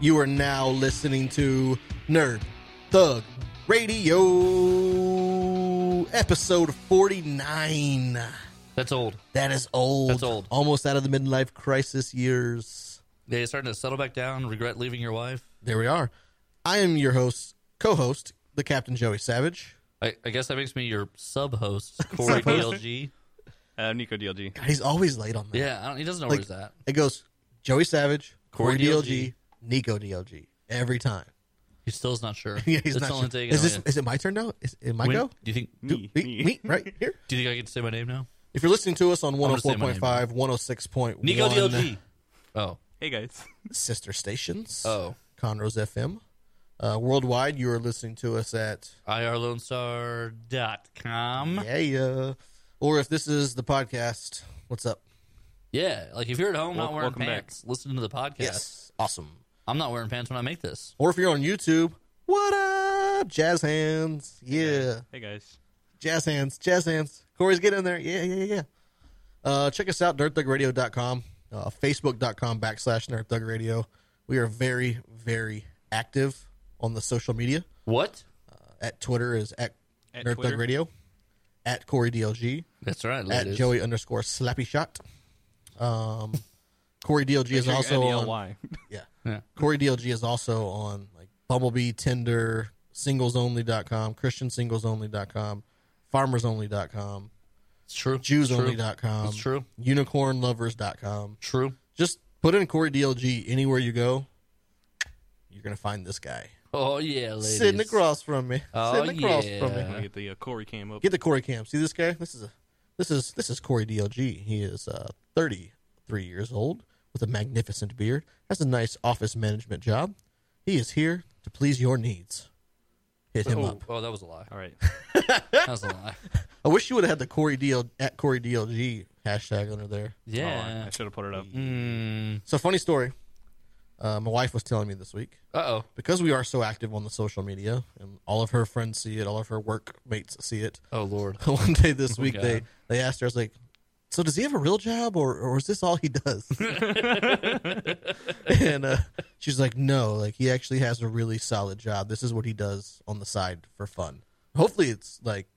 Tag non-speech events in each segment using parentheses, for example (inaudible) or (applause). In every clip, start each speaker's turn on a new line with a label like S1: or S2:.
S1: You are now listening to Nerd Thug Radio, episode 49.
S2: That's old.
S1: That is old.
S2: That's old.
S1: Almost out of the midlife crisis years.
S2: Yeah, you're starting to settle back down, regret leaving your wife.
S1: There we are. I am your host, co host, the Captain Joey Savage.
S2: I, I guess that makes me your sub
S1: (laughs)
S2: host, Corey DLG.
S3: Uh, Nico DLG.
S1: God, he's always late on that.
S2: Yeah, I don't, he doesn't know
S1: Like-
S2: where's that.
S1: It goes Joey Savage, Corey,
S2: Corey
S1: DLG,
S2: DLG,
S1: Nico DLG every time. (laughs)
S2: He still's not sure.
S1: Yeah, he's
S2: it's
S1: not.
S2: only
S1: Sure.
S2: taking
S1: Is this
S2: away-
S1: is it my turn now? Is it my
S2: When-
S1: go?
S2: Do you think?
S3: Me,
S1: Do-
S3: me.
S1: me, right here.
S2: Do you think I can say my name now?
S1: If you're listening to us on
S2: gonna say
S1: 104.5, 106.1
S2: Nico DLG. Oh,
S3: Hey guys.
S1: sister stations,
S2: oh,
S1: Conroe's FM. Uh, worldwide, you are listening to us at
S2: irlonestar.com.
S1: yeah, yeah. Or if this is the podcast, what's up?
S2: Yeah, like if you're at home
S3: Wel-
S2: not wearing
S3: welcome back.
S2: pants, listening to the podcast.
S1: awesome.
S2: I'm not wearing pants when I make this.
S1: Or if you're on YouTube, what up, jazz hands? Yeah.
S3: Hey guys.
S1: Jazz hands, jazz hands. Corey's get in there. Yeah, yeah, yeah, yeah. Uh, check us out, dirtthugradio.com, uh, facebook.com backslash nerdthugradio. We are very, very active on the social media.
S2: What?
S1: At Twitter is at,
S3: At Twitter.
S1: nerdthugradio, at Corey DLG,
S2: That's right.
S1: at
S2: ladies.
S1: Joey underscore slappy shot. Um, (laughs) Corey DLG is
S3: Sure,
S1: also on,
S3: NELY. (laughs)
S1: yeah.
S2: Yeah.
S1: Corey DLG is also on like Bumblebee, Tinder, singlesonly.com, christiansinglesonly.com, farmersonly.com,
S2: It's true. It's
S1: jewsonly.com,
S2: It's true.
S1: unicornlovers.com.
S2: True.
S1: Just put in Corey DLG anywhere you go. You're going to find this guy.
S2: Oh yeah, ladies.
S1: Sitting across from me.
S2: Oh,
S1: Sitting across from
S2: yeah.
S1: me.
S3: I'm gonna get the uh, Corey cam up.
S1: uh-huh. Get the Corey cam. See this guy? This is a this is this is Corey DLG. He is uh, 33 years old with a magnificent beard. Has a nice office management job. He is here to please your needs. Hit him
S3: Oh.
S1: up.
S2: Oh, that was
S1: (laughs)
S2: a lie.
S3: All right.
S2: That was a
S3: (laughs)
S2: lie.
S3: Oh,
S1: I wish you would have had the Corey DL at Corey DLG hashtag under there.
S3: Oh, I
S2: Yeah.
S3: should have put it up.
S2: Mm.
S1: So funny story. Uh, my wife was telling me this week
S2: Uh oh.
S1: because we are so active on the social media, and all of her friends see it, all of her workmates see it.
S2: Oh lord.
S1: (laughs) one day this week
S2: God.
S1: they they asked her, I was like, "So does he have a real job, or or is this all he (laughs) does?" and uh, she's like, "No, like he actually has a really solid job. This is what he does on the side for fun. Hopefully, it's like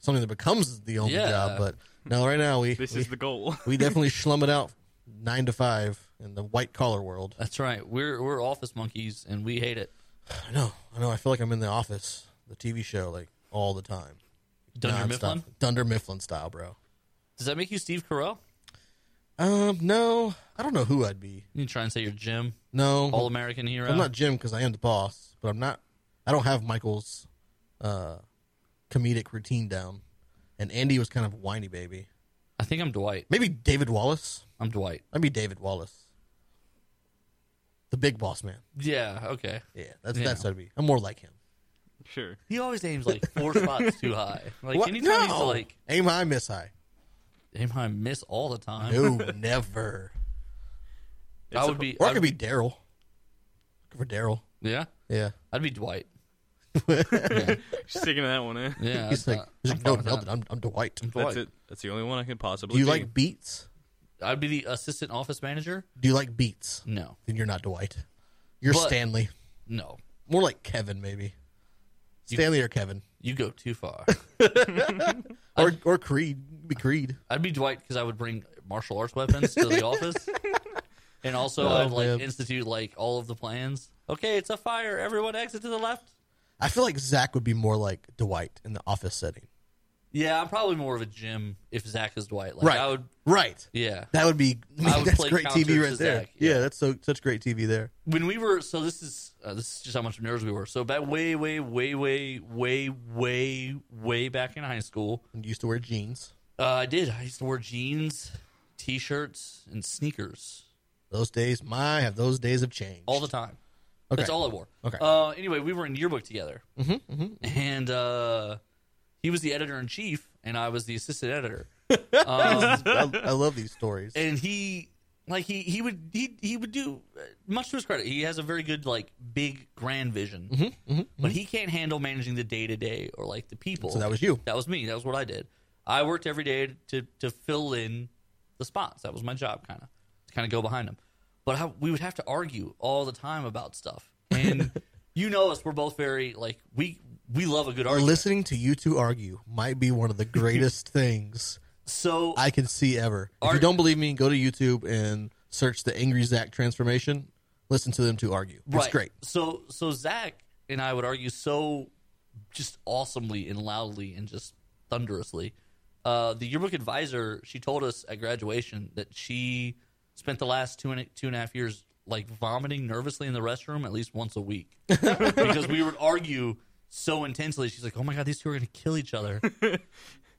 S1: something that becomes the only
S2: Yeah.
S1: job. But no, right now we
S3: This
S1: we,
S3: is the goal.
S1: (laughs)
S3: (laughs)
S1: we definitely slum it out nine to five in the white collar world.
S2: That's right. We're we're office monkeys and we hate it.
S1: I know, I know. I feel like I'm in the office, the TV show, like all the time,
S2: Dunder
S1: Nonstop.
S2: Mifflin.
S1: Dunder Mifflin style, bro."
S2: Does that make you Steve Carell?
S1: Um, no, I don't know who I'd be.
S2: You try and say you're Jim,
S1: No,
S2: all American hero.
S1: I'm not Jim because I am the boss, but I'm not. I don't have Michael's uh, comedic routine down, and Andy was kind of a whiny baby.
S2: I think I'm Dwight.
S1: Maybe David Wallace.
S2: I'm Dwight.
S1: I'd be David Wallace, the big boss man.
S2: Yeah. Okay.
S1: Yeah, that's
S2: Yeah.
S1: that's what I'd be. I'm more like him.
S3: Sure.
S2: He always aims like
S1: (laughs)
S2: four spots too high. Like
S1: What?
S2: anytime he's like
S1: aim high, miss high.
S2: aim high, miss all the time.
S1: No, (laughs)
S2: (laughs)
S1: never.
S2: I would be.
S1: Or I
S2: I'd-
S1: could be Daryl. Go For Daryl,
S2: Yeah. (laughs)
S1: yeah.
S2: I'd
S1: (laughs)
S2: be Dwight.
S3: Sticking to that one, eh?
S2: Yeah.
S1: He's
S2: that's
S1: like,
S2: not-
S1: he's
S2: I'm
S1: like,
S2: fine
S1: no,
S2: with
S1: no,
S2: that.
S1: I'm, I'm Dwight.
S2: I'm Dwight.
S3: That's it. That's the only one I could possibly.
S1: Do you
S3: do.
S1: like beats?
S2: I'd be the assistant office manager.
S1: Do you like beats?
S2: No.
S1: Then you're not Dwight. You're
S2: But-
S1: Stanley.
S2: No.
S1: More like Kevin, maybe. Stanley or Kevin.
S2: You go
S1: (laughs)
S2: too far.
S1: Or or Creed. Be Creed.
S2: I'd be Dwight because I would bring martial arts weapons to the office, and also I would like
S1: man.
S2: institute like all of the plans. Okay, it's a fire. Everyone exit to the left.
S1: I feel like Zach would be more like Dwight in the office setting.
S2: Yeah, I'm probably more of a Jim if Zach is Dwight. Like,
S1: Right.
S2: I would.
S1: Right.
S2: Yeah.
S1: That would be I mean,
S2: I would
S1: that's
S2: play
S1: great
S2: counter
S1: TV
S2: to
S1: right there.
S2: Zach,
S1: yeah.
S2: yeah.
S1: that's so such great TV there.
S2: When we were so this is uh, this is just how much nerds we were. So back way way way way way way way back in high school,
S1: And used to wear jeans.
S2: uh, I did. I used to wear jeans, t-shirts, and sneakers
S1: Those days, my have those days have changed.
S2: all the time.
S1: Okay.
S2: That's all I wore.
S1: Okay.
S2: Uh, anyway, we were in yearbook together, mm-hmm, and uh, he was the editor in chief, and I was the assistant editor. um,
S1: I, I love these stories.
S2: and he, like he, he would he he would do uh, much to his credit. He has a very good like big grand vision, but he can't handle managing the day to day or like the people.
S1: So that was you.
S2: That was me. That was what I did. I worked every day to to fill in the spots. That was my job, kind of to kind of go behind him. but how, we would have to argue all the time about stuff. And you know us, we're both very like we we love a good argument.
S1: Listening to you two argue might be one of the
S2: (laughs)
S1: greatest things
S2: so
S1: I can see ever. If you
S2: Arg-
S1: don't believe me, go to YouTube and search the Angry Zach transformation. Listen to them two argue. It's
S2: right.
S1: great.
S2: So so Zach and I would argue so just awesomely and loudly and just thunderously. Uh, the yearbook advisor she told us at graduation that she spent the last two and two and a half years like vomiting nervously in the restroom at least once a week because we would argue so intensely. She's like, "Oh my god, these two are going to kill each other." and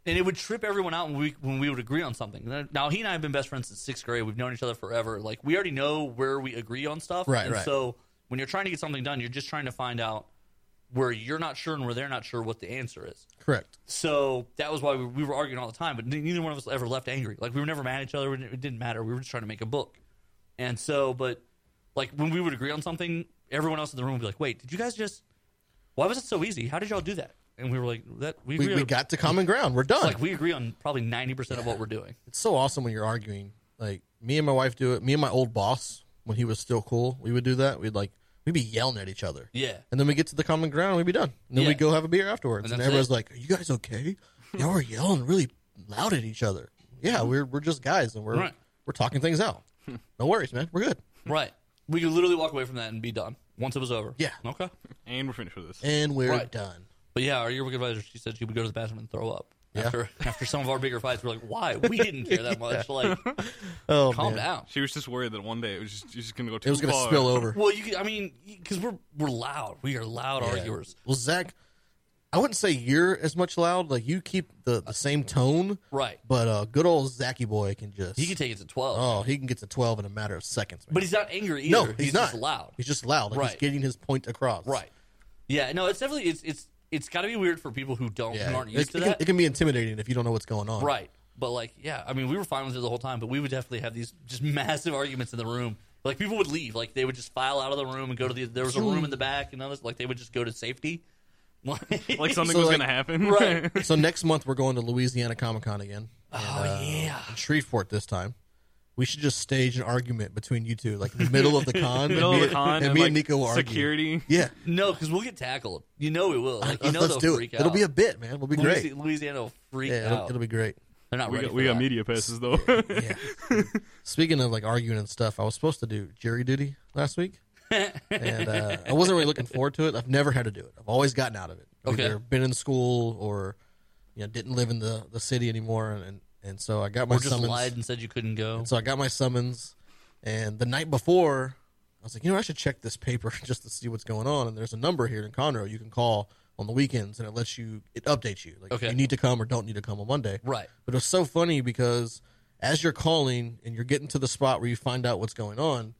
S2: it would trip everyone out when we when we would agree on something. Now he and I have been best friends since sixth grade. We've known each other forever. Like we already know where we agree on stuff.
S1: Right,
S2: And
S1: right.
S2: So when you're trying to get something done, you're just trying to find out where you're not sure and where they're not sure what the answer is.
S1: Correct.
S2: So that was why we, we were arguing all the time. But neither one of us ever left angry. Like we were never mad at each other. It didn't matter. We were just trying to make a book. And so, but like when we would agree on something, everyone else in the room would be like, "Wait, did you guys just? Why was it so easy? How did y'all do that?" And we were like, "That we,
S1: We,
S2: agree
S1: we
S2: on-
S1: got to common ground. We're done.
S2: like we agree on probably 90% of what we're doing.
S1: it's so awesome when you're arguing. Like me and my wife do it. Me and my old boss, when he was still cool, we would do that. We'd like we'd be yelling at each other.
S2: (laughs) Yeah.
S1: And then we get to the common ground and we'd be done. And then
S2: Yeah.
S1: we'd go have a beer afterwards.
S2: And
S1: And,
S2: that's
S1: everyone's
S2: it.
S1: like, Are you guys okay? Y'all were yelling really loud at each other. Yeah, we're we're just guys and we're
S2: Right. Hmm.
S1: we're talking things out. no worries, man. We're good.
S2: Right. We could literally walk away from that and be done once it was over.
S1: Yeah.
S2: Okay.
S3: And we're finished with this.
S1: And we're
S2: Right.
S1: done.
S2: But yeah, our yearbook advisor, she said she would go to the bathroom and throw up.
S1: Yeah.
S2: After (laughs) after some of our bigger fights, we're like, why? We didn't care that
S1: (laughs)
S2: much. Like,
S1: Oh
S2: calm
S1: man.
S2: down.
S3: She was just worried that one day it was just, you're just going to go too
S1: It was gonna
S3: far.
S1: spill over.
S2: Well, you could, I mean, because we're we're loud. We are loud
S1: Yeah.
S2: arguers.
S1: Well, Zach, I wouldn't say you're as much loud. Like you keep the, the same tone,
S2: Right.
S1: but uh, good old Zachy boy can just
S2: He could take it to 12.
S1: oh he can get to twelve in a matter of seconds. Man.
S2: but he's not angry either.
S1: no, he's, not
S2: just loud.
S1: He's just loud. Like, He's
S2: Right.
S1: getting his point across.
S2: right. Yeah. No, it's definitely, it's, it's, it's got to be weird for people who don't,
S1: Yeah.
S2: who aren't
S1: It-
S2: used
S1: it,
S2: to
S1: can,
S2: that.
S1: it can be intimidating if you don't know what's going on.
S2: Right. (laughs) But like, yeah, I mean, we were fine with it the whole time, but we would definitely have these just (laughs) massive arguments in the room. Like people would leave, like they would just file out of the room and go to the. There was a room in the back, and others like they would just go to safety.
S3: (laughs)
S2: (laughs)
S3: Like something
S1: So,
S3: was
S1: like-
S3: going to happen. (laughs)
S2: Right.
S1: So next month we're going to Louisiana Comic Con
S2: (sighs)
S1: again.
S2: (laughs) oh yeah,
S1: in Shreveport this time. We should just stage an argument between you two, like
S2: (laughs)
S1: in the middle of the con.
S3: Middle
S1: and
S3: of
S1: me,
S3: the con.
S1: and, me
S3: like,
S1: and Nico will argue.
S3: Security.
S1: Yeah,
S2: no, because we'll get tackled. You know we will. Like you know
S1: Uh, let's
S2: they'll
S1: do it.
S2: freak out.
S1: It'll be a bit, man. We'll be great.
S2: Louisi- Louisiana will freak
S1: Yeah, it'll,
S2: out.
S1: it'll be great.
S2: They're not
S3: We
S2: ready.
S3: got,
S2: for
S3: we got
S2: that.
S3: media passes, though.
S1: (laughs)
S3: (laughs)
S1: Yeah. Speaking of like arguing and stuff, I was supposed to do jury duty last week, and uh, I wasn't really looking forward to it. I've never had to do it. I've always gotten out of it. I've
S2: Okay.
S1: Either been in school or you know didn't live in the, the city anymore, and, and and so I got my
S2: Or just
S1: summons.
S2: lied and said you couldn't go.
S1: So I got my summons, and the night before, I was like, you know, I should check this paper (laughs) just to see what's going on. And there's a number here in Conroe you can call on the weekends, and it lets you it updates you like
S2: Okay.
S1: you need to come or don't need to come on Monday.
S2: Right.
S1: But it was so funny because as you're calling and you're getting to the spot where you find out what's going on,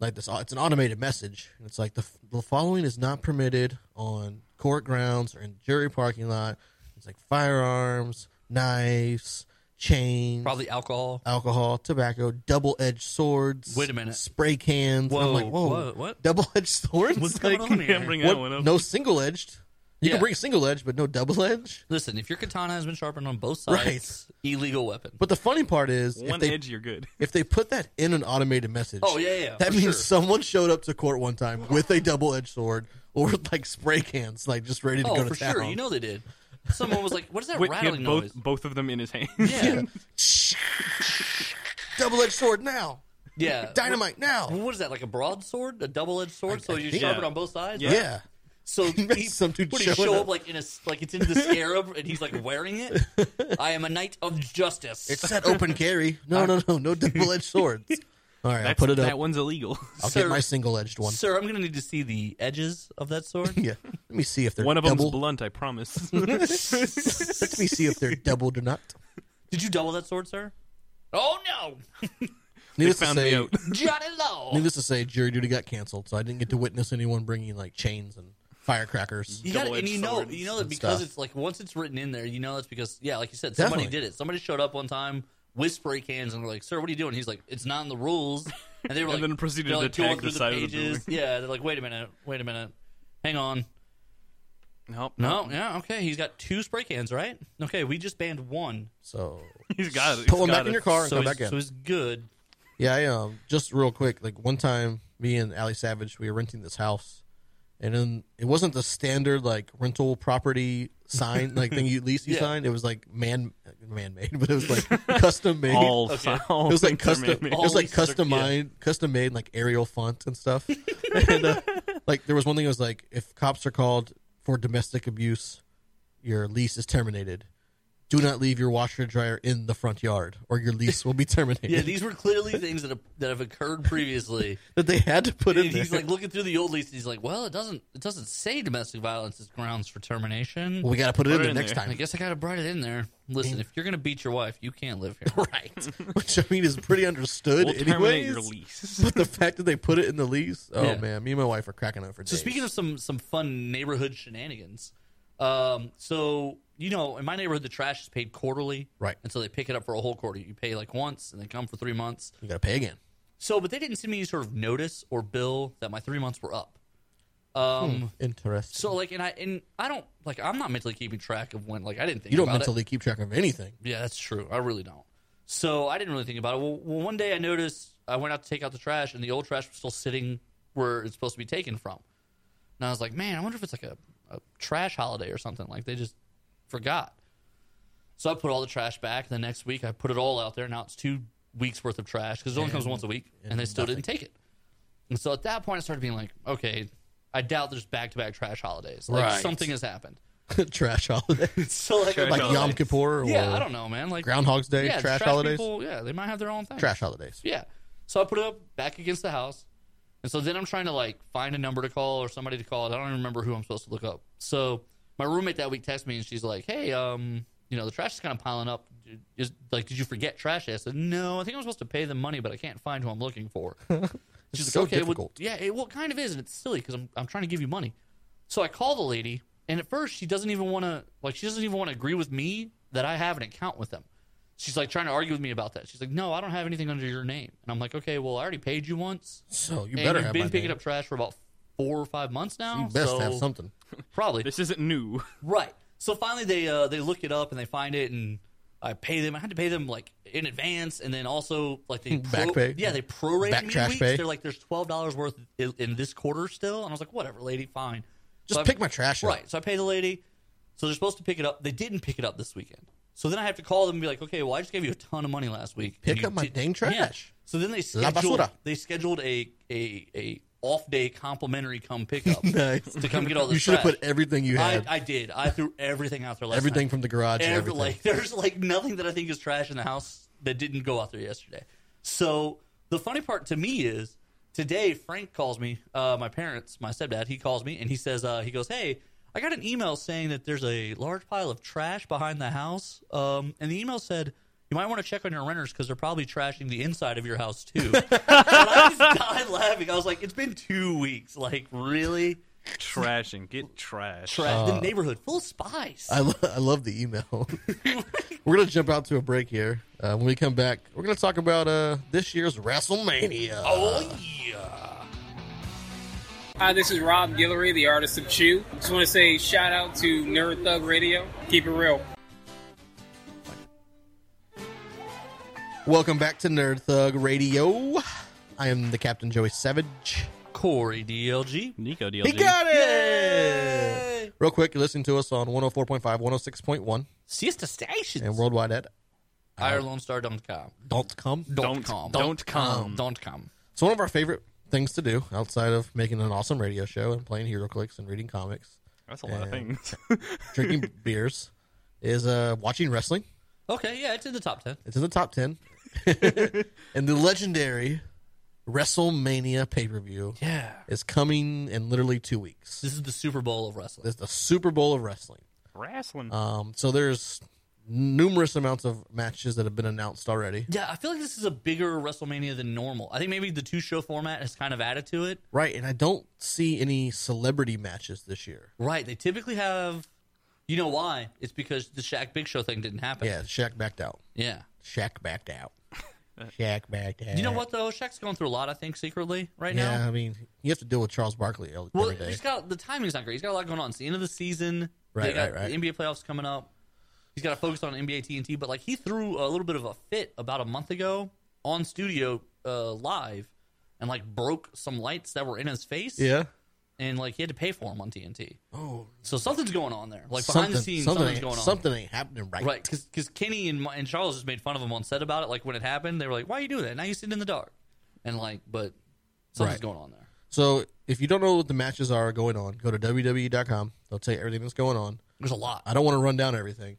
S1: like this, it's an automated message, and it's like the the following is not permitted on court grounds or in jury parking lot. It's like firearms, knives, chains,
S2: Probably alcohol.
S1: alcohol, tobacco, double edged swords.
S2: Wait a minute.
S1: Spray cans. And I'm
S2: Whoa,
S1: like, whoa,
S2: whoa, what?
S1: Double edged (laughs) swords?
S2: What's
S1: Like,
S2: going on
S3: Can't
S2: here?
S3: bring
S1: what-
S3: that one up.
S1: No single edged. You
S2: Yeah.
S1: can bring single edged, but no double edged.
S2: Listen, if your katana has been sharpened on both
S1: Right.
S2: sides, illegal weapon.
S1: But the funny part is, if
S3: One
S1: they,
S3: edge,
S1: (laughs)
S3: you're good.
S1: if they put that in an automated message,
S2: Oh, yeah, yeah,
S1: that
S2: for
S1: means
S2: sure.
S1: someone showed up to court one time with a double edged sword or like spray cans, like just ready to
S2: Oh,
S1: go to
S2: for
S1: town.
S2: sure. You know they did. Someone was like, "What is that
S3: Wait, he
S2: rattling
S3: had both,
S2: noise?"
S3: both of them in his hand. (laughs)
S2: Yeah,
S1: double edged sword now,
S2: yeah.
S1: dynamite
S2: What,
S1: now.
S2: what is that? Like a broadsword, a double-edged sword? So you sharpen
S3: Yeah.
S2: on both sides.
S3: Yeah.
S1: Yeah. (laughs)
S2: So he,
S1: Some dude
S2: what, he
S1: showing
S2: show
S1: up.
S2: up like in a s- like it's in the scarab, and he's like
S1: (laughs)
S2: wearing it. I am a knight of justice.
S1: It said open carry. No, no, no, no double edged swords.
S2: (laughs)
S1: All right, I'll put it up.
S3: That one's illegal.
S1: I'll
S2: Sir-
S1: get my single edged one.
S2: Sir, I'm going to need to see the edges of that
S1: (laughs)
S2: sword.
S1: Yeah. Let me see if they're
S3: One of them's
S1: double.
S3: blunt, I
S1: (laughs)
S3: promise.
S1: Let me see if they're doubled or
S3: (laughs)
S1: not.
S2: Did you double that sword, sir? Oh
S1: (laughs)
S2: no,
S1: Needless
S3: found
S1: to
S3: me
S1: say,
S3: out. (laughs)
S2: Johnny Law.
S1: needless to say, jury duty got canceled, so I didn't get to witness anyone bringing like chains and firecrackers.
S2: You got and
S3: double-edged
S2: you know
S3: swords
S2: you know that
S1: and
S2: because
S1: stuff.
S2: it's like once it's written in there, you know that's because yeah, like you said, somebody
S1: Definitely.
S2: did it. Somebody showed up one time with spray cans and were like, "Sir, what are you doing?" He's like, "It's not in the rules." And they were
S3: (laughs) And
S2: like,
S3: then proceeded
S2: they're,
S3: to
S2: like, going
S3: attack
S2: through
S3: the side of the building.
S2: Yeah, they're like, "Wait a minute, wait a minute, hang on."
S3: nope.
S2: No, yeah, okay. He's got two spray cans, right? Okay, we just banned one,
S1: So
S3: He's got it.
S1: put
S3: He's
S1: one
S3: got
S1: back
S3: it.
S1: in your car and
S2: so
S1: come
S2: he's,
S1: back in.
S2: so he's good.
S1: Yeah, I um just real quick, like one time me and Ali Savage, we were renting this house and then it wasn't the standard like rental property sign like thing you
S3: (laughs)
S1: lease you
S2: Yeah.
S1: sign. It was like man man made, (laughs) but it was like custom made.
S3: All, (laughs)
S2: Okay.
S3: all
S1: it was like
S3: things are
S1: custom it
S3: man-made.
S2: all
S1: was like
S2: leases are-
S1: custom
S2: yeah.
S1: made custom made like Arial font and
S2: (laughs)
S1: stuff. and uh, like there was one thing that was like if cops are called for domestic abuse, your lease is terminated. Do not leave your washer and dryer in the front yard or your lease
S2: (laughs)
S1: will be terminated.
S2: Yeah, these were
S3: (laughs)
S2: clearly things that have, that have occurred previously.
S1: that they had to put in
S2: And
S1: there.
S2: he's like looking through the old lease. And he's like, well, it doesn't it doesn't say domestic violence is grounds for termination.
S1: Well, we got to put it
S3: Put
S1: in
S3: it
S1: there
S3: in
S1: next
S3: there.
S2: I
S1: time.
S2: guess I gotta write it in there. Listen, if you're gonna beat your wife, you can't live here.
S1: (laughs) Right.
S2: (laughs)
S1: Which, I mean, is pretty understood
S3: We'll terminate
S1: anyways.
S3: your lease.
S1: (laughs) But the fact that they put it in the lease, oh,
S2: Yeah.
S1: man. Me and my wife are cracking up for
S2: So
S1: days.
S2: speaking of some some fun neighborhood shenanigans, um, so you know in my neighborhood the trash is paid quarterly,
S1: Right.
S2: And so they pick it up for a whole quarter. You pay like once, and they come for three months.
S1: you got to pay again.
S2: So, but they didn't send me any sort of notice or bill that my three months were up.
S1: Hmm.
S2: Um,
S1: Interesting.
S2: so like, and I and I don't like I'm not mentally keeping track of when like I didn't think
S1: you don't
S2: about it.
S1: mentally keep track of anything. (laughs)
S2: Yeah, that's true. I really don't. So I didn't really think about it. Well, well, one day I noticed I went out to take out the trash, and the old trash was still sitting where it's supposed to be taken from. And I was like, man, I wonder if it's like a, a trash holiday or something. Like they just forgot. So I put all the trash back. And the next week, I put it all out there. Now it's two weeks worth of trash because it only comes once a week, and, they still didn't take it. And so at that point, I started being like, okay, I doubt there's back to back trash holidays. Like
S1: Right.
S2: something has happened.
S1: trash holidays.
S2: So like,
S3: Trash
S1: like Yom
S3: holidays.
S1: Kippur or
S2: yeah, I don't know, man. Like
S1: Groundhog's Day,
S2: yeah, the
S1: trash, holidays.
S2: People, yeah, they might have their own thing.
S1: Trash holidays.
S2: Yeah. So I put it up back against the house. And so then I'm trying to like find a number to call or somebody to call. I don't even remember who I'm supposed to look up. So my roommate that week texted me and she's like, "Hey, um, you know, the trash is kind of piling up. Is like, did you forget trash?" I said, "No, I think I'm supposed to pay them money, but I can't find who I'm looking for." she's like,
S1: so
S2: "Okay, well,
S1: difficult.
S2: yeah, it, well, it kind of is, and it's silly because I'm I'm trying to give you money." So I call the lady, and at first she doesn't even want to like she doesn't even want to agree with me that I have an account with them. She's like trying to argue with me about that. She's like, "No, I don't have anything under your name." And I'm like, "Okay, well, I already paid you once.
S1: So you
S2: and
S1: better
S2: you've
S1: have
S2: been
S1: my
S2: picking
S1: name.
S2: up trash for about four or five months now.
S1: You best
S2: so
S1: have
S2: (laughs)
S1: something.
S2: probably
S3: this
S1: (laughs)
S3: isn't new.
S2: right." So finally, they uh, they look it up and they find it, and I pay them. I had to pay them like in advance, and then also like
S1: (laughs)
S2: they
S1: Back
S2: pro-
S1: pay.
S2: Yeah, they prorated
S1: Back
S2: me
S1: trash
S2: weeks.
S1: pay.
S2: They're like, "There's twelve dollars worth in, in this quarter still," and I was like, "Whatever, lady, fine."
S1: Just
S2: So I-
S1: pick my trash up.
S2: Right. So I pay the lady. So they're supposed to pick it up. They didn't pick it up this weekend. So then I have to call them and be like, okay, well, I just gave you a ton of money last week. and
S1: Pick
S2: you
S1: up my
S2: did-
S1: dang trash.
S2: So then they
S1: La
S2: scheduled,
S1: basura.
S2: they scheduled a, a, a off day complimentary
S1: (laughs)
S2: come pickup
S1: Nice.
S2: to come get all this
S1: You should have
S2: trash.
S1: put everything you had.
S2: I, I did. I threw everything out there last
S1: everything
S2: night.
S1: from the garage. and
S2: Every,
S1: everything.
S2: like (laughs) there's like nothing that I think is trash in the house that didn't go out there yesterday. So the funny part to me is today Frank calls me, uh, my parents, my stepdad. He calls me and he says uh, he goes, "Hey, I got an email saying that there's a large pile of trash behind the house, um, and the email said." You might want to check on your renters because they're probably trashing the inside of your house too. and I just died laughing. I was like, "It's been two weeks. Like, really?
S3: Trashing. Get trash.
S2: Trash the neighborhood full of spies."
S1: I, lo- I love the email. (laughs) we're going to jump out to a break here. Uh, when we come back, we're going to talk about uh, this year's WrestleMania.
S2: oh yeah.
S4: Hi, this is Rob Guillory, the artist of Chew. Just want to say shout out to Nerd Thug Radio. Keep it real.
S1: Welcome back to Nerd Thug Radio. I am the Captain Joey Savage.
S2: Corey DLG.
S3: Nico DLG.
S1: He got it! Real quick, you're listening to us on 104.5, 106.1,
S2: Siesta Stations.
S1: and worldwide at
S2: IreLoneStar.com.
S1: don't come.
S3: Don't,
S2: come.
S3: don't, come.
S2: Don't come.
S1: It's one of our favorite things to do outside of making an awesome radio show and playing Hero Clicks and reading comics,
S3: That's a lot of
S1: And- (laughs)
S3: things.
S1: drinking beers, is uh, watching wrestling.
S2: Okay, yeah, it's in the top 10.
S1: It's in the top ten, and the legendary WrestleMania pay per view
S2: Yeah.
S1: is coming in literally two weeks.
S2: This is the Super Bowl of wrestling.
S1: It's the Super Bowl of wrestling.
S3: Wrestling.
S1: Um, so there's numerous amounts of matches that have been announced already.
S2: yeah, I feel like this is a bigger WrestleMania than normal. I think maybe the two show format has kind of added to it.
S1: Right, and I don't see any celebrity matches this year.
S2: Right. They typically have. You know why? It's because the Shaq Big Show thing didn't happen.
S1: Yeah, Shaq backed out.
S2: Yeah.
S1: Shaq backed
S2: (laughs)
S1: out. Shaq backed out.
S2: You know what, though? Shaq's going through a lot, I think, secretly right now.
S1: Yeah, I mean, you have to deal with Charles Barkley every
S2: Well,
S1: day.
S2: he's got the timing's not great. He's got a lot going on. It's the end of the season.
S1: Right,
S2: They got
S1: right, right.
S2: The NBA playoffs coming up. He's got to focus on NBA TNT. But like he threw a little bit of a fit about a month ago on studio uh, live and like broke some lights that were in his face.
S1: Yeah.
S2: and like he had to pay for them on TNT.
S1: Oh,
S2: So something's going on there. Like behind the scenes, something's
S1: ain't-
S2: going on.
S1: Something ain't happening right.
S2: Right, because Kenny and, and Charles just made fun of him on set about it. Like when it happened, they were like, "Why are you doing that? Now you sit in the dark." And like, but something's
S1: Right.
S2: going on there.
S1: So if you don't know what the matches are going on, go to WWE.com. They'll tell you everything that's going on.
S2: There's a lot.
S1: I don't want to run down everything.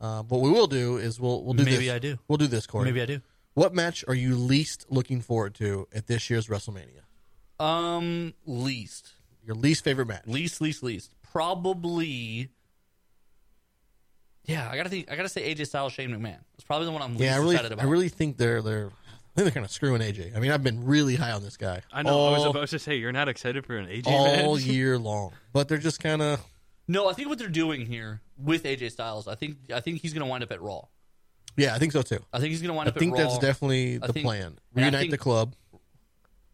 S1: Uh, what we will do is we'll we'll do
S2: Maybe
S1: this.
S2: I do.
S1: We'll do this, Corey.
S2: Maybe I do.
S1: What match are you least looking forward to at this year's WrestleMania?
S2: Um, least,
S1: Your least favorite match?
S2: least, least, least. Probably. Yeah, I gotta think. I gotta say AJ Styles, Shane McMahon. It's probably the one I'm least
S1: yeah, I really,
S2: excited
S1: I
S2: about.
S1: really think they're they're I think they're kind of screwing AJ. I mean, I've been really high on this guy.
S3: I know.
S1: All,
S3: I was about to say you're not excited for an AJ
S1: all
S3: match.
S1: year long, but they're just kind of
S2: no, I think what they're doing here with AJ Styles, I think, I think he's gonna wind up at Raw.
S1: yeah. I think so too.
S2: I think he's gonna wind
S1: I
S2: up.
S1: think
S2: at Raw.
S1: that's definitely
S2: I
S1: the
S2: think-
S1: plan.
S2: and I
S1: Reunite
S2: think-
S1: the club.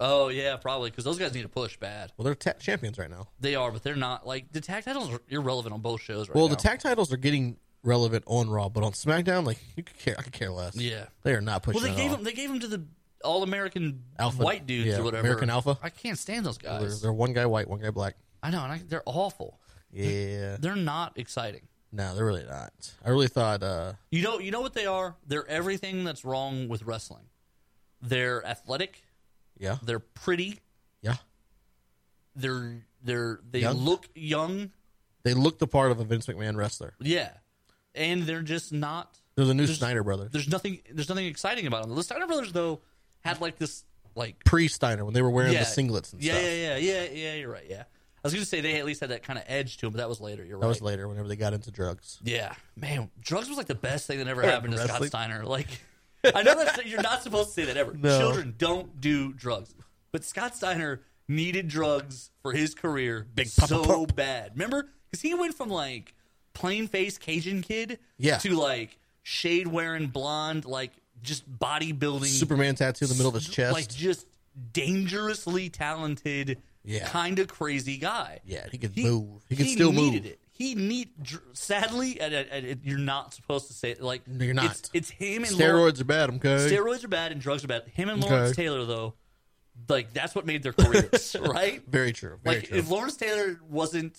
S2: Oh yeah, probably because those guys need a push bad.
S1: Well, they're ta- champions right now.
S2: They are, but they're not. Like the tag titles are irrelevant on both shows right
S1: Well,
S2: now.
S1: the tag titles are getting relevant on Raw, but on SmackDown, like you could care, I could care less.
S2: Yeah.
S1: they are not pushing.
S2: Well, they
S1: at
S2: gave
S1: all.
S2: them. They gave them to the all American
S1: Alpha-
S2: white dudes
S1: yeah,
S2: or whatever.
S1: American Alpha.
S2: I can't stand those
S1: They're,
S2: guys.
S1: they're one guy white, one guy black.
S2: I know, and I, they're awful.
S1: Yeah,
S2: They're not exciting.
S1: no, they're really not. I really thought. uh
S2: You know, you know what they are. They're everything that's wrong with wrestling. They're athletic.
S1: Yeah,
S2: They're pretty.
S1: yeah.
S2: They're they're they
S1: Young?
S2: look young.
S1: They look the part of a Vince McMahon wrestler.
S2: Yeah, and they're just not.
S1: They're the new Snyder brother,
S2: There's nothing. There's nothing exciting about them. The Steiner brothers though had like this like
S1: pre Steiner when they were wearing
S2: Yeah.
S1: the singlets and
S2: yeah,
S1: stuff.
S2: Yeah, yeah, yeah, yeah. You're right. Yeah, I was gonna say they at least had that kind of edge to them, but that was later. You're
S1: That
S2: right.
S1: was later whenever they got into drugs.
S2: Yeah, man, drugs was like the best thing that ever happened to Scott
S1: Wrestling. (laughs)
S2: Steiner. Like, I know that's you're not supposed to say that ever.
S1: No.
S2: Children don't do drugs, but Scott Steiner needed drugs for his career Big
S1: Papa
S2: so
S1: Pump.
S2: bad. Remember, because he went from like plain face Cajun kid,
S1: Yeah.
S2: to like shade wearing blonde, like just bodybuilding
S1: Superman tattoo in the middle of his chest.
S2: like just dangerously talented,
S1: Yeah.
S2: kind of crazy guy.
S1: yeah, he could move. He could still
S2: needed
S1: move.
S2: It. He need dr- sadly, and, and- and you're not supposed to say it. Like
S1: No, you're not.
S2: It's, it's him and
S1: Steroids are bad. Okay.
S2: Lawrence, steroids are bad and drugs are bad. Him and Lawrence
S1: Okay.
S2: Taylor though, like that's what made
S1: (laughs)
S2: their careers, right?
S1: very true. Very
S2: Like
S1: true.
S2: if Lawrence Taylor wasn't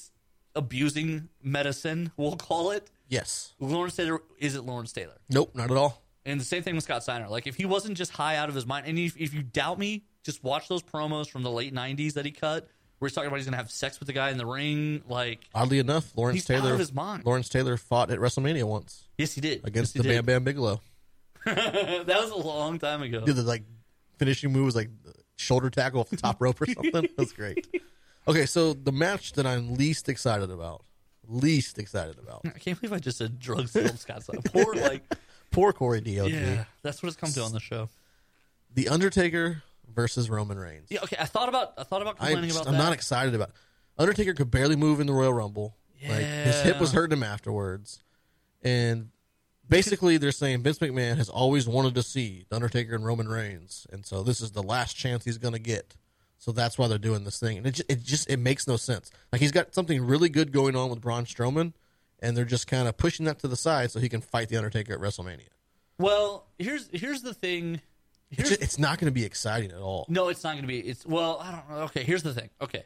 S2: abusing medicine, we'll call it.
S1: yes.
S2: Lawrence Taylor isn't Lawrence Taylor.
S1: Nope. Not at all.
S2: And the same thing with Scott Steiner. Like, if he wasn't just high out of his mind, and if, if you doubt me, just watch those promos from the late 90s that he cut, where he's talking about he's going to have sex with the guy in the ring. Like,
S1: Oddly enough, Lawrence
S2: He's out
S1: Taylor
S2: of his mind.
S1: Lawrence Taylor fought at WrestleMania once
S2: yes, he did.
S1: against
S2: yes,
S1: the
S2: he
S1: Bam Bam Bigelow.
S2: did. (laughs) that was a long time ago.
S1: Did the like finishing move was like shoulder tackle off the top rope or something. That's great. (laughs) Okay, so the match that I'm least excited about, least excited about,
S2: I can't believe I just said drugs filled Scott Steiner. Poor, like,
S1: (laughs) poor Corey DOG,
S2: yeah, that's what it's come to on the show.
S1: The Undertaker versus Roman Reigns.
S2: Yeah, okay. I thought about, I thought about
S1: I'm,
S2: complaining about
S1: I'm
S2: that.
S1: not excited about. It. Undertaker could barely move in the Royal Rumble. Like his hip was
S2: Yeah.
S1: hurting him afterwards, and basically they're saying Vince McMahon has always wanted to see the Undertaker and Roman Reigns, and so this is the last chance he's going to get. So that's why they're doing this thing, and it just, it just it makes no sense. Like he's got something really good going on with Braun Strowman, and they're just kind of pushing that to the side so he can fight the Undertaker at WrestleMania.
S2: well, here's, here's the thing.
S1: It's, just, it's not going to be exciting at all.
S2: No, it's not going to be. It's well, I don't know. Okay, here's the thing. Okay,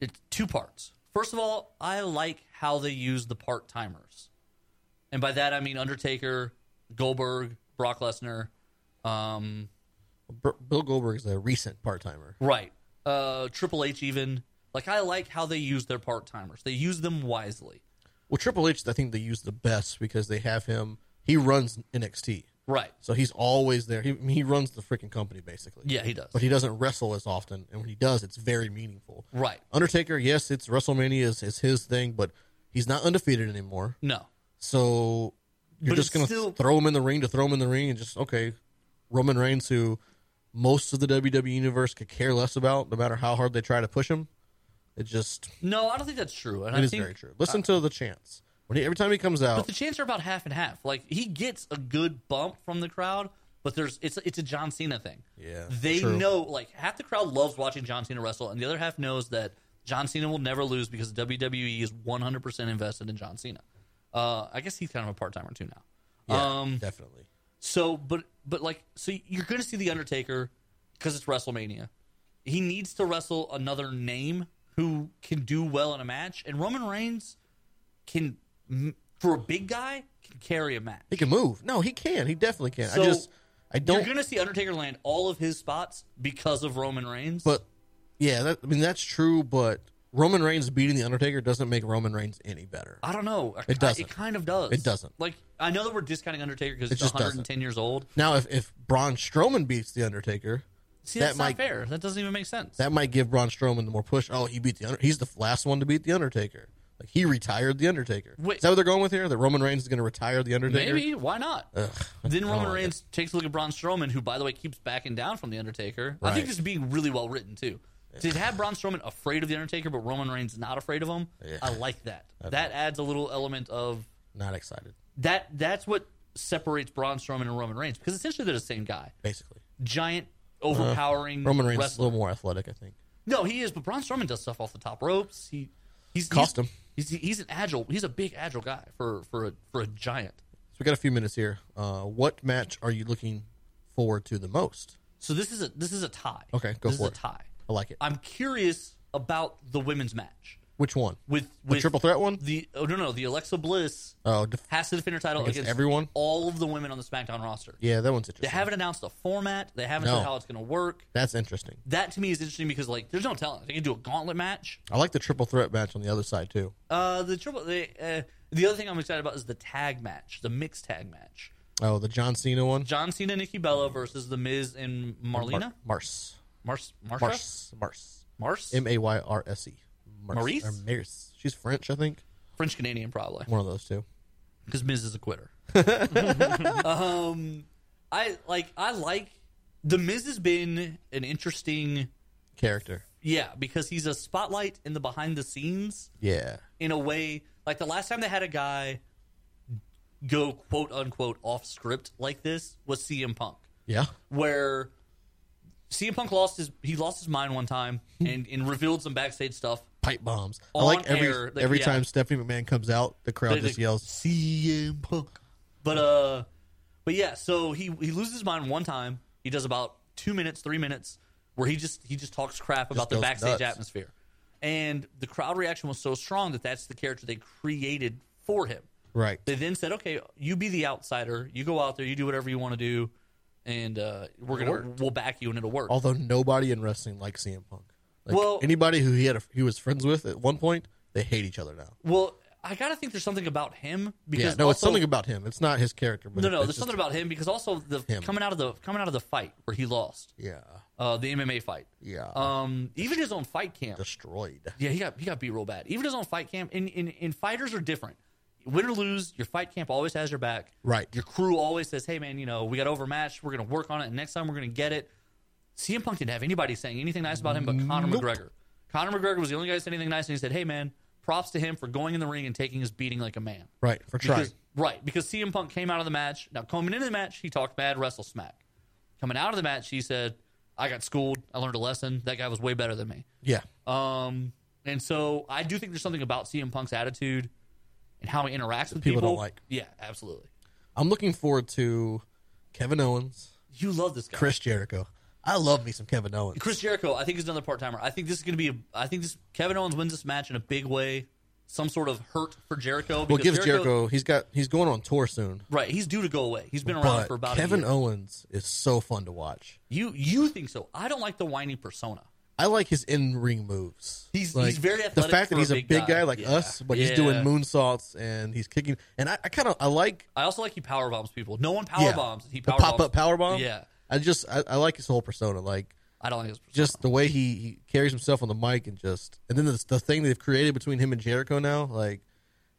S2: it's two parts. First of all, I like how they use the part timers, and by that I mean Undertaker, Goldberg, Brock Lesnar, um,
S1: B- Bill Goldberg's a recent part timer.
S2: right, uh, Triple H even. Like I like how they use their part timers. They use them wisely.
S1: Well, Triple H, I think they use the best because they have him. He runs NXT,
S2: Right.
S1: so he's always there. He I mean, he runs the freaking company basically.
S2: Yeah, he does.
S1: but he doesn't wrestle as often, and when he does, it's very meaningful.
S2: Right.
S1: Undertaker, yes, it's WrestleMania is, is his thing, but he's not undefeated anymore.
S2: No.
S1: So you're
S2: But
S1: just
S2: it's
S1: gonna
S2: still-
S1: throw him in the ring to throw him in the ring, and just okay, Roman Reigns, who most of the WWE universe could care less about, no matter how hard they try to push him. It just
S2: No, I don't think that's true. And
S1: it
S2: I
S1: is
S2: think,
S1: very true. Listen to the chance when he, every time he comes out.
S2: But the chants are about half and half. Like he gets a good bump from the crowd, but there's it's it's a John Cena thing.
S1: Yeah,
S2: they
S1: true.
S2: know like half the crowd loves watching John Cena wrestle, and the other half knows that John Cena will never lose because WWE is 100 percent invested in John Cena. Uh, I guess he's kind of a part timer too now.
S1: Yeah,
S2: um,
S1: definitely.
S2: so, but but like, so you're going to see the Undertaker because it's WrestleMania. He needs to wrestle another name who can do well in a match, and Roman Reigns can, m- for a big guy, can carry a match.
S1: He can move. No, he can. He definitely can.
S2: So,
S1: I just, I
S2: You're
S1: don't.
S2: gonna see Undertaker land all of his spots because of Roman Reigns.
S1: But yeah, that, I mean that's true. But Roman Reigns beating the Undertaker doesn't make Roman Reigns any better.
S2: I don't know. I-
S1: It doesn't.
S2: It kind of does.
S1: It doesn't.
S2: Like I know that we're discounting Undertaker because
S1: It
S2: he's
S1: just
S2: 110
S1: doesn't.
S2: years old.
S1: Now, if if Braun Strowman beats the Undertaker,
S2: See,
S1: That
S2: that's
S1: might-
S2: not fair. That doesn't even make sense.
S1: that might give Braun Strowman the more push. Oh, he beat the Under- he's the last one to beat the Undertaker. Like he retired the Undertaker.
S2: Wait.
S1: Is that what they're going with here? That Roman Reigns is going to retire the Undertaker?
S2: Maybe why not?
S1: Ugh,
S2: Then Roman
S1: like
S2: Reigns takes a look at Braun Strowman, who, by the way, keeps backing down from The Undertaker. I
S1: Right.
S2: think this is being really well written, too. To have Braun Strowman afraid of The Undertaker, but Roman Reigns not afraid of him,
S1: Yeah.
S2: I like that. That adds a little element of
S1: not excited.
S2: that. That's what separates Braun Strowman and Roman Reigns because essentially they're the same guy
S1: Basically,
S2: giant, overpowering
S1: Uh-huh. Roman Reigns is a
S2: wrestler.
S1: little more athletic. I think.
S2: No, he is, but Braun Strowman does stuff off the top ropes. He he's
S1: Cost
S2: he's,
S1: him.
S2: He's, he's an agile. He's a big agile guy for for a, for a giant.
S1: So we got a few minutes here. Uh, what match are you looking forward to the most?
S2: So this is a this is a tie.
S1: Okay, go
S2: this
S1: for
S2: is
S1: it.
S2: a tie.
S1: I like it.
S2: I'm curious about the women's match
S1: Which one?
S2: with
S1: The
S2: with
S1: triple threat one?
S2: the oh no no the Alexa Bliss
S1: Oh, def-
S2: has to defend her title
S1: Against
S2: against,
S1: everyone?
S2: all of the women on the SmackDown roster.
S1: yeah, that one's
S2: They
S1: interesting.
S2: haven't announced a format. They haven't
S1: No.
S2: said how it's going to work.
S1: That's interesting.
S2: That to me is interesting because like there's no telling. They can do a gauntlet match.
S1: I like the triple threat match on the other side too.
S2: Uh, the triple. The, uh, the other thing I'm excited about is the tag match, the mixed tag match.
S1: Oh, the John Cena one.
S2: John Cena, Nikki Bella versus The Miz and Marlena.
S1: Mars.
S2: Mars, Marsha,
S1: Mars. Mars.
S2: Mars,
S1: M A Y R S E. Mars.
S2: Maurice?
S1: Or Maris. She's French, I think.
S2: French Canadian probably
S1: One of those two.
S2: because Miz is a quitter. (laughs) um, I like I like The Miz has been an interesting
S1: Character.
S2: yeah because he's a spotlight in the behind the scenes
S1: Yeah.
S2: in a way like the last time they had a guy go quote unquote off script like this was CM Punk.
S1: Yeah.
S2: where CM Punk lost his he lost his mind one time and, and revealed some backstage stuff.
S1: Pipe bombs. I
S2: On
S1: like every
S2: air, like,
S1: every
S2: yeah.
S1: time Stephanie McMahon comes out, the crowd
S2: They-
S1: just
S2: they-
S1: yells.
S2: CM Punk. But uh but yeah, so he he loses his mind one time. He does about 2 minutes, 3 minutes where he just he just talks crap about the
S1: goes
S2: backstage
S1: nuts.
S2: atmosphere. And the crowd reaction was so strong that that's the character they created for him.
S1: Right.
S2: They then said, "Okay, you be the outsider. You go out there, you do whatever you want to do." And uh, we're gonna we'll back you and it'll work.
S1: Although nobody in wrestling likes CM Punk. Like
S2: Well-
S1: anybody who he had a, he was friends with at one point, they hate each other now.
S2: Well, I gotta think there's something about him because
S1: yeah, no, it's
S2: also-
S1: something about him. It's not his character, but
S2: no,
S1: it-
S2: no,
S1: it's
S2: there's
S1: just-
S2: something about him because also the
S1: Him.
S2: coming out of the coming out of the fight where he lost
S1: Yeah,
S2: uh, the MMA fight.
S1: yeah,
S2: Um, even his own fight camp.
S1: destroyed.
S2: Yeah, he got he got beat real bad. Even his own fight camp. And in, in fighters are different. Win or lose, your fight camp always has your back.
S1: Right.
S2: Your crew always says, "Hey, man, you know we got overmatched. We're gonna work on it. And next time we're gonna get it." CM Punk didn't have anybody saying anything nice about him, but Conor McGregor. Conor McGregor was the only guy who said anything nice, and he said, "Hey, man, props to him for going in the ring and taking his beating like a man."
S1: Right for trying.
S2: Because, right, because CM Punk came out of the match. Now, coming into the match, he talked bad, wrestle smack. Coming out of the match, he said, I got schooled. I learned a lesson. That guy was way better than me.
S1: Yeah,
S2: Um, and so I do think there's something about CM Punk's attitude and how he interacts with
S1: people
S2: people.
S1: don't like.
S2: Yeah, absolutely.
S1: I'm looking forward to Kevin Owens,
S2: You love this guy. Chris,
S1: Chris Jericho. I love me some Kevin Owens.
S2: Jericho, I think, is another part timer. I think this is going to be, a, I think this Kevin Owens wins this match in a big way. Some sort of hurt for Jericho.
S1: well,
S2: because
S1: gives Jericho. He's got. He's going on tour soon.
S2: Right, he's due to go away. He's been around
S1: But
S2: for about
S1: Kevin
S2: a year.
S1: Owens is so fun to watch.
S2: you, you think so. I don't like the whiny persona.
S1: I like his in ring moves.
S2: He's-
S1: Like,
S2: he's very
S1: The
S2: athletic
S1: fact
S2: for
S1: that
S2: a
S1: he's a
S2: big
S1: big guy,
S2: guy.
S1: like
S2: Yeah.
S1: us, but he's
S2: Yeah.
S1: doing moonsaults and he's kicking. And I, I kind of I like
S2: I also like he power bombs people. No one power
S1: yeah,
S2: bombs. He
S1: the
S2: power
S1: pop
S2: bombs.
S1: up power bomb.
S2: Yeah,
S1: I just I, I like his whole persona. Like
S2: I don't like his. persona.
S1: just the way he, he carries himself on the mic and just and then the, the thing they've created between him and Jericho now like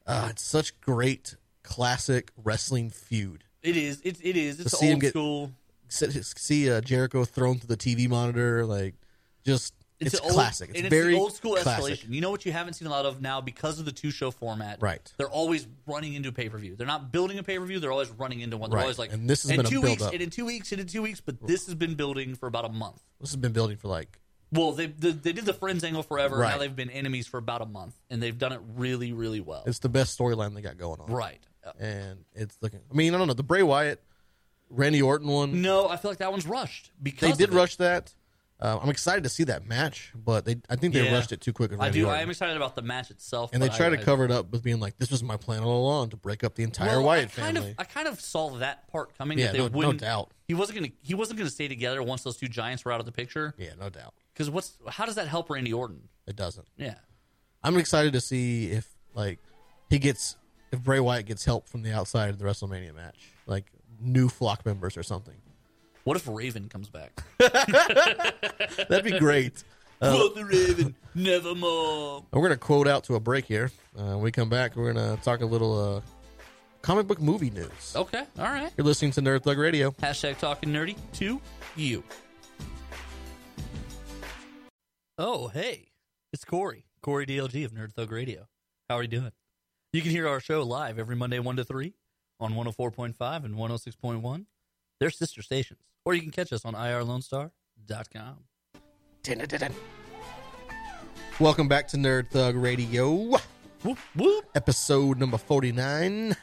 S1: uh, it's such great classic wrestling feud
S2: it is. It, it is. It's
S1: see him
S2: old
S1: get-
S2: school.
S1: see, see, uh, Jericho thrown through the TV monitor like just it's,
S2: an old-
S1: classic
S2: and
S1: it's very
S2: the old school
S1: classic.
S2: escalation. You know what you haven't seen a lot of now because of the two show format.
S1: Right.
S2: They're always running into pay per view. They're not building a pay per view. They're always running into one. They're
S1: Right.
S2: always like,
S1: And this has
S2: in
S1: been a
S2: two
S1: build
S2: weeks,
S1: up.
S2: and in two weeks, and in two weeks. But this has been building for about a month.
S1: this has been building for like
S2: Well, they they, they did the friends angle forever.
S1: Right.
S2: Now they've been enemies for about a month, and they've done it really, really well.
S1: it's the best storyline they got going on
S2: right.
S1: and it's looking I mean I don't know the Bray Wyatt Randy Orton one.
S2: No, I feel like that one's rushed because
S1: they did
S2: of Mm, it.
S1: rush that. Um, I'm excited to see that match, but they I think they
S2: Yeah.
S1: rushed it too quick. with
S2: I
S1: Randy
S2: do.
S1: Orton.
S2: I am excited about the match itself.
S1: and they
S2: but
S1: try
S2: I-
S1: to
S2: I-
S1: cover it up with being like, "This was my plan all along to break up the entire
S2: Well,
S1: Wyatt
S2: I kind
S1: family."
S2: Of, I kind of saw that part coming.
S1: Yeah,
S2: that they
S1: no- no
S2: wouldn't,
S1: doubt.
S2: He wasn't gonna. He wasn't gonna stay together once those two giants were out of the picture.
S1: yeah, no doubt,
S2: Because what's how does that help Randy Orton?
S1: it doesn't.
S2: Yeah,
S1: I'm excited to see if like he gets if Bray Wyatt gets help from the outside of the WrestleMania match, like new flock members or something.
S2: What if Raven comes back? (laughs)
S1: That'd be great.
S2: Quote the Raven, nevermore.
S1: And We're gonna quote out to a break here. Uh, when we come back, we're gonna talk a little uh, comic book movie news.
S2: Okay, all right.
S1: You're listening to Nerd Thug Radio.
S2: Hashtag talking nerdy to you. Oh, hey. It's Corey, Corey DLG of Nerd Thug Radio. How are you doing? You can hear our show live every Monday, 1 to 3 on 104.5 and 106.1. They're sister stations. Or you can catch us on irlonestar.com.
S1: Welcome back to Nerd Thug Radio,
S2: Whoop, whoop.
S1: episode number forty-nine.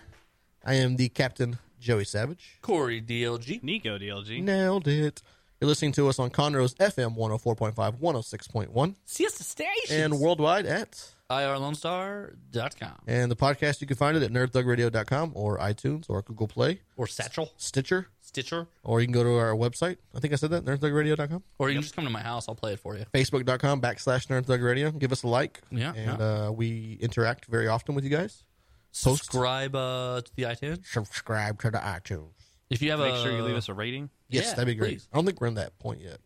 S1: I am the Captain Joey Savage.
S2: Corey DLG.
S3: Nico DLG.
S1: Nailed it. You're listening to us on Conroe's FM 104.5, 106.1,
S2: Sister stations.
S1: and worldwide at.
S2: irlonestar.com.
S1: And the podcast, you can find it at nerdthugradio.com or iTunes or Google Play,
S2: Or Satchel,
S1: Stitcher,
S2: Stitcher.
S1: or you can go to our website. I think I said that, nerdthugradio.com.
S2: Or you can just come to my house. I'll play it for you.
S1: Facebook.com backslash nerdthugradio. Give us a like.
S2: Yeah,
S1: And Uh, we interact very often with you guys.
S2: Subscribe uh, to the iTunes.
S1: Subscribe to the iTunes.
S2: If you have a,
S3: Make
S1: uh,
S3: sure you leave us a rating.
S1: Yes,
S2: Yeah,
S1: that'd be great.
S2: please.
S1: I don't think we're in that point yet.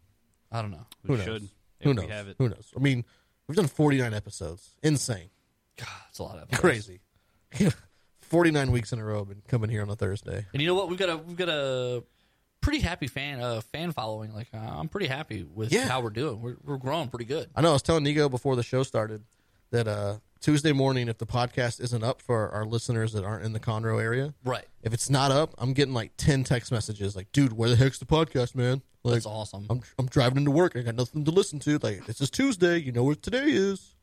S2: I don't know.
S3: We
S1: Who knows?
S3: should. If
S1: Who knows?
S3: We have it.
S1: Who knows? I mean, we've done 49 episodes. Insane.
S2: God, it's a lot of episodes.
S1: crazy. (laughs) Forty nine weeks in a row, I've been coming here on a Thursday.
S2: And you know what? We've got a we've got a pretty happy fan uh, fan following. Like uh, I'm pretty happy with
S1: Yeah.
S2: how we're doing. We're we're growing pretty good.
S1: I know. I was telling Nigo before the show started that uh, Tuesday morning, if the podcast isn't up for our listeners that aren't in the Conroe area,
S2: Right.
S1: if it's not up, I'm getting like ten text messages like, "Dude, where the heck's the podcast, man?" Like,
S2: That's awesome.
S1: I'm I'm driving into work. I got nothing to listen to. Like, this is Tuesday. You know what today is?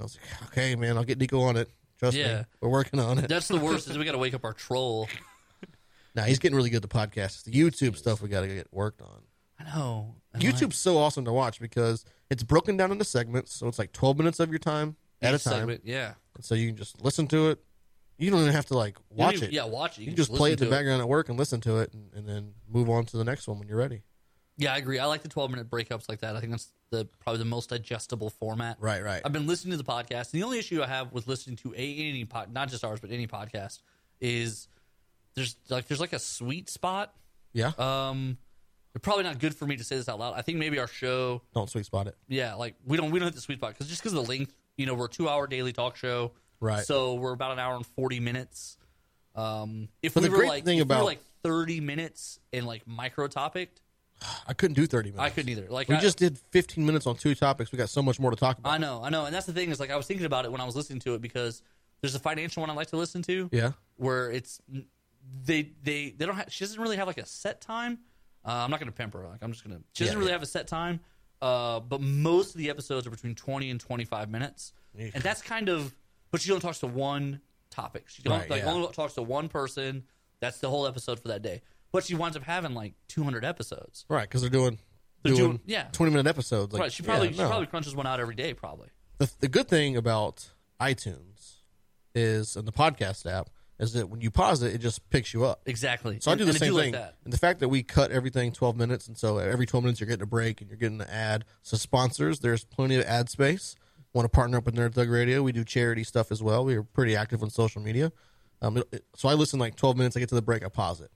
S1: I was like, "Okay, man, I'll get Nico on it. Trust me,
S2: Yeah.
S1: we're working on it."
S2: That's the worst is we got to wake up
S1: (laughs)
S2: our troll.
S1: now he's getting really good at the podcast. The YouTube stuff we got to get worked on.
S2: I know. And like,
S1: YouTube's so awesome to watch because it's broken down into segments, so it's like twelve minutes of your time at a
S2: each
S1: time,
S2: segment, yeah.
S1: And so you can just listen to it. You don't even have to like
S2: You don't
S1: watch
S2: even-
S1: it.
S2: Yeah, watch it.
S1: you can just play it in
S2: listen
S1: the
S2: to
S1: background at work and listen to it, and, and then move on to the next one when you're ready.
S2: Yeah, I agree. I like the 12 minute breakups like that. I think that's the probably the most digestible format.
S1: Right, right.
S2: I've been listening to the podcast, and the only issue I have with listening to a, any pod, not just ours, but any podcast, is there's like there's like a sweet spot.
S1: Yeah,
S2: Um, it's probably not good for me to say this out loud. I think maybe our show,
S1: don't sweet spot it.
S2: yeah, like we don't we don't hit the sweet spot because just because of the length, you know, we're a two hour daily talk show,
S1: Right.
S2: So we're about an hour and forty minutes. Um, if
S1: But
S2: we
S1: the
S2: were
S1: great
S2: like
S1: thing
S2: if we
S1: about-
S2: were like thirty minutes and like micro topic,
S1: I couldn't do thirty minutes.
S2: I couldn't e- either. Like
S1: We
S2: I,
S1: just did fifteen minutes on two topics. We got so much more to talk about.
S2: I know, I know, and that's the thing is like I was thinking about it when I was listening to it because there's a financial one I like to listen to.
S1: yeah,
S2: where it's they they they don't have, she doesn't really have like a set time. Uh, I'm not going to pimp her. Like I'm just going to. She doesn't
S1: Yeah,
S2: really
S1: yeah.
S2: have a set time. Uh, but most of the episodes are between 20 and 25 minutes,
S1: Eesh.
S2: and that's kind of. But she only talks to one topic. She don't,
S1: Right,
S2: like
S1: yeah.
S2: only talks to one person. That's the whole episode for that day. But she winds up having like 200 episodes.
S1: right. Because they're doing
S2: They're
S1: doing,
S2: doing- yeah.
S1: twenty minute episodes. Like,
S2: right? She probably
S1: yeah,
S2: she
S1: no.
S2: probably crunches one out every day. Probably.
S1: the, the good thing about iTunes is and the podcast app is that when you pause it, it just picks you up.
S2: Exactly.
S1: So I do
S2: And-
S1: the
S2: and
S1: same
S2: like
S1: thing.
S2: that.
S1: and the fact that we cut everything 12 minutes, and so every 12 minutes you're getting a break and you're getting an ad. So sponsors, there's plenty of ad space. Want to partner up with Nerd Thug Radio? We do charity stuff as well. We are pretty active on social media. Um, it- it- so I listen like 12 minutes. I get to the break. I pause it.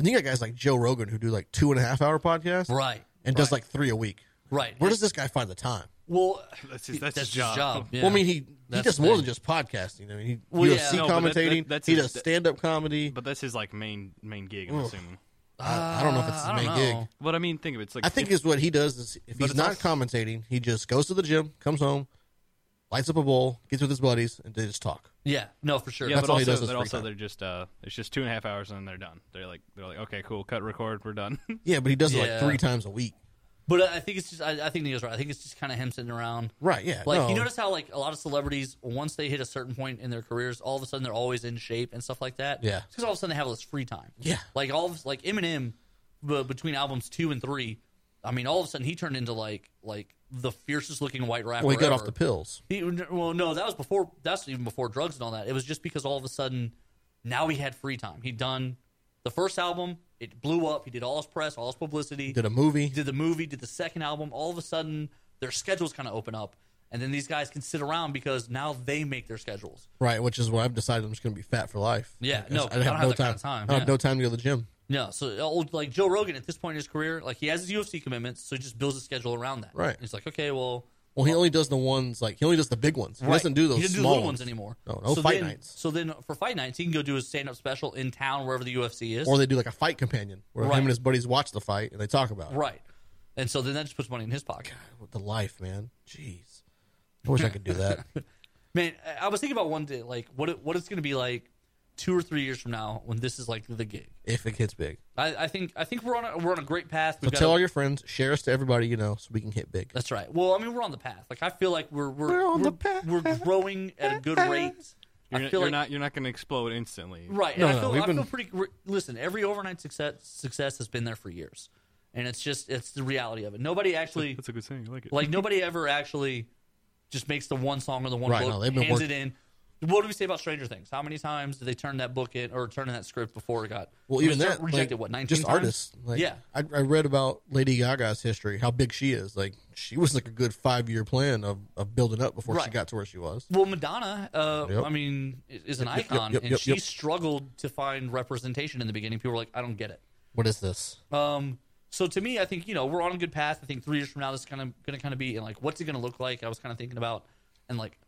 S1: And you got guys like Joe Rogan who do like two and a half hour podcasts,
S2: Right.
S1: And does like three a week.
S2: Right.
S1: Where does this guy find the time?
S2: well?
S3: That's his- that's his
S2: his
S3: job.
S2: yeah.
S1: Well, I mean, he he
S2: That's
S1: does
S2: the
S1: more than
S2: thing.
S1: just podcasting. I mean, he
S2: Well, yeah.
S1: UFC
S2: No,
S3: but that-
S1: commentating.
S3: that- that's
S1: he
S3: his-
S1: does stand up comedy.
S3: But that's his like main main gig. I'm assuming.
S1: I, I don't know if it's
S2: uh, I
S1: his
S2: don't
S1: main
S2: know.
S1: gig.
S3: But I mean, think of it. It's like
S1: I think is what he does is if he's
S3: it's
S1: not
S3: also-
S1: commentating, he just goes to the gym, comes home, lights up a bowl, gets with his buddies, and they just talk.
S2: Yeah. No, for sure.
S3: yeah,
S1: that's
S3: but
S1: all he
S3: also,
S1: does is
S3: but
S1: free
S3: also
S1: time.
S3: they're just uh, it's just two and a half hours and then they're done. (laughs) They're like they're like okay, cool, cut, record, we're done.
S1: Yeah, but he does it
S2: Yeah.
S1: like three times a week.
S2: But I I think it's just I, I think Neo's right. I think it's just kind of him sitting around.
S1: Right, yeah.
S2: Like
S1: no.
S2: you notice how like a lot of celebrities, once they hit a certain point in their careers, all of a sudden they're always in shape and stuff like that.
S1: Yeah.
S2: because all of a sudden they have all this free time.
S1: Yeah.
S2: like all of like Eminem, b- between albums two and three, I mean, all of a sudden he turned into like like the fiercest looking white rapper.
S1: Well, he got
S2: ever.
S1: off the pills.
S2: He, well, no, that was before. That's even before drugs and all that. It was just because all of a sudden, now he had free time. He'd done the first album. It blew up. He did all his press, all his publicity.
S1: Did a movie.
S2: He did the movie, did the second album. All of a sudden, their schedules kind of open up, and then these guys can sit around because now they make their schedules.
S1: Right, which is why I've decided I'm just going to be fat for life.
S2: Yeah,
S1: Like,
S2: no,
S1: I, I have no time.
S2: that kind of time,
S1: I have
S2: yeah.
S1: no time to go to the gym.
S2: No, so old like Joe Rogan at this point in his career, like he has his UFC commitments, so he just builds his schedule around that.
S1: Right.
S2: He's like, okay, well,
S1: Well, he only does the ones like he only does the big ones. He doesn't do those
S2: He doesn't do the
S1: small
S2: little ones anymore.
S1: No, no fight
S2: then,
S1: nights.
S2: So then for fight nights, he can go do his stand up special in town wherever the UFC is.
S1: Or they do like a fight companion where
S2: Right.
S1: him and his buddies watch the fight and they talk about it.
S2: right. And so then that just puts money in his pocket.
S1: What The life, man. Jeez. I wish I could do
S2: (laughs)
S1: that.
S2: Man, I- I was thinking about one day, like what it, what it's going to be like two or three years from now when this is like the gig.
S1: if it gets big.
S2: I, I think I think we're on a, we're on a great path.
S1: So
S2: We've got
S1: tell
S2: a-
S1: all your friends, share us to everybody you know so we can hit big.
S2: That's right. Well, I mean, we're on the path. Like I feel like we're we're
S1: We're on the
S2: we're-
S1: path.
S2: we're growing at a good rate.
S3: You're,
S2: I
S3: not-
S2: feel
S3: you're
S2: like
S3: not you're not going to explode instantly.
S2: right.
S1: No,
S2: and
S1: no,
S2: I feel,
S1: we've
S2: I
S1: been-
S2: feel pretty. gr- Listen, every overnight success success has been there for years, and it's just it's the reality of it. Nobody actually
S3: That's a good saying. I like it.
S2: like nobody ever actually just makes the one song or the one
S1: Right,
S2: book,
S1: no, they've been
S2: hands
S1: work-
S2: it in. What do we say about Stranger Things? How many times did they turn that book in or turn in that script before it got
S1: Well,
S2: I mean,
S1: even
S2: it
S1: that
S2: rejected?
S1: like,
S2: what nineteen
S1: just
S2: times?
S1: artists. Like,
S2: Yeah.
S1: I, I read about Lady Gaga's history, how big she is. Like she was like a good five year plan of, of building up before she
S2: Right.
S1: got to where she was.
S2: Well, Madonna, uh,
S1: Yep.
S2: I mean, i- is an
S1: Yep, yep,
S2: icon,
S1: yep,
S2: and
S1: yep,
S2: she
S1: yep.
S2: struggled to find representation in the beginning. People were like, "I don't get it."
S1: What is this?
S2: Um, so to me, I think you know we're on a good path. I think three years from now, this is kind of going to kind of be and like, what's it going to look like? I was kind of thinking about, and like,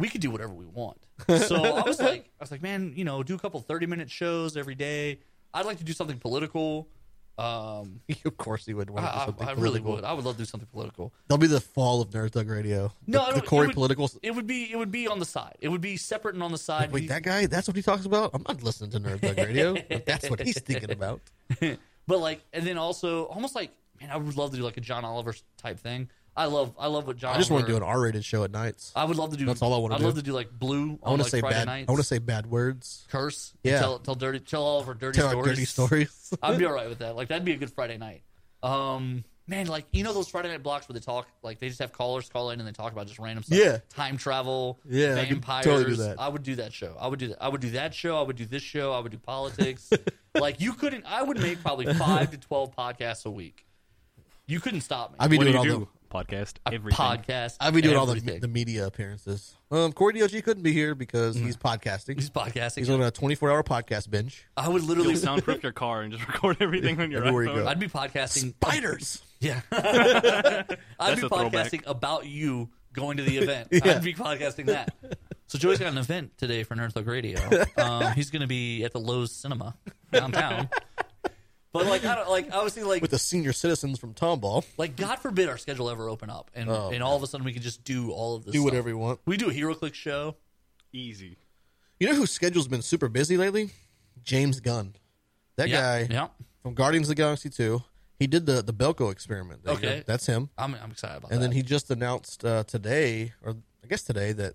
S2: we could do whatever we want. So
S1: (laughs)
S2: I was like, I was like, man, you know, do a couple thirty minute shows every day. I'd like to do something political. Um,
S1: (laughs) of course he would want to do
S2: I,
S1: something.
S2: I, I really
S1: political.
S2: would. I would love to do something political.
S1: That'll be the fall of Nerd Thug Radio.
S2: No, I
S1: the,
S2: don't-
S1: the Corey
S2: it would-
S1: political.
S2: It would be. It would be on the side. It would be separate and on the side.
S1: Wait, that guy? That's what he talks about? I'm not listening to Nerd Thug
S2: (laughs)
S1: Radio. If that's what he's thinking about.
S2: but like, and then also almost like, man, I would love to do like a John Oliver type thing. I love, I love what John.
S1: I just want
S2: Oliver,
S1: to do an R-rated show at nights. I,
S2: I would love to do.
S1: That's all I wanna
S2: I'd
S1: do.
S2: love to do like blue. I
S1: want
S2: want
S1: to
S2: like
S1: say
S2: Friday
S1: bad.
S2: nights.
S1: I want to say bad words.
S2: curse.
S1: Yeah.
S2: Tell, tell dirty. Tell all of our dirty
S1: Tell our
S2: stories.
S1: dirty stories. (laughs)
S2: I'd be all right with that. Like that'd be a good Friday night. Um, man, like you know those Friday night blocks where they talk, like they just have callers call in and they talk about just random stuff.
S1: Yeah.
S2: Time travel.
S1: Yeah, I could
S2: Vampires.
S1: totally do that.
S2: I would do that show. I would do that. I would do that show. I would do this show. I would
S1: (laughs)
S2: do politics. like you couldn't. I would make probably five to twelve podcasts a week. You couldn't stop me.
S1: I'd be
S3: what do
S1: doing
S3: you
S1: all
S3: do?
S1: the.
S3: Podcast.
S2: A
S3: Everything.
S2: podcast.
S1: I'd be doing all the,
S2: everything.
S1: the media appearances. Um, Corey DLG couldn't be here because he's podcasting. He's,
S2: He's podcasting.
S1: on a 24-hour podcast binge.
S2: I would
S3: You'll
S2: literally.
S3: soundproof your car and just (laughs) record everything on your
S1: Everywhere you
S3: iPhone.
S1: go.
S2: I'd be podcasting.
S1: (laughs) Spiders.
S2: (laughs) Yeah. I'd be
S3: a throwback.
S2: podcasting about you going to the event.
S1: (laughs) Yeah.
S2: I'd be podcasting that. So Joey's got an event today for Nerd
S1: (laughs)
S2: Thug Radio. Um, he's going to be at the Lowe's Cinema downtown. but like, I don't like. I was thinking like,
S1: With the senior citizens from Tomball.
S2: like God forbid our schedule ever open up, and
S1: Oh,
S2: and all of a sudden we can just do all of this.
S1: Do
S2: stuff.
S1: whatever you want.
S2: We do a HeroClix show.
S3: Easy.
S1: You know whose schedule's been super busy lately? James Gunn. That
S2: Yeah,
S1: guy
S2: yeah.
S1: from Guardians of the Galaxy 2. He did the, the Belko experiment. There you go.
S2: Okay.
S1: That's him.
S2: I'm I'm excited about
S1: And
S2: that.
S1: then he just announced uh, today, or I guess today, that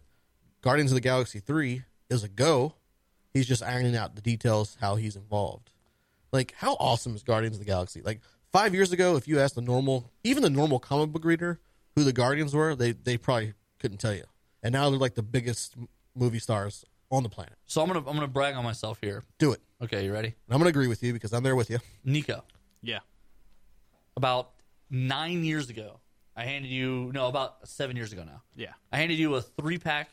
S1: Guardians of the Galaxy 3 is a go. He's just ironing out the details how he's involved. Like, how awesome is Guardians of the Galaxy? Like, five years ago, if you asked the normal, even the normal comic book reader who the Guardians were, they, they probably couldn't tell you. And now they're like the biggest m- movie stars on the planet.
S2: so I'm gonna I'm gonna brag on myself here.
S1: Do it.
S2: Okay, you ready?
S1: And I'm going to agree with you because I'm there with you.
S2: Nico.
S3: Yeah.
S2: about nine years ago. I handed you no, about seven years ago now.
S3: Yeah.
S2: I handed you a three pack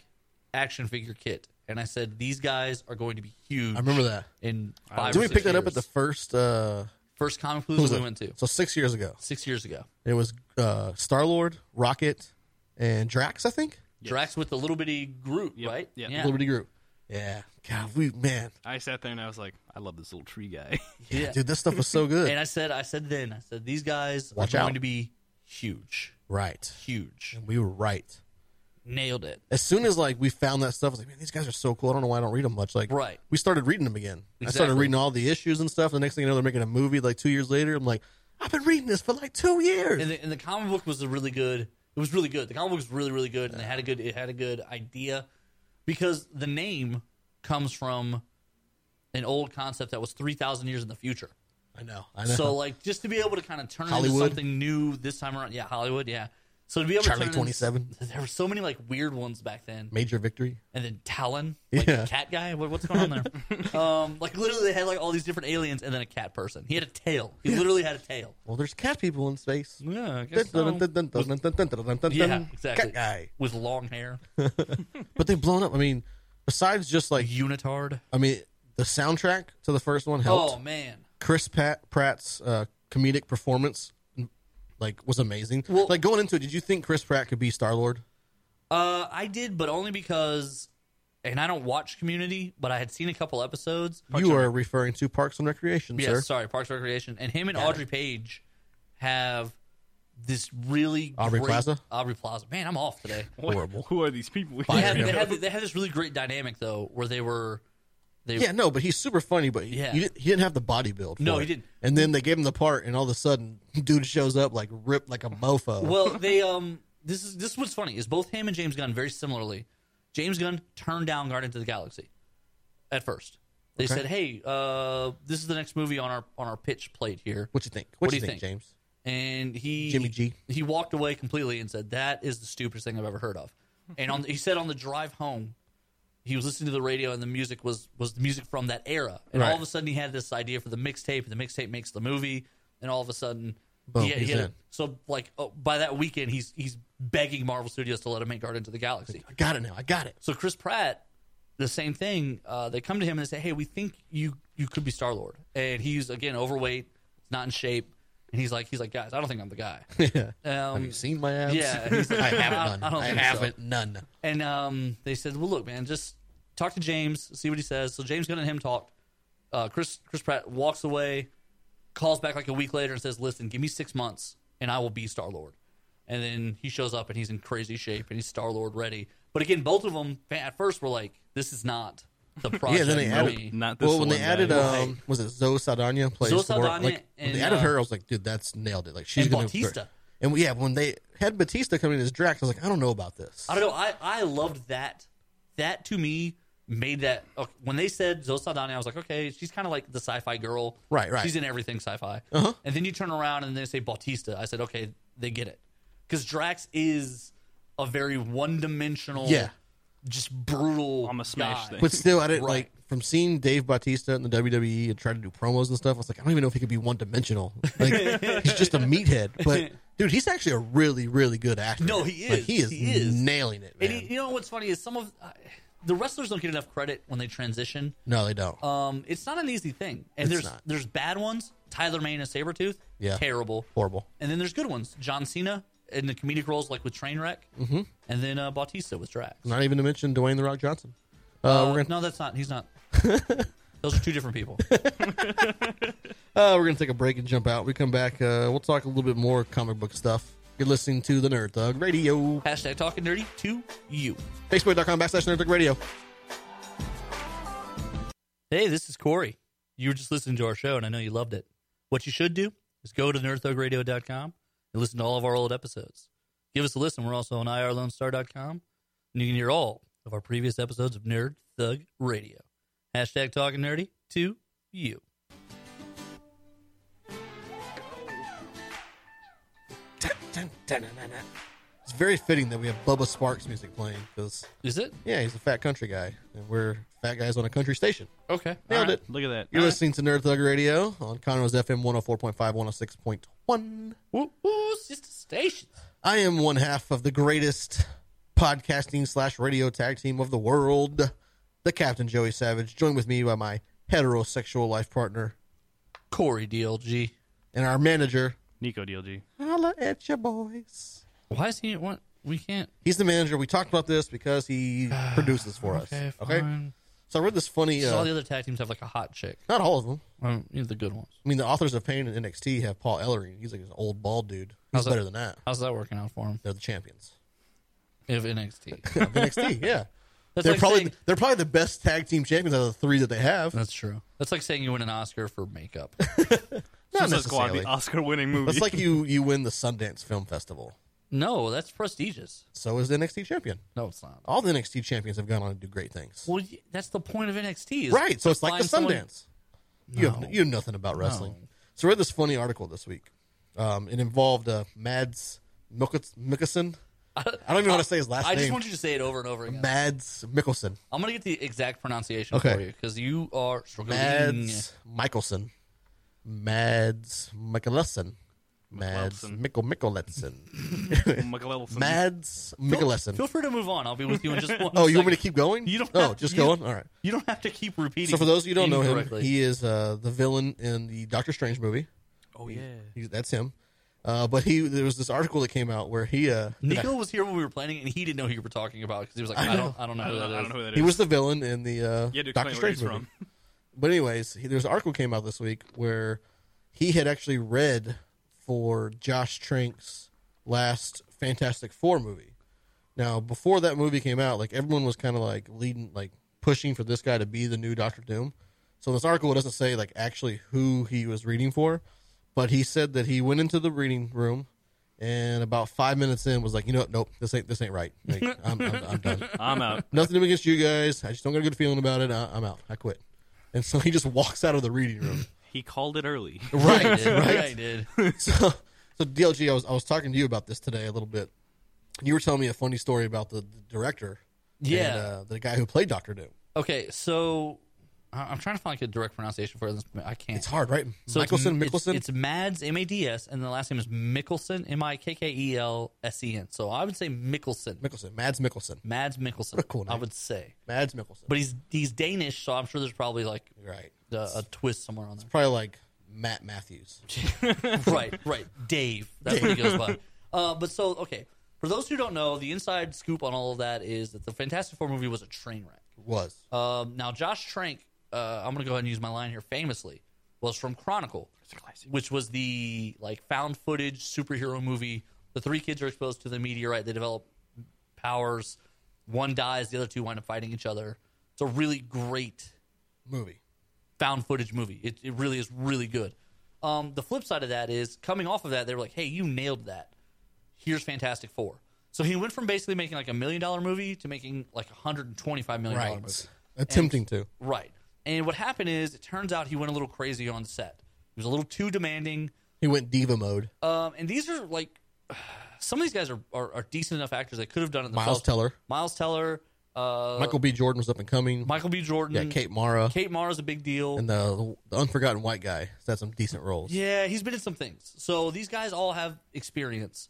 S2: action figure kit, and I said these guys are going to be huge.
S1: I remember that.
S2: in
S3: I
S2: five.
S1: Did
S2: or
S1: we
S2: six
S1: pick that up
S2: years.
S1: at the first? Uh,
S2: first comic
S1: who
S2: palooza
S1: was
S2: we
S1: it?
S2: went to
S1: So six years ago.
S2: six years ago?
S1: It was uh, Star Lord, Rocket, and Drax. I think
S2: Drax with the little bitty Groot,
S3: Yep,
S2: right?
S3: yep.
S2: Yeah.
S1: Little Liberty Group. Yeah, God, we man,
S3: I sat there and I was like, I love this little tree guy. (laughs)
S2: yeah.
S1: dude, this stuff was
S2: (laughs)
S1: so good.
S2: And I said, I said then, I said these guys
S1: Watch
S2: are going
S1: out.
S2: to be huge,
S1: right,
S2: huge.
S1: we were right.
S2: Nailed it.
S1: As soon as like we found that stuff, I was like, man, these guys are so cool. I don't know why I don't read them much. Like,
S2: Right.
S1: We started reading them again. I started
S2: Exactly.
S1: reading all the issues and stuff. The next thing you know, they're making a movie. Like two years later, I'm like, I've been reading this for like two years.
S2: and the, and the comic book was a really good. It was really good. The comic book was really really good, and it had a good it had a good idea because the name comes from an old concept that was three thousand years in the future.
S1: I know. I know.
S2: So like just to be able to kind of turn it into
S1: Hollywood.
S2: something new this time around, yeah, Hollywood, yeah. So to be able
S1: Charlie
S2: to turn it
S1: twenty
S2: into-
S1: seven,
S2: (laughs) there were so many like weird ones back then,
S1: major victory.
S2: and then Talon, like
S1: Yeah.
S2: the cat guy. What, what's going on
S1: (laughs)
S2: there? um, like literally, they had like all these different aliens, and then a cat person. He had a tail. He literally had a tail.
S1: Well, there's cat people in space.
S2: Yeah, I guess so. Yeah,
S1: Yeah,
S2: exactly.
S1: Cat guy,
S2: With long hair,
S1: but they've blown up. I mean, besides just like
S2: unitard.
S1: I mean, the soundtrack to the first one helped.
S2: Oh man,
S1: Chris Pat, Pratt's uh, comedic performance, like, was amazing.
S2: Well-
S1: like going into it, did you think Chris Pratt could be Star Lord?
S2: uh, I did, but only because, and I don't watch Community, but I had seen a couple episodes.
S1: You are referring to Parks and Recreation,
S2: Yes,
S1: sir.
S2: sorry, Parks and Recreation, and him and Audrey Page have this really
S1: Aubrey
S2: great-
S1: Plaza?
S2: Aubrey Plaza. Man, I'm off today.
S3: What-
S1: Horrible.
S3: Who are these people? we
S2: They had,
S3: interview?
S2: they, had, they had this really great dynamic though, where they were they
S1: Yeah, no, but he's super funny, but he,
S2: Yeah.
S1: you didn't- he didn't have the body build. For
S2: No,
S1: it.
S2: he didn't.
S1: And then they gave him the part, and all of a sudden, (laughs) dude shows up like ripped like a mofo.
S2: well they um this is this is what's funny is both him and James Gunn very similarly. James Gunn turned down Guardians of the Galaxy at first. They
S1: Okay.
S2: said, "Hey, uh, this is the next movie on our on our pitch plate here."
S1: what you think? What,
S2: What
S1: you
S2: do you
S1: think,
S2: think?
S1: James?
S2: and he
S1: Jimmy G.
S2: he walked away completely and said that is the stupidest thing I've ever heard of. And on he said on the drive home, he was listening to the radio and the music was was the music from that era. And all
S1: Right.
S2: of a sudden he had this idea for the mixtape and the mixtape makes the movie. And all of a sudden,
S1: Boom,
S2: he, he
S1: he's
S2: had-
S1: in.
S2: so like oh, by that weekend he's he's begging Marvel Studios to let him make Guardians of the Galaxy.
S1: I got it now. I got it.
S2: So Chris Pratt, the same thing. Uh, they come to him and they say, "Hey, we think you you could be Star Lord," and he's again overweight, not in shape, and he's like, he's like, guys, I don't think I'm the guy.
S1: Yeah. have
S2: Um,
S1: you seen my abs?
S2: yeah, he's like,
S1: (laughs) I have
S2: (laughs) I
S1: none.
S2: don't
S1: I,
S2: think so.
S1: haven't none.
S2: and um, they said, well, look, man, just talk to James, see what he says. So James Gunn and him talked. Uh, Chris Chris Pratt walks away, calls back like a week later and says, "Listen, give me six months, and I will be Star Lord." And then he shows up and he's in crazy shape and he's Star Lord ready. But again, both of them at first were like, "This is not the
S1: (laughs)
S2: project."
S1: then they
S2: for
S1: added-
S2: me."
S3: Not this
S1: Well, when
S3: one,
S1: they added,
S3: guys.
S1: um, was it Zoe Saldana plays?
S2: Zoe
S1: Laura-
S2: Saldana
S1: like, when
S2: and,
S1: they added
S2: uh,
S1: her, I was like, dude, that's nailed it. Like she's
S2: and
S1: gonna
S2: Bautista.
S1: And yeah, when they had Batista come in as Drax, I was like, I don't know about this.
S2: I don't know. I, I loved that. That to me made that okay, when they said Zoe Saldana, I was like, okay, she's kind of like the sci-fi girl,
S1: Right, right.
S2: She's in everything sci-fi.
S1: Uh-huh.
S2: And then you turn around and they say Bautista. I said, okay, they get it because Drax is a very one-dimensional,
S1: Yeah.
S2: just brutal.
S3: I'm a smash
S2: guy.
S3: thing.
S1: But still, I didn't
S2: Right.
S1: like from seeing Dave Bautista in the WWE and trying to do promos and stuff. I was like, I don't even know if he could be one dimensional.
S2: (laughs)
S1: Like he's just a meathead. But dude, he's actually a really, really good actor.
S2: No, he
S1: Like,
S2: is.
S1: he is.
S2: He is.
S1: nailing it, man.
S2: And you- you know what's funny is some of uh, the wrestlers don't get enough credit when they transition.
S1: no, they don't.
S2: Um, it's not an easy thing, and there's
S1: not.
S2: there's bad ones. Tyler Mane and Sabretooth,
S1: Yeah.
S2: terrible,
S1: Horrible.
S2: And then there's good ones. John Cena in the comedic roles, like with Trainwreck, mm-hmm. and then uh, Bautista with Drax.
S1: Not even to mention Dwayne the Rock Johnson. Uh,
S2: Uh,
S1: we're gonna
S2: No, that's not.
S1: (laughs)
S2: He's not. Those are two different people.
S1: Uh, we're going to take a break and jump out. We come back. Uh, we'll talk a little bit more comic book stuff. You're listening to the Nerd Thug Radio.
S2: Hashtag talking nerdy to you.
S1: Facebook.com backslash Nerd Thug Radio.
S2: Hey, this is Corey. You were just listening to our show, and I know you loved it. What you should do is go to nerdthugradio.com and listen to all of our old episodes. Give us a listen. We're also on irlonestar.com, and you can hear all of our previous episodes of Nerd Thug Radio. Hashtag talking nerdy to you.
S1: It's very fitting that we have Bubba Sparks music playing because,
S2: Is it?
S1: yeah, he's a fat country guy. And we're fat guys on a country station.
S2: Okay.
S1: Nailed
S3: Alright,
S1: it.
S3: Look at that.
S1: You're
S3: Alright.
S1: listening to Nerd Thug Radio on Conroe's FM 104.5, 106.1.
S2: Woo, woo, sister stations.
S1: I am one half of the greatest podcasting slash radio tag team of the world, the Captain Joey Savage, joined with me by my heterosexual life partner
S2: Corey DLG.
S1: and our manager.
S3: Nico DLG.
S1: Holla at your boys.
S2: Why is he what we can't
S1: He's the manager. We talked about this because he
S2: (sighs)
S1: produces for us.
S2: Ah, okay,
S1: Okay.
S2: fine.
S1: So I read this funny.
S2: All the
S1: Uh,
S2: other tag teams have like a hot chick.
S1: not all of them.
S2: Um, you know, the good ones.
S1: I mean, the authors of Pain and NXT have Paul Ellery. He's like an old bald dude. He's
S2: How's that?
S1: better than that.
S2: How's that working out for him?
S1: They're the champions (laughs)
S2: If NXT.
S1: of
S2: (laughs)
S1: NXT. Yeah,
S2: That's
S1: they're
S2: like
S1: probably
S2: saying-
S1: they're probably the best tag team champions out of the three that they have. (laughs)
S2: That's true. That's like saying you win an Oscar for makeup.
S1: Not
S3: Suicide Squad,
S1: necessarily.
S3: the Oscar-winning movie.
S1: It's like you you win the Sundance Film Festival.
S2: No, that's prestigious.
S1: So is the NXT champion.
S2: No, it's not.
S1: All the NXT champions have gone on to do great things.
S2: Well, y- that's the point of NXT. Is
S1: Right. So it's like the
S2: find someone-
S1: Sundance. You have you know nothing about wrestling. So I read this funny article this week. Um, it involved uh, Mads Mikkel- Mikkelsen. I don't even know how to say his last
S2: I
S1: name.
S2: just want you to say it over and over again.
S1: Mads Mikkelsen.
S2: I'm gonna get the exact pronunciation
S1: Okay.
S2: for you because you are struggling.
S1: Mads Michelson. Mads Mikkelsen. Mads
S3: Mikkelsen.
S1: Mikkel Mikkelsen.
S3: (laughs) McLelson.
S1: Mads Mikkelsen.
S2: Feel free to move on. I'll be with you in
S1: (laughs)
S2: just one.
S1: Oh, you want me
S2: second.
S1: to keep going?
S2: You don't
S1: Oh,
S2: have-
S1: just
S2: you-
S1: going. All right.
S2: You don't (laughs) have to keep repeating.
S1: So for those of you who don't know him,
S2: incorrectly.
S1: he is uh, the villain in the Doctor Strange movie.
S3: Oh yeah.
S1: He's, that's him. Uh, but he there was this article that came out where he uh,
S2: Nico was here when we were planning, and he didn't know who you were talking about because he was like, "I, don't, I don't know
S3: I
S2: who
S3: don't,
S2: that is."
S3: know- I don't know who that is.
S1: he was the villain in the uh,
S3: You had to
S1: Doctor
S3: explain where
S1: Strange
S3: he's
S1: movie.
S3: from.
S1: But anyways, he, there's an article came out this week where he had actually read for Josh Trink's last Fantastic Four movie. Now, before that movie came out, like everyone was kind of like leading, like pushing for this guy to be the new Doctor Doom. So this article doesn't say like actually who he was reading for, but he said that he went into the reading room and about five minutes in was like, you know what? Nope, this ain't this ain't right. Like, I'm, I'm, I'm done
S3: I'm out.
S1: nothing against you guys. I just don't got a good feeling about it. I, I'm out. I quit. And so (laughs) he just walks out of the reading
S2: (laughs)
S1: room.
S3: He called
S1: (laughs)
S3: it early.
S1: right,
S2: I did. (laughs) Yeah, I
S1: right.
S2: did.
S1: So, so DLG, I was I was talking to you about this today a little bit. You were telling me a funny story about the, the director.
S2: Yeah.
S1: and, uh, the guy who played Doctor Doom.
S2: Okay, so I- I'm trying to find like a direct pronunciation for this. but I can't.
S1: It's hard, right?
S2: So it's-
S1: Mickelson,
S2: it's,
S1: Mickelson.
S2: It's, Mads, M A D S, and the last name is Mickelson, M I K K E L S E N. So I would say Mickelson,
S1: Mickelson. Mads Mickelson.
S2: Mads Mickelson.
S1: a cool
S2: I
S1: name.
S2: would say,
S1: Mads Mickelson.
S2: but he's he's Danish, so I'm sure there's probably like
S1: right.
S2: a, a twist somewhere on there.
S1: Probably like Matt Matthews.
S2: (laughs) right, right. Dave, that's what he goes by. Uh, but so okay, for those who don't know, the inside scoop on all of that is that the Fantastic Four movie was a train wreck.
S1: Was
S2: Um, now, Josh Trank, uh, I'm going to go ahead and use my line here. Famously, was from Chronicle, which was the like found footage superhero movie. The three kids are exposed to the meteorite. They develop powers. One dies. The other two wind up fighting each other. It's a really great
S1: movie.
S2: found footage movie. It, it really is really good. Um, the flip side of that is coming off of that, they were like, "Hey, you nailed that. Here's Fantastic Four. So he went from basically making like a million dollar movie to making like a hundred and twenty five million dollar movie.
S1: Right. Attempting to.
S2: Right. And what happened is it turns out he went a little crazy on set. He was a little too demanding.
S1: He went diva mode.
S2: Um, and these are like (sighs) some of these guys are, are, are decent enough actors. They could have done it themselves.
S1: Miles Teller.
S2: Miles Teller, uh,
S1: Michael B. Jordan was up and coming.
S2: Michael B. Jordan.
S1: yeah, Kate Mara.
S2: Kate Mara's a big deal.
S1: and the, the unforgotten white guy has had some decent roles.
S2: Yeah, he's been in some things. So these guys all have experience.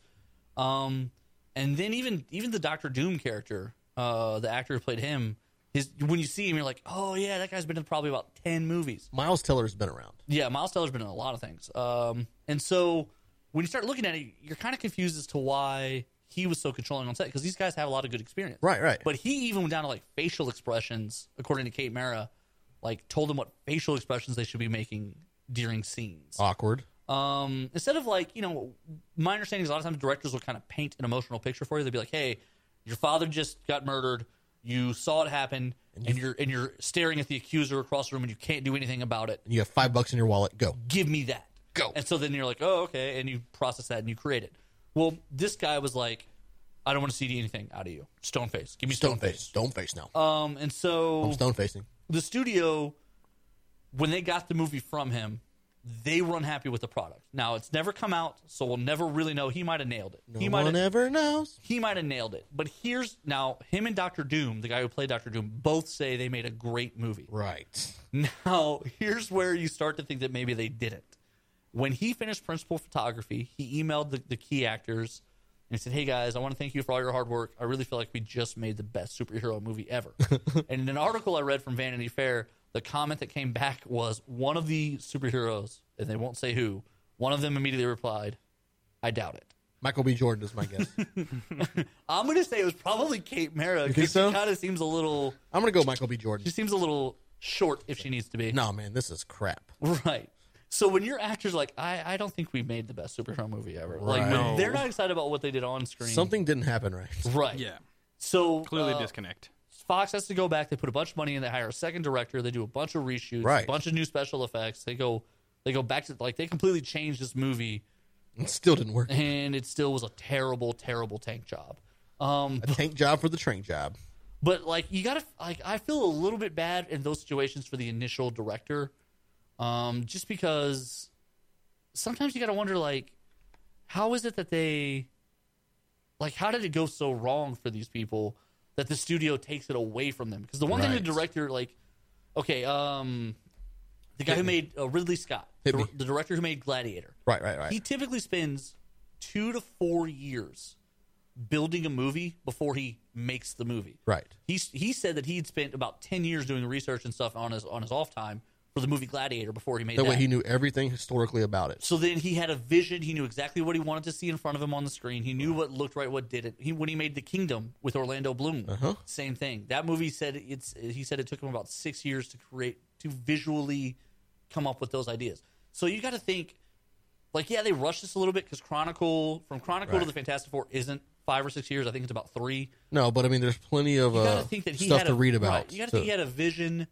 S2: Um, and then even even the Doctor Doom character, uh, the actor who played him, his when you see him, you're like, oh yeah, that guy's been in probably about ten movies.
S1: Miles Teller's been around.
S2: Yeah, Miles Teller's been in a lot of things. Um, and so when you start looking at it, you're kind of confused as to why he was so controlling on set because these guys have a lot of good experience.
S1: Right, right.
S2: But he even went down to like facial expressions, according to Kate Mara, like told them what facial expressions they should be making during scenes.
S1: Awkward.
S2: Um, instead of like, you know, my understanding is a lot of times directors will kind of paint an emotional picture for you. They'll be like, "Hey, your father just got murdered. You saw it happen, and, you're and you're staring at the accuser across the room, and you can't do anything about it.
S1: And you have five bucks in your wallet. Go.
S2: Give me that."
S1: Go.
S2: And so then you're like, "Oh, okay," and you process that and you create it. Well, this guy was like, "I don't want to see anything out of you. Stone face. Give me stone,
S1: Stone
S2: face.
S1: face. Stone face now.
S2: Um, and so
S1: I'm stone facing.
S2: the studio when they got the movie from him they were unhappy with the product now it's never come out so we'll never really know he might have nailed it he
S1: No
S2: might
S1: one
S2: have
S1: ever knows.
S2: he might have nailed it but here's now him and dr doom the guy who played dr doom both say they made a great movie
S1: Right.
S2: now (laughs) here's where you start to think that maybe they didn't when he finished principal photography he emailed the, the key actors and he said hey guys i want to thank you for all your hard work i really feel like we just made the best superhero
S1: (laughs)
S2: movie ever and in an article i read from vanity fair the comment that came back was one of the superheroes and they won't say who one of them immediately replied i doubt it
S1: Michael B. Jordan is my
S2: (laughs)
S1: guess.
S2: i'm going to say it was probably kate mara
S1: think
S2: because
S1: so?
S2: she kind of seems a little
S1: I'm gonna go Michael B.
S2: she
S1: Jordan.
S2: seems a little short if she needs to be
S1: No, man, this is crap. (laughs)
S2: Right. So when your actors like, I, I don't think we made the best superhero movie ever. Like
S1: Right.
S2: when
S3: No.
S2: they're not excited about what they did on screen.
S1: Something didn't happen right. (laughs)
S2: right.
S3: Yeah.
S2: So
S3: Clearly
S2: uh,
S3: disconnect.
S2: Fox has to go back. They put a bunch of money in. They hire a second director. They do a bunch of reshoots.
S1: Right.
S2: A bunch of new special effects. They go They go back to like they completely changed this movie,
S1: It still didn't
S2: (laughs)
S1: work.
S2: and it still was a terrible, terrible tank job. Um,
S1: A tank job for the train job.
S2: but like you gotta like i feel a little bit bad in those situations for the initial director um just because sometimes you gotta wonder like how is it that they like how did it go so wrong for these people that the studio takes it away from them because the one thing
S1: Right.
S2: the director like okay um the guy who made uh, ridley scott
S1: Hit
S2: the,
S1: me.
S2: the director who made gladiator
S1: Right, right, right.
S2: he typically spends two to four years building a movie before he makes the movie
S1: right.
S2: he he said that he'd spent about ten years doing research and stuff on his on his off time for the movie Gladiator before he made
S1: That
S2: that.
S1: way he knew everything historically about it.
S2: so then he had a vision. He knew exactly what he wanted to see in front of him on the screen. He knew what looked right, what didn't. He when he made The Kingdom with Orlando Bloom,
S1: Uh-huh.
S2: same thing. That movie said it's he said it took him about six years to create to visually come up with those ideas. So you got to think like yeah, they rushed this a little bit because Chronicle from Chronicle to
S1: Right.
S2: the Fantastic Four isn't five or six years. I think it's about three
S1: No, but I mean, there's plenty of
S2: you
S1: uh,
S2: gotta think that he
S1: stuff
S2: had a,
S1: to read about.
S2: Right, you gotta
S1: So
S2: think he had a vision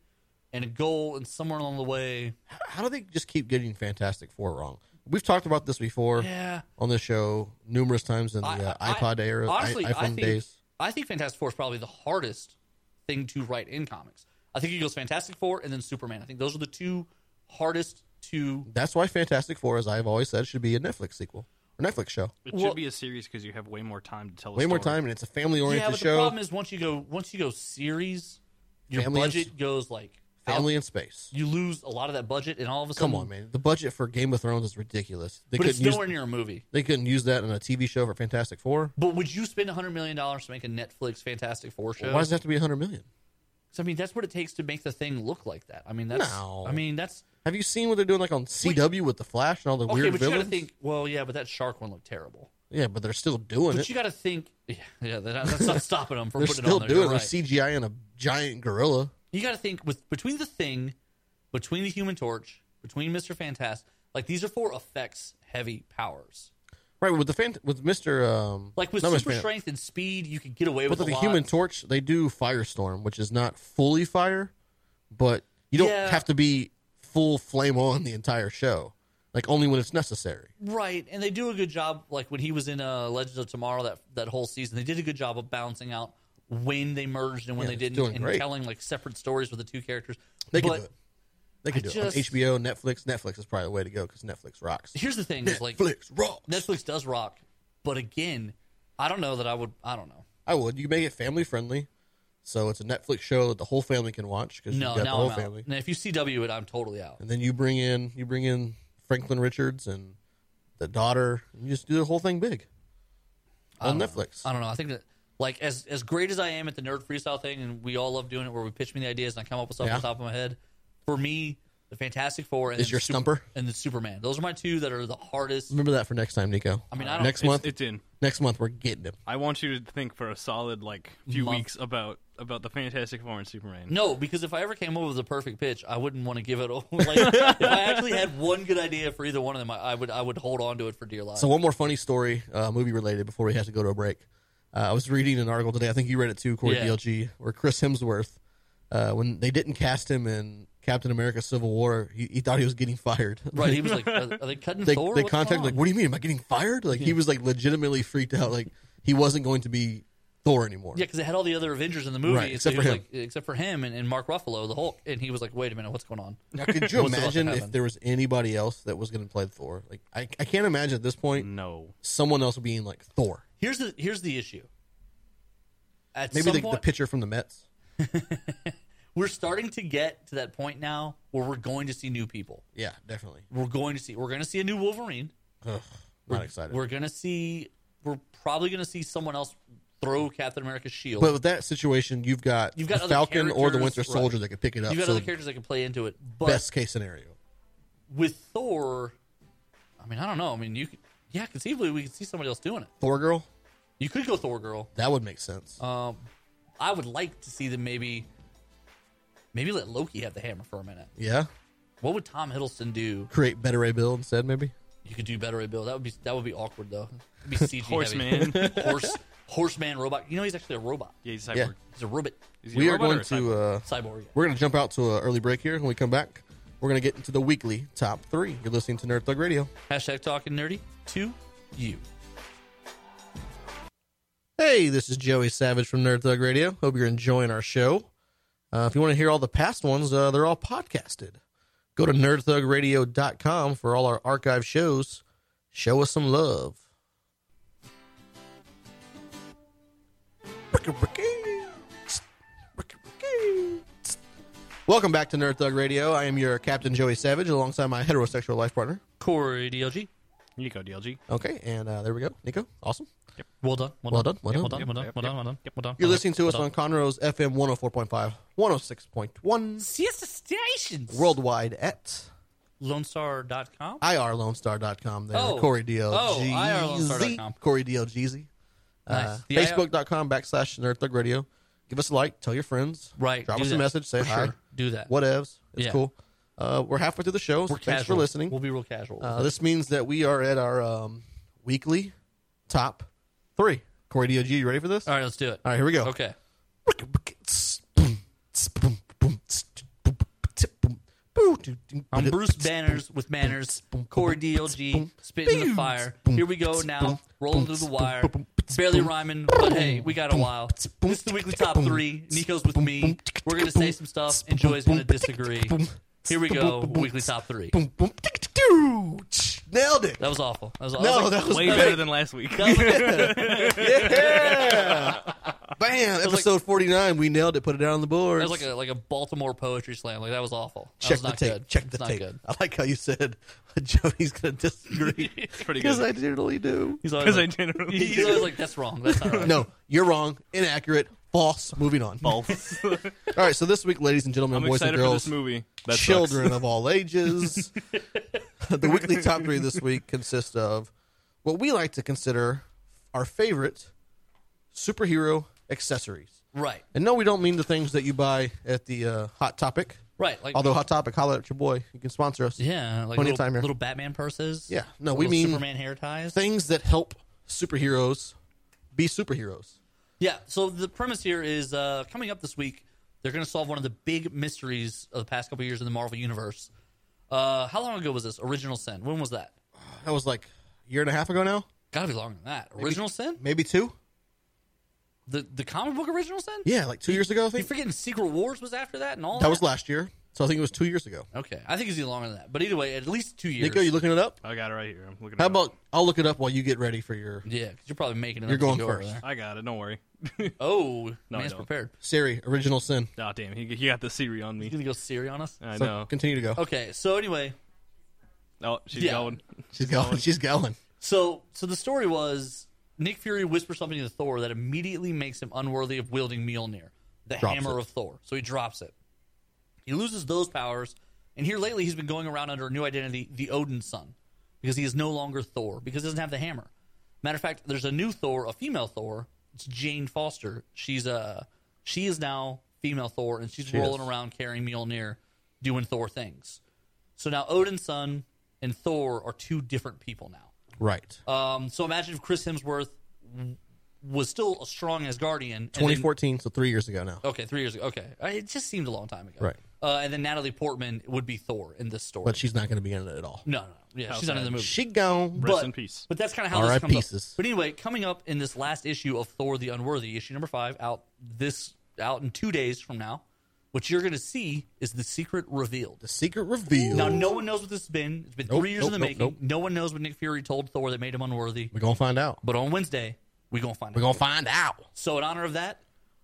S2: and a goal, and somewhere along the way,
S1: h- how do they just keep getting Fantastic Four wrong? We've talked about this before
S2: yeah.
S1: on this show numerous times in the
S2: I-
S1: uh,
S2: I-
S1: iPod era, i-
S2: honestly, I
S1: iPhone
S2: think-
S1: days.
S2: I think Fantastic Four is probably the hardest thing to write in comics. I think he goes Fantastic Four and then Superman. I think those are the two hardest to.
S1: That's why Fantastic Four, as I've always said, should be a Netflix sequel or Netflix show.
S3: It
S2: Well-
S3: should be a series because you have way more time to tell. a
S1: Way more
S3: story.
S1: time, and it's a family
S2: Yeah,
S1: oriented
S2: but the
S1: show.
S2: problem is once you go once you go series, your
S1: Family and
S2: budget goes like out.
S1: family in space.
S2: You lose a lot of that budget, and all of a sudden,
S1: Come on, man. The budget for Game of Thrones is ridiculous. They
S2: But it's
S1: couldn't use
S2: nowhere near a movie.
S1: they couldn't use that in a TV show for Fantastic Four.
S2: But would you spend hundred million dollars to make a Netflix Fantastic Four show?
S1: Why does it have to be a hundred million?
S2: So, I mean, that's what it takes to make the thing look like that. I mean, that's.
S1: No.
S2: I mean, that's
S1: Have you seen what they're doing like on CW with the Flash and all the
S2: okay,
S1: weird
S2: but you
S1: villains?
S2: gotta think. Well, yeah, but that shark one looked terrible.
S1: yeah, but they're still doing
S2: But
S1: it.
S2: you gotta think. (laughs) Yeah, yeah
S1: (laughs)
S2: that, that's not stopping them from
S1: They're
S2: putting
S1: still
S2: it on there.
S1: doing
S2: You're
S1: it with
S2: right.
S1: CGI and a giant gorilla.
S2: You gotta think with between the thing, between the Human Torch, between Mister Fantastic. Like these are four effects heavy powers.
S1: Right with the fan- with Mister um
S2: Like with
S1: not Mr.
S2: super
S1: Fan-
S2: strength and speed, you could get away
S1: But
S2: with
S1: the
S2: a lot.
S1: Human Torch, they do Firestorm, which is not fully fire, but you don't
S2: Yeah.
S1: have to be full flame on the entire show. Like only when it's necessary.
S2: Right, and they do a good job. Like when he was in uh, Legends of Tomorrow, that that whole season, they did a good job of balancing out when they merged and when
S1: Yeah,
S2: they
S1: it's
S2: didn't,
S1: doing
S2: and
S1: great.
S2: telling like separate stories with the two characters.
S1: They
S2: but
S1: can do it. They can
S2: I
S1: do
S2: just-
S1: it on HBO, Netflix. Netflix is probably the way to go because Netflix rocks.
S2: here's the thing: is like
S1: Netflix rocks.
S2: Netflix does rock, but again, I don't know that I would. I don't know.
S1: I would. You make it family friendly, so it's a Netflix show that the whole family can watch because
S2: No,
S1: you've got the
S2: now
S1: whole
S2: I'm
S1: family.
S2: out. Now, if you CW it, I'm totally out.
S1: And then you bring in you bring in Franklin Richards and the daughter. And you just do the whole thing big on Netflix.
S2: I don't know. I think that like as as great as I am at the nerd freestyle thing, and we all love doing it, where we pitch me the ideas and I come up with something
S1: Yeah.
S2: off the top of my head. For me, the Fantastic Four and
S1: Is
S2: then
S1: your
S2: Sup-
S1: stumper?
S2: and the Superman. Those are my two that are the hardest.
S1: Remember that for next time, Nico.
S2: I mean, I don't.
S1: next
S3: It's-
S1: month,
S3: It's in.
S1: next month we're getting him.
S3: I want you to think for a solid like few
S2: Month.
S3: weeks about about the Fantastic Four and Superman.
S2: No, because if I ever came up with a perfect pitch, I wouldn't want to give it. (laughs) away. Like, if I actually had one good idea for either one of them, I, I would. I would hold on to it for dear life.
S1: So one more funny story, uh, movie related, before we have to go to a break. Uh, I was reading an article today. I think you read it too, Corey
S2: Yeah.
S1: DLG, where Chris Hemsworth, uh, when they didn't cast him in Captain America: Civil War, he, he thought he was getting fired.
S2: (laughs) right? He was like, "Are, are they
S1: (laughs)
S2: cutting
S1: they,
S2: Thor?
S1: they
S2: What's going
S1: contacted
S2: on?"
S1: like, "What do you mean? Am I getting fired?" Like he was like legitimately freaked out. Like he wasn't going to be Thor anymore.
S2: Yeah, because they had all the other Avengers in the movie,
S1: Right,
S2: and
S1: except
S2: he was
S1: for him.
S2: like- except for him and, and Mark Ruffalo, the Hulk, and he was like, "Wait a minute, what's going on?"
S1: Now, could you
S2: (laughs) What's about to
S1: imagine if
S2: happen?
S1: there was anybody else that was going to play Thor? Like I, I can't imagine at this
S2: Mm.
S1: point
S3: No.
S1: someone else being like Thor.
S2: Here's the here's the issue. At
S1: Maybe
S2: some
S1: the, the
S2: point,
S1: pitcher from the Mets.
S2: we're starting to get to that point now where we're going to see new people.
S1: Yeah, definitely.
S2: We're going to see we're going to see a new Wolverine.
S1: Ugh, not excited.
S2: We're going to see we're probably going to see someone else throw Captain America's shield.
S1: But with that situation, you've got
S2: You've got
S1: the
S2: other
S1: Falcon or the
S2: characters,
S1: Winter
S2: right.
S1: Soldier that could pick it up.
S2: You've got
S1: so
S2: other characters that can play into it, but
S1: best case scenario.
S2: with Thor, I mean, I don't know. I mean, you could, yeah, conceivably we could see somebody else doing it.
S1: Thor girl,
S2: You could go Thor girl.
S1: that would make sense.
S2: Um, I would like to see them maybe, maybe let Loki have the hammer for a minute.
S1: yeah,
S2: What would Tom Hiddleston do?
S1: create better a bill instead, maybe.
S2: You could do better at Bill. That would be that would be awkward though. It'd be CG
S3: Horseman. yeah,
S2: heavy. (laughs) horse horseman robot. You know he's actually a robot.
S3: he's a
S1: Yeah.
S3: cyborg.
S2: He's a robot
S3: Is he a
S1: We are
S3: robot or
S1: going
S3: a cyborg?
S1: to uh,
S2: cyborg.
S1: we're going to jump out to an early break here. When we come back, we're going to get into the weekly top three. You're listening to Nerd Thug Radio.
S2: Hashtag talking nerdy to you.
S1: Hey, this is Joey Savage from Nerd Thug Radio. Hope you're enjoying our show. Uh, if you want to hear all the past ones, uh, they're all podcasted. Go to nerdthugradio.com for all our archive shows. Show us some love. Welcome back to Nerd Thug Radio. I am your Captain Joey Savage alongside my heterosexual life partner.
S2: Corey DLG.
S1: uh, (laughs)
S3: Nico DLG.
S1: Okay, and uh, there we go. Nico, awesome.
S2: Well done. Well,
S1: Well
S2: done.
S1: done, well
S2: Yeah,
S1: done.
S2: Well done. Well done. Well done. Well done.
S1: You're listening to us
S2: Well
S1: on
S2: done.
S1: Conroe's FM 104.5, 106.1,
S2: Siesta Stations.
S1: worldwide at
S2: LoneStar.com.
S1: irlonestar.com. There,
S2: Oh.
S1: Corey
S2: Oh,
S1: DLGZ.
S2: irlonestar.com.
S1: Corey DLGZ. Uh,
S2: Nice. The
S1: Facebook.com backslash Nerd Thug Radio. Give us a like. Tell your friends.
S2: Right,
S1: Drop
S2: do
S1: us a
S2: that.
S1: message. Say
S2: For
S1: hi.
S2: sure. Do that.
S1: Whatevs. It's
S2: Yeah.
S1: cool. Uh, we're halfway through the show. so
S2: We're
S1: thanks
S2: casual.
S1: for listening.
S2: We'll be real casual.
S1: Uh, this means that we are at our um, weekly top three. Corey DLG, you ready for this?
S2: All right, let's do it.
S1: All right, here we go.
S2: Okay.
S1: I'm
S2: I'm Bruce Banners with manners. Corey DLG spitting the fire. Here we go now, rolling through the wire. Barely rhyming, but hey, we got a while. This is the weekly top three. Nico's with me. We're gonna say some stuff. Enjoy's gonna disagree. Here we go, weekly top three.
S1: Nailed it.
S2: That was awful. That was awful.
S1: No, that was
S3: Way
S1: great.
S3: better than last week. (laughs)
S1: Yeah. Bam. Episode 49. We nailed it. Put it down on the board.
S2: That was like a like a Baltimore poetry slam. Like that was awful. That
S1: Check
S2: was
S1: the
S2: not
S1: tape.
S2: Good.
S1: Check the
S2: It's not
S1: tape.
S2: good.
S1: I like how you said (laughs) Joey's going to disagree.
S2: (laughs)
S3: It's pretty
S1: Because
S3: good.
S1: I generally do.
S2: He's always,
S3: Because I
S2: like,
S3: generally
S2: he's always like, that's wrong. That's not right.
S1: No, you're wrong. Inaccurate. False. Moving on.
S3: false.
S1: (laughs) All right. So this week, ladies and gentlemen,
S3: I'm
S1: boys and
S3: excited for
S1: girls,
S3: this movie. That sucks.
S1: children of all
S3: (laughs)
S1: ages. the weekly top three this week consist of what we like to consider our favorite superhero accessories.
S2: Right.
S1: And no, we don't mean the things that you buy at the uh, Hot Topic.
S2: Right. Like
S1: Although Hot Topic, holla at your boy. You can sponsor us.
S2: Yeah, like
S1: Plenty of
S2: little,
S1: time here.
S2: little Batman purses.
S1: Yeah, no, we
S2: little
S1: mean-
S2: Superman hair ties.
S1: Things that help superheroes be superheroes.
S2: yeah. So the premise here is uh, coming up this week. They're going to solve one of the big mysteries of the past couple years in the Marvel universe. Uh, how long ago was this? Original Sin. When was that?
S1: That was like a year and a half ago now.
S2: Got to be longer than that. Original Sin.
S1: Maybe two?
S2: The the comic book Original Sin.
S1: Yeah, like two years ago, I
S2: You
S1: think.
S2: forgetting Secret Wars was after that and all.
S1: That was last year. So I think it was two years ago.
S2: okay. I think it's even longer than that. But either way, at least two years.
S1: Nico, you looking it up?
S3: I got it right here. I'm looking. it
S1: How
S3: up.
S1: about I'll look it up while you get ready for your
S2: yeah, you you're probably making it. up
S1: You're going
S2: as you go over
S1: first.
S2: there.
S3: I got it. Don't worry.
S2: Oh,
S3: No, I
S2: man's
S3: don't.
S2: prepared.
S1: Siri original sin.
S3: Oh damn, he, he got the Siri on
S2: He's
S3: me.
S2: gonna go Siri on us.
S3: I
S1: So
S3: know.
S1: continue to go.
S2: Okay. So anyway,
S3: Oh, she's
S2: Yeah.
S3: going.
S1: she's going. She's going.
S2: So, so the story was Nick Fury whispers something to Thor that immediately makes him unworthy of wielding Mjolnir, the
S1: Drops
S2: hammer
S1: it.
S2: of Thor. So he drops it. He loses those powers, and here lately he's been going around under a new identity, the Odin Son, because he is no longer Thor because he doesn't have the hammer. Matter of fact, there's a new Thor, a female Thor. It's Jane Foster. She's uh, she is now female Thor, and she's rolling
S1: is.
S2: around carrying Mjolnir, doing Thor things. So now Odin's son and Thor are two different people now.
S1: Right.
S2: Um, so imagine if Chris Hemsworth w- was still a strong Asgardian. and then-
S1: 2014, so three years ago now.
S2: okay, three years ago. Okay, Uh, it just seemed a long time ago.
S1: Right.
S2: Uh, and then Natalie Portman would be Thor in this story.
S1: But she's not going to be in it at all.
S2: no, no, no. yeah, she's not in the movie.
S1: She gone.
S3: Rest in peace.
S2: But that's kind of how
S1: R.I.P.
S2: this comes
S1: sis.
S2: up. But anyway, coming up in this last issue of Thor: The Unworthy, issue number five, out this out in two days from now, what you're going to see is the secret revealed.
S1: The secret reveal.
S2: Now, no one knows what this has been. It's been
S1: Nope,
S2: three years
S1: nope,
S2: in the
S1: nope,
S2: making.
S1: nope.
S2: No one knows what Nick Fury told Thor that made him unworthy.
S1: We're gonna find out.
S2: But on Wednesday, we're gonna find out.
S1: We're gonna find out.
S2: So in honor of that,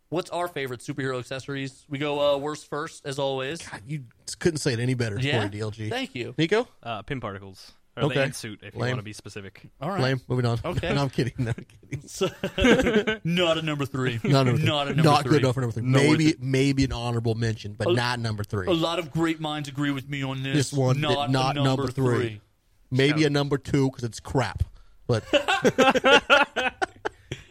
S2: what's our favorite superhero accessories? We go uh, worst first, as always.
S1: God, You just couldn't say it any better.
S2: yeah,
S1: Corey DLG.
S2: Thank you.
S1: Nico.
S3: Uh, pin particles. Or
S1: Okay.
S3: okay. suit,
S1: Lame.
S3: if you want to be specific.
S2: All right.
S1: Lame. Moving on.
S2: Okay.
S1: (laughs) no, I'm
S2: (laughs)
S1: kidding. No, I'm kidding. (laughs)
S2: So- not a number three.
S1: Not, number three.
S2: Not a number
S1: Not
S2: three.
S1: good enough for number three.
S3: No,
S1: maybe
S3: it's-
S1: maybe an honorable mention, but not number three.
S2: A lot of great minds agree with me on this.
S1: This one did
S2: not, a
S1: not
S2: number,
S1: number three. maybe a number two because it's crap. But
S2: (laughs)
S1: (laughs)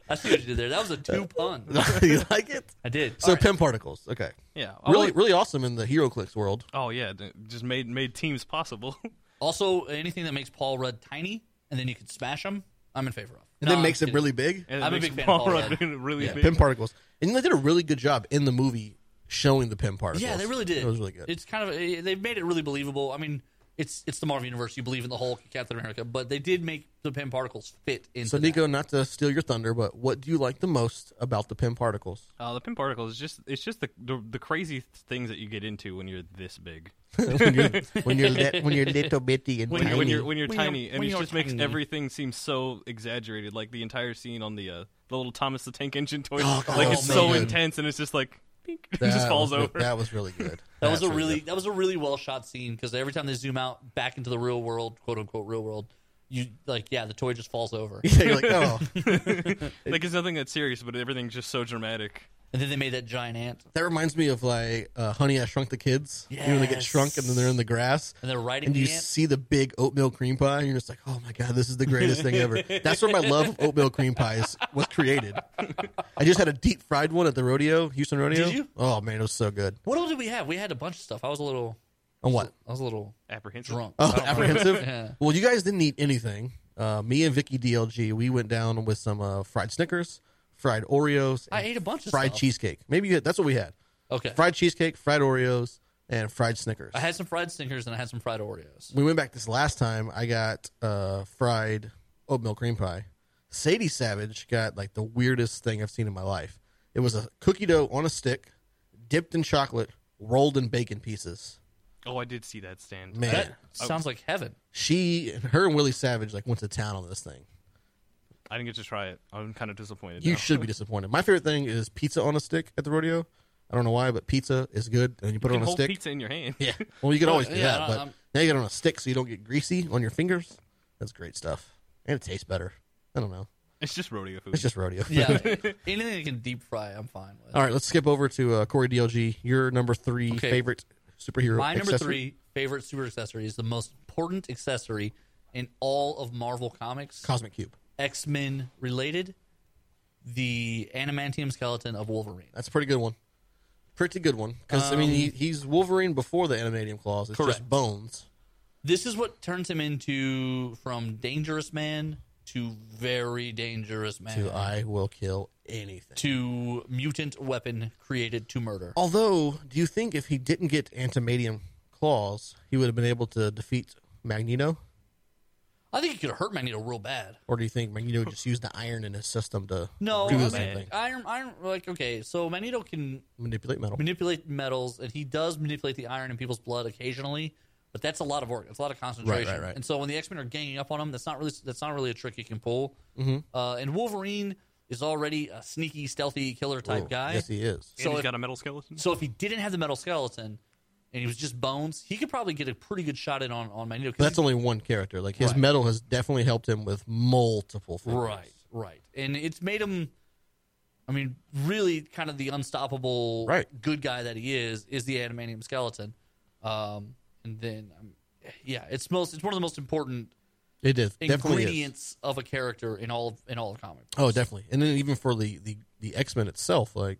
S2: I see what you did there. That was
S1: (laughs)
S2: a two pun.
S1: you like it?
S2: I did.
S1: So
S2: All right.
S1: pin particles. Okay.
S3: Yeah. I
S1: Really,
S3: want-
S1: really awesome in the Hero Clicks world.
S3: Oh yeah, th- just made made teams possible. (laughs)
S2: Also, anything that makes Paul Rudd tiny and then you can smash him, I'm in favor of.
S1: And
S2: No,
S1: then
S2: I'm
S1: makes it
S2: kidding.
S1: really big.
S3: And it
S2: I'm a
S3: makes
S2: big fan of
S3: Paul
S2: Paul
S3: Rudd
S2: Rudd.
S3: (laughs) really
S1: Yeah,
S3: big.
S1: pin particles. And they did a really good job in the movie showing the pin particles.
S2: Yeah, they really did.
S1: It was really good.
S2: It's kind of eh, they made it really believable. I mean, it's it's the Marvel universe. You believe in the Hulk, Captain America, but they did make the pin particles fit into.
S1: so,
S2: that.
S1: Nico, not to steal your thunder, but what do you like the most about the pin particles? (laughs)
S3: Uh, the pin particles is just it's just the, the the crazy things that you get into when you're this big.
S1: when you're when you're, li- when you're little bitty and
S3: When,
S1: tiny.
S3: you're when you're when you're
S2: (laughs) When you're-
S3: tiny, and
S2: when
S3: it
S2: you're
S3: just makes
S2: tiny.
S3: everything seem so exaggerated. Like the entire scene on the uh, the little Thomas the Tank Engine toy,
S1: Oh,
S3: like
S1: oh,
S3: it's so
S1: man.
S3: intense, and it's just like pink, (laughs) it
S1: That
S3: just falls
S1: was, re-
S3: over.
S1: That was really good.
S2: That was
S1: That's
S2: a really
S1: good.
S2: that was a really well shot scene because every time they zoom out back into the real world, quote unquote real world, you like yeah, the toy just
S1: (laughs)
S2: falls over.
S1: Yeah, you're like, oh,
S3: like it's nothing that serious, but everything's just so dramatic.
S2: and then they made that giant ant,
S1: that reminds me of like uh, Honey, I Shrunk the Kids. You know, when they get
S2: Yes.
S1: shrunk and then they're in the grass.
S2: and they're riding
S1: And
S2: the
S1: you
S2: ant.
S1: see the big oatmeal cream pie, and you're just like, "Oh my god, this is the greatest thing ever!" That's where my love of oatmeal cream pies was created. I just had a deep fried one at the rodeo, Houston rodeo.
S2: Did you?
S1: Oh man, it was so good.
S2: what else did we have? We had a bunch of stuff. I was a little
S1: And what?
S2: I was a little
S3: Apprehensive.
S2: drunk. I
S1: Oh, (laughs)
S2: don't know.
S1: apprehensive.
S2: Yeah.
S1: Well, you guys didn't eat anything. Uh, me and Vicky DLG, we went down with some uh, fried Snickers, fried Oreos,
S2: I
S1: and
S2: ate a bunch of
S1: fried
S2: stuff.
S1: cheesecake. Maybe you had, that's what we had:
S2: Okay.
S1: fried cheesecake, fried Oreos, and fried Snickers.
S2: I had some fried Snickers and I had some fried Oreos.
S1: we went back this last time. I got uh, fried oatmeal cream pie. Sadie Savage got like the weirdest thing I've seen in my life. It was a cookie dough on a stick, dipped in chocolate, rolled in bacon pieces.
S3: Oh, I did see that stand.
S1: Man,
S2: That sounds like
S1: (laughs)
S2: heaven.
S1: she, her, and Willie Savage like went to town on this thing.
S3: I didn't get to try it. I'm kind of disappointed.
S1: You
S3: now.
S1: should be disappointed. My favorite thing is pizza on a stick at the rodeo. I don't know why, but pizza is good. And you put
S3: You
S1: it on
S3: can
S1: a
S3: hold
S1: stick.
S3: pizza um, in your hand.
S1: Yeah. Well, you can always do
S2: yeah,
S1: that,
S2: I-
S1: but
S2: I'm-
S1: now you get it on a stick so you don't get greasy on your fingers. That's great stuff, and it tastes better. I don't know.
S3: (laughs) It's just rodeo food.
S1: It's just rodeo. (laughs)
S2: Yeah. Anything you can deep fry, I'm fine with.
S1: All right, let's skip over to uh, Corey DLG. Your number three
S2: Okay.
S1: favorite superhero.
S2: My number
S1: accessory.
S2: three favorite super accessory is the most important accessory in all of Marvel Comics,
S1: Cosmic Cube.
S2: X Men related. The adamantium skeleton of Wolverine.
S1: That's a pretty good one. Pretty good one because I mean he, he's Wolverine before the animadium claws. It's
S2: Um, Correct.
S1: just bones.
S2: This is what turns him into from dangerous man to very dangerous man
S1: Who I will kill anything.
S2: to mutant weapon created to murder.
S1: Although, do you think if he didn't get antimadium claws, he would have been able to defeat Magneto?
S2: I think he could hurt Magneto real bad.
S1: Or do you think Magneto just used the iron in his system to
S2: No,
S1: do
S2: I
S1: the
S2: mean,
S1: same thing?
S2: Iron, Iron, like okay, so Magneto can
S1: Manipulate metal.
S2: manipulate metals, and he does manipulate the iron in people's blood occasionally. But that's a lot of work. It's a lot of concentration.
S1: Right, right, right.
S2: And so when the X Men are ganging up on him, that's not really that's not really a trick he can pull.
S1: Mm-hmm.
S2: Uh, and Wolverine is already a sneaky, stealthy killer type
S1: Ooh, Oh,
S2: guy.
S1: Yes, he is.
S3: And
S2: so
S3: he's
S2: if-
S3: got a metal skeleton.
S2: So if he didn't have the metal skeleton and he was just bones, he could probably get a pretty good shot in on on Magneto. 'cause
S1: But that's
S2: he-
S1: only one character. Like his
S2: Right.
S1: metal has definitely helped him with multiple things.
S2: right, right, and it's made him. I mean, really, kind of the unstoppable
S1: Right.
S2: good guy that he is is the adamantium skeleton, um, and then um, yeah, it's most it's one of the most important
S1: It is definitely is.
S2: ingredients of a character in all of, in all of comic.
S1: Oh, definitely. And then even for the the, the X Men itself, like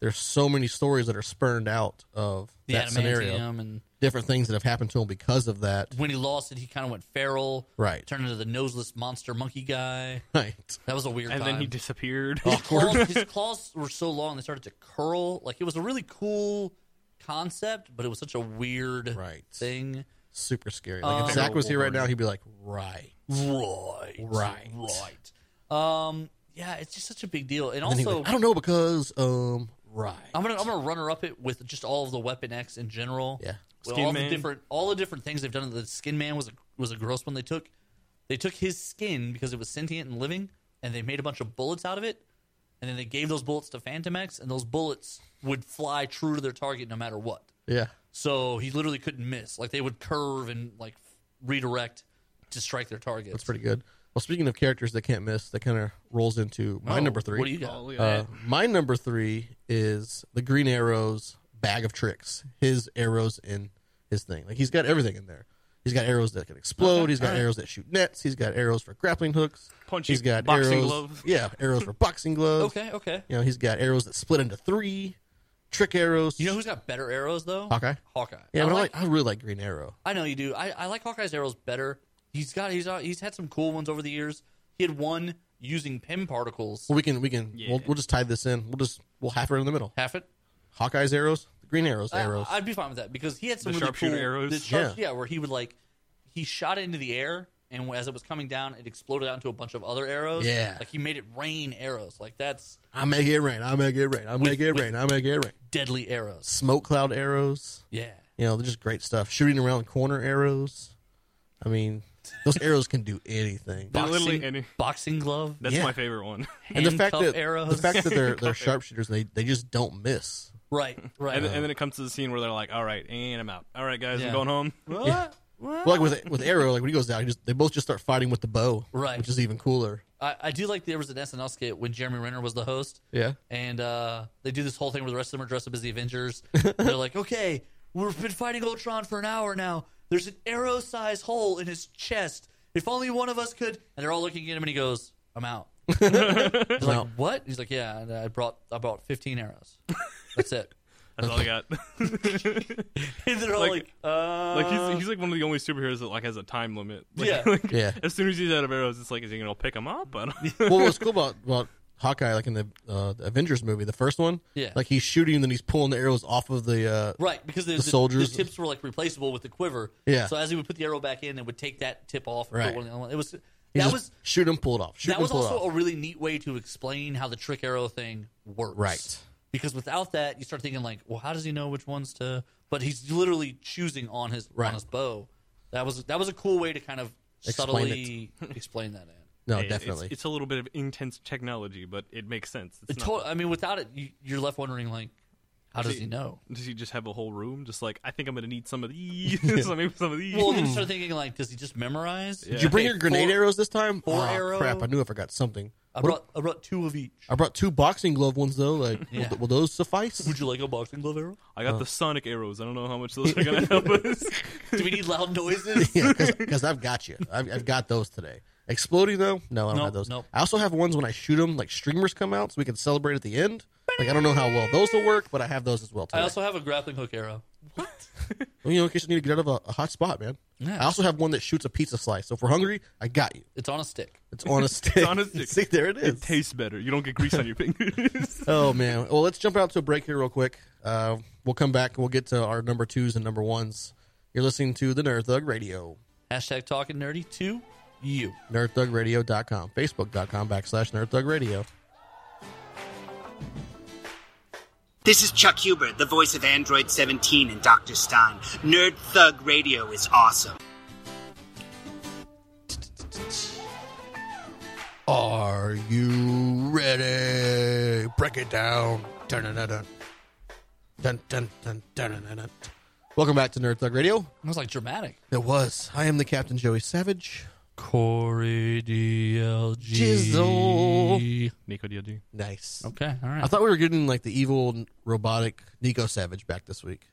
S1: there's so many stories that are spurned out of
S2: The
S1: that
S2: adamantium
S1: scenario.
S2: and
S1: Different things that have happened to him because of that. (laughs)
S2: when he lost it, he kind of went feral,
S1: Right.
S2: Turned into the noseless monster monkey guy.
S1: Right.
S2: That was a weird.
S3: and
S2: time. Oh,
S3: then he
S2: (laughs)
S3: disappeared.
S2: his claws, his claws were so long they started to curl. Like it was a really cool concept, but it was such a weird
S1: Right.
S2: thing.
S1: Super scary. Like
S2: Um,
S1: if Zach was here right now, he'd be like, right.
S2: Right.
S1: Right.
S2: Right. Um yeah, it's just such a big deal. And
S1: And he's
S2: also
S1: like, I don't know because um right.
S2: I'm gonna I'm gonna runner up it with just all of the Weapon X in general.
S1: Yeah.
S2: With
S3: Skin
S2: all the
S3: Man.
S2: different all the different things they've done. The Skin Man was a, was a gross one. They took they took his skin because it was sentient and living, and they made a bunch of bullets out of it, and then they gave those bullets to Phantom X, and those bullets would fly true to their target no matter what.
S1: Yeah.
S2: So he literally couldn't miss. Like they would curve and like redirect to strike their target.
S1: That's pretty good. Well, speaking of characters that can't miss, that kind of rolls into my number three.
S2: What do you
S3: Oh,
S2: got?
S3: look at
S1: Uh,
S3: that.
S1: my number three is the Green Arrow's bag of tricks. His arrows in his thing. Like he's got everything in there. He's got arrows that can explode. he's got arrows that shoot nets. He's got arrows for grappling hooks.
S3: Punchy
S1: he's got
S3: boxing
S1: arrows.
S3: gloves.
S1: (laughs) Yeah, arrows for boxing gloves.
S2: Okay, okay.
S1: You know, he's got arrows that split into three. Trick arrows.
S2: You know who's got better arrows though?
S1: Hawkeye?
S2: Hawkeye.
S1: Yeah,
S2: I
S1: but I,
S2: like-
S1: like, I really like Green Arrow.
S2: I know you do. I, I like Hawkeye's arrows better. He's got he's uh, he's had some cool ones over the years. He had one using pin particles.
S1: Well, we can we can we'll, we'll just tie this in. We'll just we'll half it in the middle.
S2: Half it.
S1: Hawkeye's arrows, the Green Arrow's arrows.
S2: Uh, I, would be fine with that because he had some
S3: The
S2: really
S3: sharpshooter
S2: cool-
S3: arrows?
S2: the sharp- yeah. where he would like he shot it into the air, and as it was coming down, it exploded out into a bunch of other arrows.
S1: Yeah.
S2: like he made it rain arrows. Like that's
S1: I make it rain. I make it rain. I make it rain. I make it rain.
S2: deadly arrows.
S1: Smoke cloud arrows.
S2: Yeah,
S1: You know, they're just great stuff. Shooting around the corner arrows. I mean, those arrows can do anything.
S3: They're literally any-
S2: boxing glove.
S3: (laughs) That's
S1: Yeah.
S3: my favorite one.
S1: And the fact
S2: handcuff
S1: that
S2: arrows.
S1: the fact that they're they're sharpshooters, and they they just don't miss.
S2: (laughs) right, right.
S3: and, then, and then it comes to the scene where they're like, "All right, and I'm out. All right, guys,
S2: Yeah.
S3: I'm going home."
S2: What?
S1: Yeah.
S2: What?
S1: Well, like with with arrow, like when he goes down, he just, they both just start fighting with the bow,
S2: Right.
S1: Which is even cooler.
S2: I, I do like there was an SNL skit when Jeremy Renner was the host.
S1: Yeah.
S2: and uh, they do this whole thing where the rest of them are dressed up as
S1: (laughs)
S2: the Avengers. They're like, okay, we've been fighting Ultron for an hour now. There's an arrow sized hole in his chest. If only one of us could. And they're all looking at him, and he goes,
S1: (laughs)
S2: "I'm out." He's like, "What?" He's like, "Yeah, and I brought I brought 15 arrows. That's
S1: (laughs)
S2: it."
S3: That's all I got. (laughs)
S2: and they're all like,
S3: Like-
S2: uh,
S3: like he's, he's like one of the only superheroes that like has a time limit. (laughs) Like-
S2: Yeah.
S3: like,
S1: Yeah.
S3: As soon as he's out of arrows, it's like, is he gonna pick him up? I (laughs) don't
S1: well, what's cool about, about Hawkeye, like in the, uh, the Avengers movie, the first one,
S2: Yeah.
S1: like he's shooting and then he's pulling the arrows off of the uh,
S2: Right, because the, the,
S1: soldiers-
S2: the tips were like replaceable with the quiver.
S1: Yeah.
S2: So as he would put the arrow back in, it would take that tip off. and put
S1: Right.
S2: one in the other one. It was that
S1: he just
S2: was
S1: shoot him, pull it off. Shoot
S2: that
S1: him,
S2: was
S1: pull it
S2: also
S1: off.
S2: a really neat way to explain how the trick arrow thing works.
S1: Right.
S2: Because without that, you start thinking like, well, how does he know which ones to? But he's literally choosing on his
S1: Right.
S2: on his bow. That was that was a cool way to kind of
S1: Explain
S2: subtly
S3: (laughs)
S2: explain that. In.
S1: no,
S3: Hey, it's-
S1: definitely.
S3: It's, a little bit of intense technology, but it makes sense. It's
S2: It
S3: not-
S2: to- I mean, without it, you, you're left wondering like, how does he
S3: (laughs)
S2: know?
S3: does he just have a whole room? Just like I think I'm gonna need some of these. so maybe (laughs) some of these.
S2: Well, then you start thinking like, does he just memorize?
S1: Did you bring your grenade
S2: four-
S1: arrows this time?
S2: four
S1: Aw,
S2: arrow-
S1: Crap, I knew I forgot something.
S2: I
S1: What-
S2: brought I brought two of each.
S1: I brought two boxing glove ones though. Like,
S2: Yeah.
S1: will, will those suffice?
S2: Would you like a boxing glove arrow?
S3: I got the sonic arrows. I don't know how much those are gonna help us.
S2: Do we need
S1: (laughs)
S2: loud noises?
S1: (laughs) yeah, because I've got you. I've, I've got those today. Exploding though, no, I don't
S2: Nope,
S1: have those.
S2: nope.
S1: I also have ones when I shoot them, like streamers come out, so we can celebrate at the end. Like I don't know how well those will work, but I have those as well. Today.
S2: I also have a grappling hook arrow.
S1: Well, you know, in case you need to get out of a, a hot spot, man.
S2: Yeah.
S1: I also have one that shoots a pizza slice. So if we're hungry, I got you.
S2: It's on a stick.
S1: It's on a stick.
S3: on a
S1: (laughs)
S3: stick.
S1: See, there it is.
S3: It tastes better. You don't get grease on your fingers.
S1: oh man. Well, let's jump out to a break here real quick. Uh, we'll come back and we'll get to our number twos and number ones. You're listening to the Nerd Thug Radio.
S2: Hashtag talking nerdy to you.
S1: NerdThugRadio.com, Facebook.com backslash Nerd Thug Radio.
S5: This is Chuck Huber, the voice of Android 17 and Dr. Stein. Nerd Thug Radio is awesome.
S1: Are you ready? Break it down. Dun, dun, dun, dun. Dun, dun, dun, dun, dun, dun, dun. Welcome back to Nerd Thug Radio.
S2: It was like dramatic.
S1: It was. I am the Captain Joey Savage.
S2: Corey DLG.
S1: Jizzle.
S3: Nico DLG.
S1: Nice.
S2: Okay, all right.
S1: I thought we were getting like the evil n- robotic Nico Savage back this week.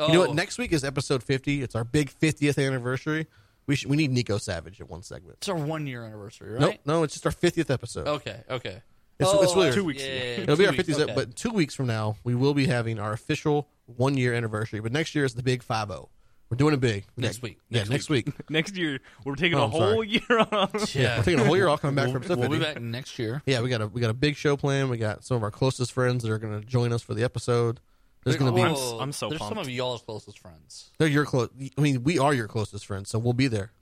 S1: You
S2: oh,
S1: know what? Next week is episode 50. It's our big 50th anniversary. We should, we need Nico Savage at one segment.
S2: It's our one year anniversary, right?
S1: No, no, it's just our 50th episode.
S2: Okay, okay.
S1: It's- it's really-
S3: Two weeks.
S2: Yeah, (laughs)
S1: It'll be
S2: two
S1: our
S2: weeks,
S1: 50th,
S2: okay.
S1: but two weeks from now, we will be having our official one year anniversary. But next year is the big 5 0. We're doing it big.
S2: Next week.
S1: Yeah,
S2: Next
S1: next, week.
S3: Next year we're taking
S1: Oh,
S3: a
S1: I'm sorry.
S3: whole year off.
S2: yeah.
S1: We're taking a whole year off coming
S2: (laughs)
S1: back from
S2: We'll be back next year.
S1: Yeah, we got a we got a big show planned. We got some of our closest friends that are going to join us for the episode. There's going to
S2: Whoa,
S1: be
S2: whoa,
S3: I'm so
S2: There's some
S3: pumped.
S2: of y'all's closest friends.
S1: they're your close. I mean, we are your closest friends, so we'll be there.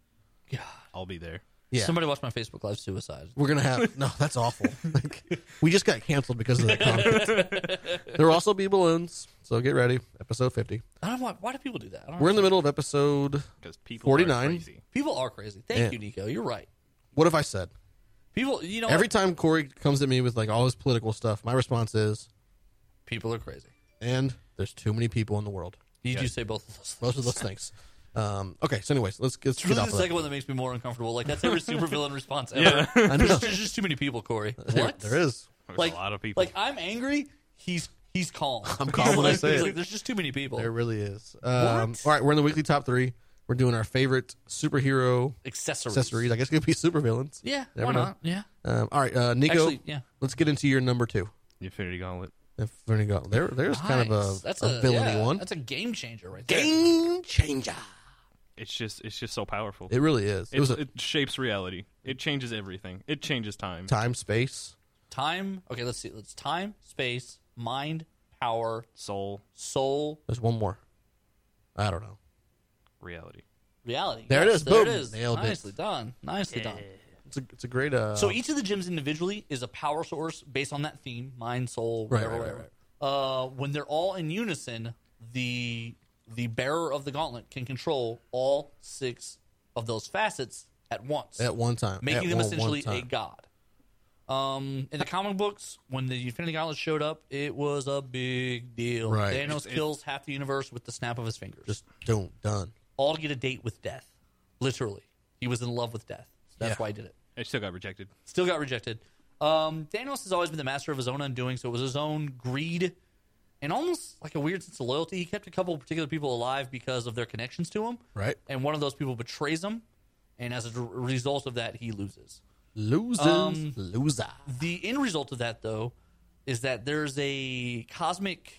S2: God.
S3: I'll be there.
S1: Yeah,
S2: Somebody watched my Facebook Live suicide.
S1: we're gonna have no. That's awful. (laughs) like, we just got canceled because of that comment.
S2: (laughs)
S1: there will also be balloons, so get ready. Episode fifty.
S2: I don't want. Why do people do that? I don't
S1: We're in the middle of episode.
S3: Because people
S1: 49.
S3: are crazy.
S2: People are crazy. Thank
S1: Yeah.
S2: you, Nico. You're right.
S1: What have I said?
S2: People, you know,
S1: Every
S2: Every...
S1: time Corey comes at me with like all his political stuff, my response is,
S2: people are crazy.
S1: "And there's too many people in the world."
S2: You do say both of those.
S1: Most of those
S2: (laughs)
S1: things. Um, okay, so anyways, let's get, let's
S2: It's
S1: get
S2: really
S1: off
S2: the
S1: of that.
S2: second one that makes me more uncomfortable. Like
S1: (laughs)
S2: that's every supervillain response ever.
S1: I know. (laughs)
S2: There's, there's just too many people, Corey.
S1: There-
S2: (laughs) What?
S1: there is.
S3: There's
S2: Like
S3: a lot of people.
S2: Like I'm angry. He's he's calm. (laughs) I'm
S1: calm when I say it.
S2: there's just too many people.
S1: There really is. Um,
S2: What?
S1: All right, we're in the weekly top three. We're doing our favorite superhero
S2: Accessories.
S1: accessories. I guess it could be supervillains.
S2: Yeah.
S1: Never
S2: why
S1: know.
S2: not? Yeah.
S1: Um, all right, uh, Nico.
S2: Actually, yeah.
S1: Let's get into your number two.
S3: Infinity Gauntlet.
S1: Infinity Gauntlet. There, there's kind of
S2: Nice.
S1: a, a villainy
S2: yeah,
S1: one.
S2: That's a game changer right there.
S1: game changer.
S3: It's just it's just so powerful.
S1: It really is. It
S3: It's-
S1: was
S3: It,
S1: a
S3: shapes reality. It changes everything. It changes time.
S1: time space.
S2: Time. Okay. Let's see. Let's time, space, mind, power,
S3: soul,
S2: soul,
S1: There's one more. I don't know.
S3: reality.
S2: reality.
S1: There it
S2: Yes,
S1: is.
S2: There
S1: Boom.
S2: it is.
S1: Nailed it.
S2: Nicely done. Nicely done.
S1: It's a it's a great uh.
S2: So e- each of the gyms individually is a power source based on that theme, mind, soul,
S1: Right,
S2: whatever,
S1: right, right,
S2: whatever. Uh, when they're all in unison, the the bearer of the gauntlet can control all six of those facets at once,
S1: at one time, at
S2: making them
S1: one- one
S2: essentially a
S1: time.
S2: god. Um, in the comic books, when the Infinity Gauntlet showed up, it was a big deal.
S1: Right.
S2: Thanos
S3: It's- it-
S2: kills half the universe with the snap of his fingers.
S1: Just do done.
S2: all to get a date with death. Literally, he was in love with death. That's
S1: Yeah.
S2: why he did it.
S3: It still got rejected.
S2: Still got rejected. Um, Thanos has always been the master of his own undoing, so it was his own greed and almost like a weird sense of loyalty. He kept a couple of particular people alive because of their connections to him,
S1: Right.
S2: and one of those people betrays him, and as a d- result of that, he loses.
S1: Losers,
S2: Um,
S1: loser.
S2: The end result of that, though, is that there's a cosmic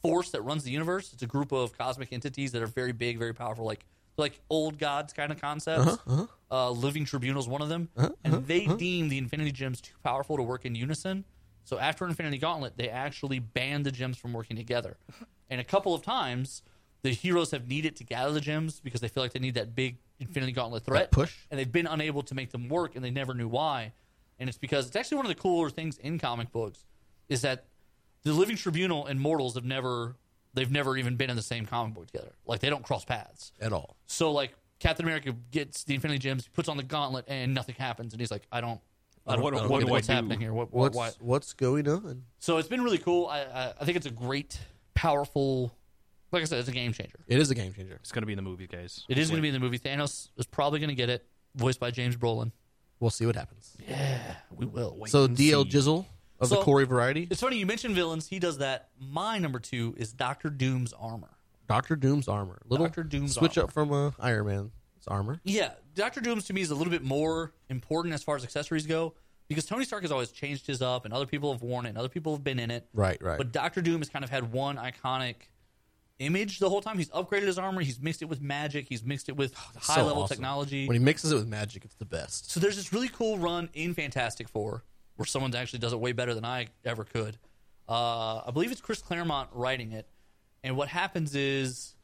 S2: force that runs the universe. It's a group of cosmic entities that are very big, very powerful, like like old gods kind of concepts. uh Living Tribunal's one of them, and they deem the Infinity Gems too powerful to work in unison. So after Infinity Gauntlet, they actually banned the gems from working together. And a couple of times, the heroes have needed to gather the gems because they feel like they need that big Infinity Gauntlet threat
S1: push.
S2: and they've been unable to make them work and they never knew why and it's because it's actually one of the cooler things in comic books is that the living tribunal and mortals have never they've never even been in the same comic book together like they don't cross paths
S1: at all.
S2: so like captain america gets the infinity gems puts on the gauntlet and nothing happens and he's like i don't i don't,
S3: What-
S2: I don't
S3: what
S2: get
S3: do I
S2: what's
S3: do?
S2: happening here what, what
S1: What's
S2: why
S1: what's going on?
S2: so it's been really cool I, I i think it's a great powerful like i said it's a game changer
S1: It is a game changer.
S3: It's gonna be in the movie, guys.
S2: it is going to be in the movie thanos is probably going to get it voiced by james brolin
S1: We'll see what happens.
S2: we will wait
S1: so DL Jizzle of the
S2: So-
S1: Corey variety,
S2: It's funny you mentioned villains. He does that. My number two is Doctor Doom's armor.
S1: Doctor Doom's armor, little
S2: Dr. Doom's
S1: switch
S2: armor.
S1: up from uh, Iron Man's armor.
S2: Yeah, Doctor Doom's to me is a little bit more important as far as accessories go because Tony Stark has always changed his up, and other people have worn it, and other people have been in it.
S1: Right, right.
S2: But Doctor Doom has kind of had one iconic image the whole time. He's upgraded his armor. He's mixed it with magic. He's mixed it with high
S1: Oh, So
S2: level
S1: awesome.
S2: technology.
S1: When he mixes it with magic, it's the best.
S2: So there's this really cool run in Fantastic Four where someone actually does it way better than I ever could. Uh, I believe it's Chris Claremont writing it. And what happens is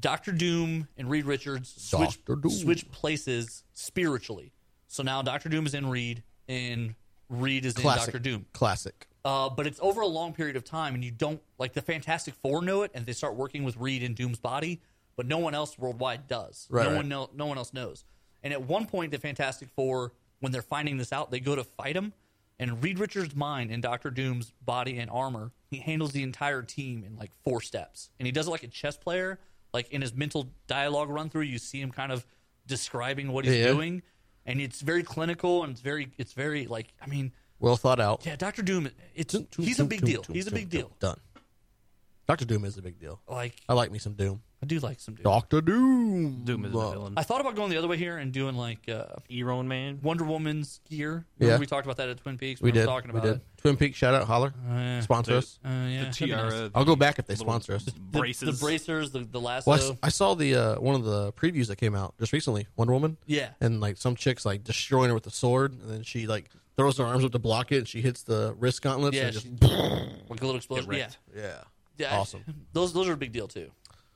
S2: Doctor Doom and Reed Richards switch,
S1: Dr. Doom.
S2: switch places spiritually. So now Doctor Doom is in Reed and Reed is in
S1: Classic
S2: Doctor Doom.
S1: Classic.
S2: Uh, but it's over a long period of time, and you don't like the Fantastic Four know it, and they start working with Reed in Doom's body, but no one else worldwide does.
S1: Right,
S2: no
S1: right.
S2: one know, no one else knows. And at one point, the Fantastic Four, when they're finding this out, they go to fight him, and Reed Richards' mind and Doctor Doom's body and armor, he handles the entire team in like four steps, and he does it like a chess player. Like in his mental dialogue run through, you see him kind of describing what he's
S1: Yeah.
S2: doing, and it's very clinical and it's very it's very like I mean.
S1: Well thought out.
S2: Yeah, Doctor Doom. It's he's a
S1: Doom,
S2: big
S1: Doom,
S2: deal.
S1: Doom,
S2: He's a
S1: Doom,
S2: big
S1: Doom. Oh.
S2: deal.
S1: Done. Doctor Doom is a big deal.
S2: Like
S1: I like me some Doom.
S2: I do like some dude.
S1: Doctor Doom.
S3: Doom is the
S1: Love.
S3: villain.
S2: I thought about going the other way here and doing like uh,
S3: Eron Man.
S2: Wonder Woman's gear.
S1: Yeah.
S2: Remember we talked about that at Twin Peaks.
S1: We
S2: were
S1: did.
S2: talking about Oh,
S1: we did. Twin Peaks shout out holler.
S2: yeah.
S1: Sponsor us.
S2: it. Uh, yeah,
S3: The
S2: that'd be nice.
S3: tiara.
S1: I'll go back if they
S3: little-
S1: sponsor us.
S2: The,
S3: Braces.
S2: the bracers, the the lasso.
S1: Well, I s- I, saw the uh, one of the previews that came out just recently, Wonder Woman.
S2: Yeah.
S1: and like some chicks like destroying her with the sword, and then she like throws her arms up to block it, and she hits the wrist gauntlets.
S2: yeah,
S1: and (laughs) just,
S2: she- like a little explosion. Yeah,
S3: wrecked.
S1: yeah,
S2: yeah.
S1: Awesome.
S2: (laughs) Those those are a big deal too.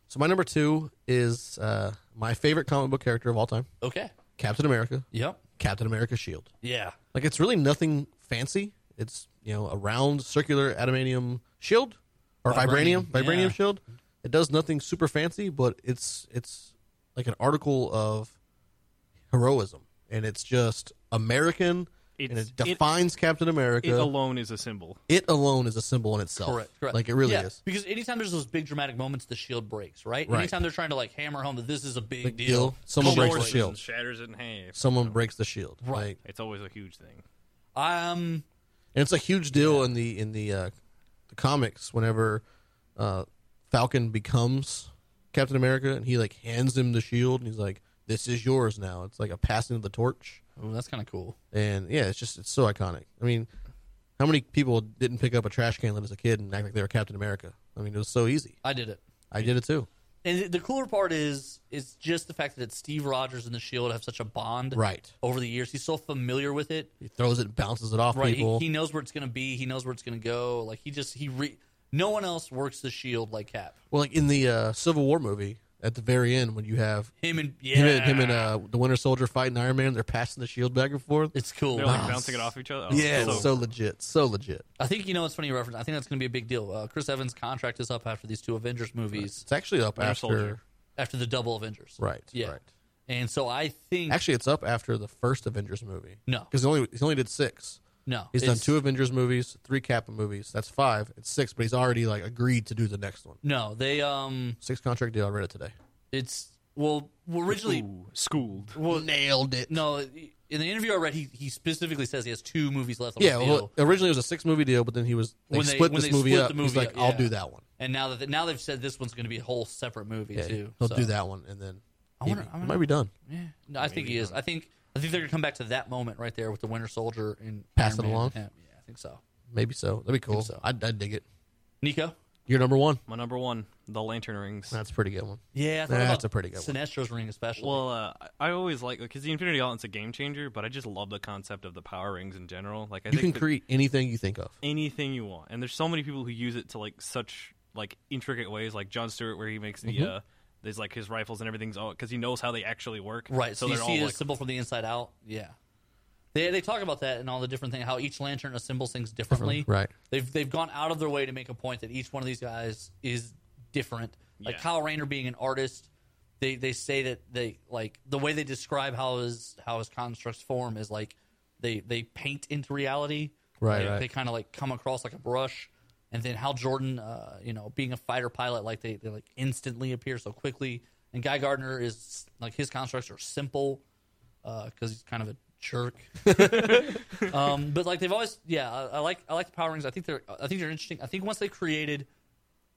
S1: So my number two is uh, my favorite comic book character of all time,
S2: Okay.
S1: Captain America.
S2: Yep.
S1: Captain America shield.
S2: Yeah.
S1: Like it's really nothing fancy. It's you know a round circular adamantium shield or vibranium
S2: Vibranium,
S1: vibranium,
S2: yeah.
S1: shield. It does nothing super fancy, but it's it's like an article of heroism, and it's just American, and
S3: It's-
S1: it
S3: it-
S1: defines Captain America.
S3: It
S1: It,
S3: alone is a symbol.
S1: alone is a symbol in itself.
S2: Correct. Correct.
S1: Oh, Like it really
S2: Yeah,
S1: is.
S2: Because anytime there's those big dramatic moments, the shield breaks. Right.
S1: Right.
S2: Anytime they're trying to like hammer home that this is a big,
S1: Big
S2: deal,
S1: deal. Someone breaks the
S2: Course.
S1: shield.
S3: shatters it in half.
S1: Someone breaks the shield. Right. Like,
S3: It's always a huge thing.
S2: Um.
S1: And it's a huge deal in the in the uh, the comics whenever uh, Falcon becomes Captain America and he like hands him the shield and he's like, "This is yours now." It's like a passing of the torch,
S2: Oh, that's kind of cool.
S1: and yeah, it's just it's so iconic. I mean, how many people didn't pick up a trash can lid as a kid and act like they were Captain America? I mean, it was so easy.
S2: I did it. (laughs)
S1: I did it too.
S2: And the cooler part is is just the fact that Steve Rogers and the Shield have such a bond
S1: Right.
S2: over the years. He's so familiar with it.
S1: He throws it, bounces it off
S2: Right. He,
S1: people.
S2: he knows where it's going to be. He knows where it's going to go. Like he just he re- no one else works the Shield like Cap.
S1: well, like in the uh, Civil War movie, at the very end, when you have
S2: Him and yeah,
S1: him and, him and uh, the Winter Soldier fighting Iron Man, they're passing the shield back and forth.
S2: it's cool.
S3: They're like
S1: Nice.
S3: bouncing it off each other. Oh,
S1: yeah,
S3: so-
S1: it's so legit, so legit.
S2: I think you know it's funny you reference. I think that's going to be a big deal. Uh, Chris Evans' contract is up after these two Avengers movies,
S1: It's actually up
S3: Winter
S1: after
S3: Soldier.
S2: after the double Avengers.
S1: right,
S2: Yeah.
S1: right.
S2: And so I think
S1: Actually, it's up after the first Avengers movie.
S2: No.
S1: because he only he only did six.
S2: no,
S1: He's done
S2: it's-
S1: two Avengers movies, three Kappa movies. That's five. It's six, but he's already like agreed to do the next one.
S2: No, they um,
S1: Six contract deal. I read it today.
S2: it's well, well originally
S3: Ooh, schooled.
S1: Well, nailed it.
S2: no. In the interview I read, he he specifically says he has two movies left on
S1: Yeah,
S2: his
S1: well,
S2: deal.
S1: originally it was a six movie deal, but then he was they
S2: When they-
S1: split
S2: when
S1: this
S2: they
S1: movie
S2: split
S1: up.
S2: the
S1: he's
S2: movie
S1: like,
S2: up,
S1: I'll
S2: yeah.
S1: do that one.
S2: and now that now they've said this one's going to be a whole separate movie
S1: Yeah,
S2: too.
S1: he'll
S2: so.
S1: do that one, and then
S2: I
S1: he-
S2: wonder- I
S1: he
S2: wonder-
S1: might be done.
S2: No, I think he is. I think I think they're going to come back to that moment right there with the Winter Soldier and
S1: Pass
S2: Iron
S1: it
S2: Man
S1: along?
S2: and him. Yeah, I think so.
S1: Maybe so. That'd be cool.
S2: so.
S1: I'd, I'd dig it.
S2: Nico.
S1: You're number one.
S3: My number one, the Lantern Rings.
S1: That's a pretty good one.
S2: Yeah, I thought
S1: That's
S2: about
S1: a pretty good one.
S2: Sinestro's ring, especially.
S3: Well, uh, I I always like because the Infinity Gauntlet's a game changer, but I just love the concept of the Power Rings in general. Like I
S1: You
S3: think
S1: can
S3: that
S1: create anything you think of.
S3: anything you want, and there's so many people who use it to like such like intricate ways, like John Stewart, where he makes the
S1: Mm-hmm.
S3: uh, there's like his rifles and everything's all because he knows how they actually work.
S2: right. So,
S3: they're
S2: you
S3: all
S2: see his
S3: like
S2: symbol from the inside out. Yeah. They, they talk about that and all the different things, how each lantern assembles things differently.
S1: Right.
S2: They've they've gone out of their way to make a point that each one of these guys is different. Like
S3: Yeah.
S2: Kyle Rayner being an artist, they they say that they like the way they describe how his how his constructs form is like they they paint into reality.
S1: Right,
S2: They,
S1: right.
S2: kind of like come across like a brush. And then Hal Jordan, uh, you know, being a fighter pilot, like they, they like instantly appear so quickly. And Guy Gardner is like his constructs are simple because he's kind of a
S1: (laughs)
S2: jerk. um, but like they've always, yeah, I, I like I like the Power Rings. I think they're I think they're interesting. I think once they created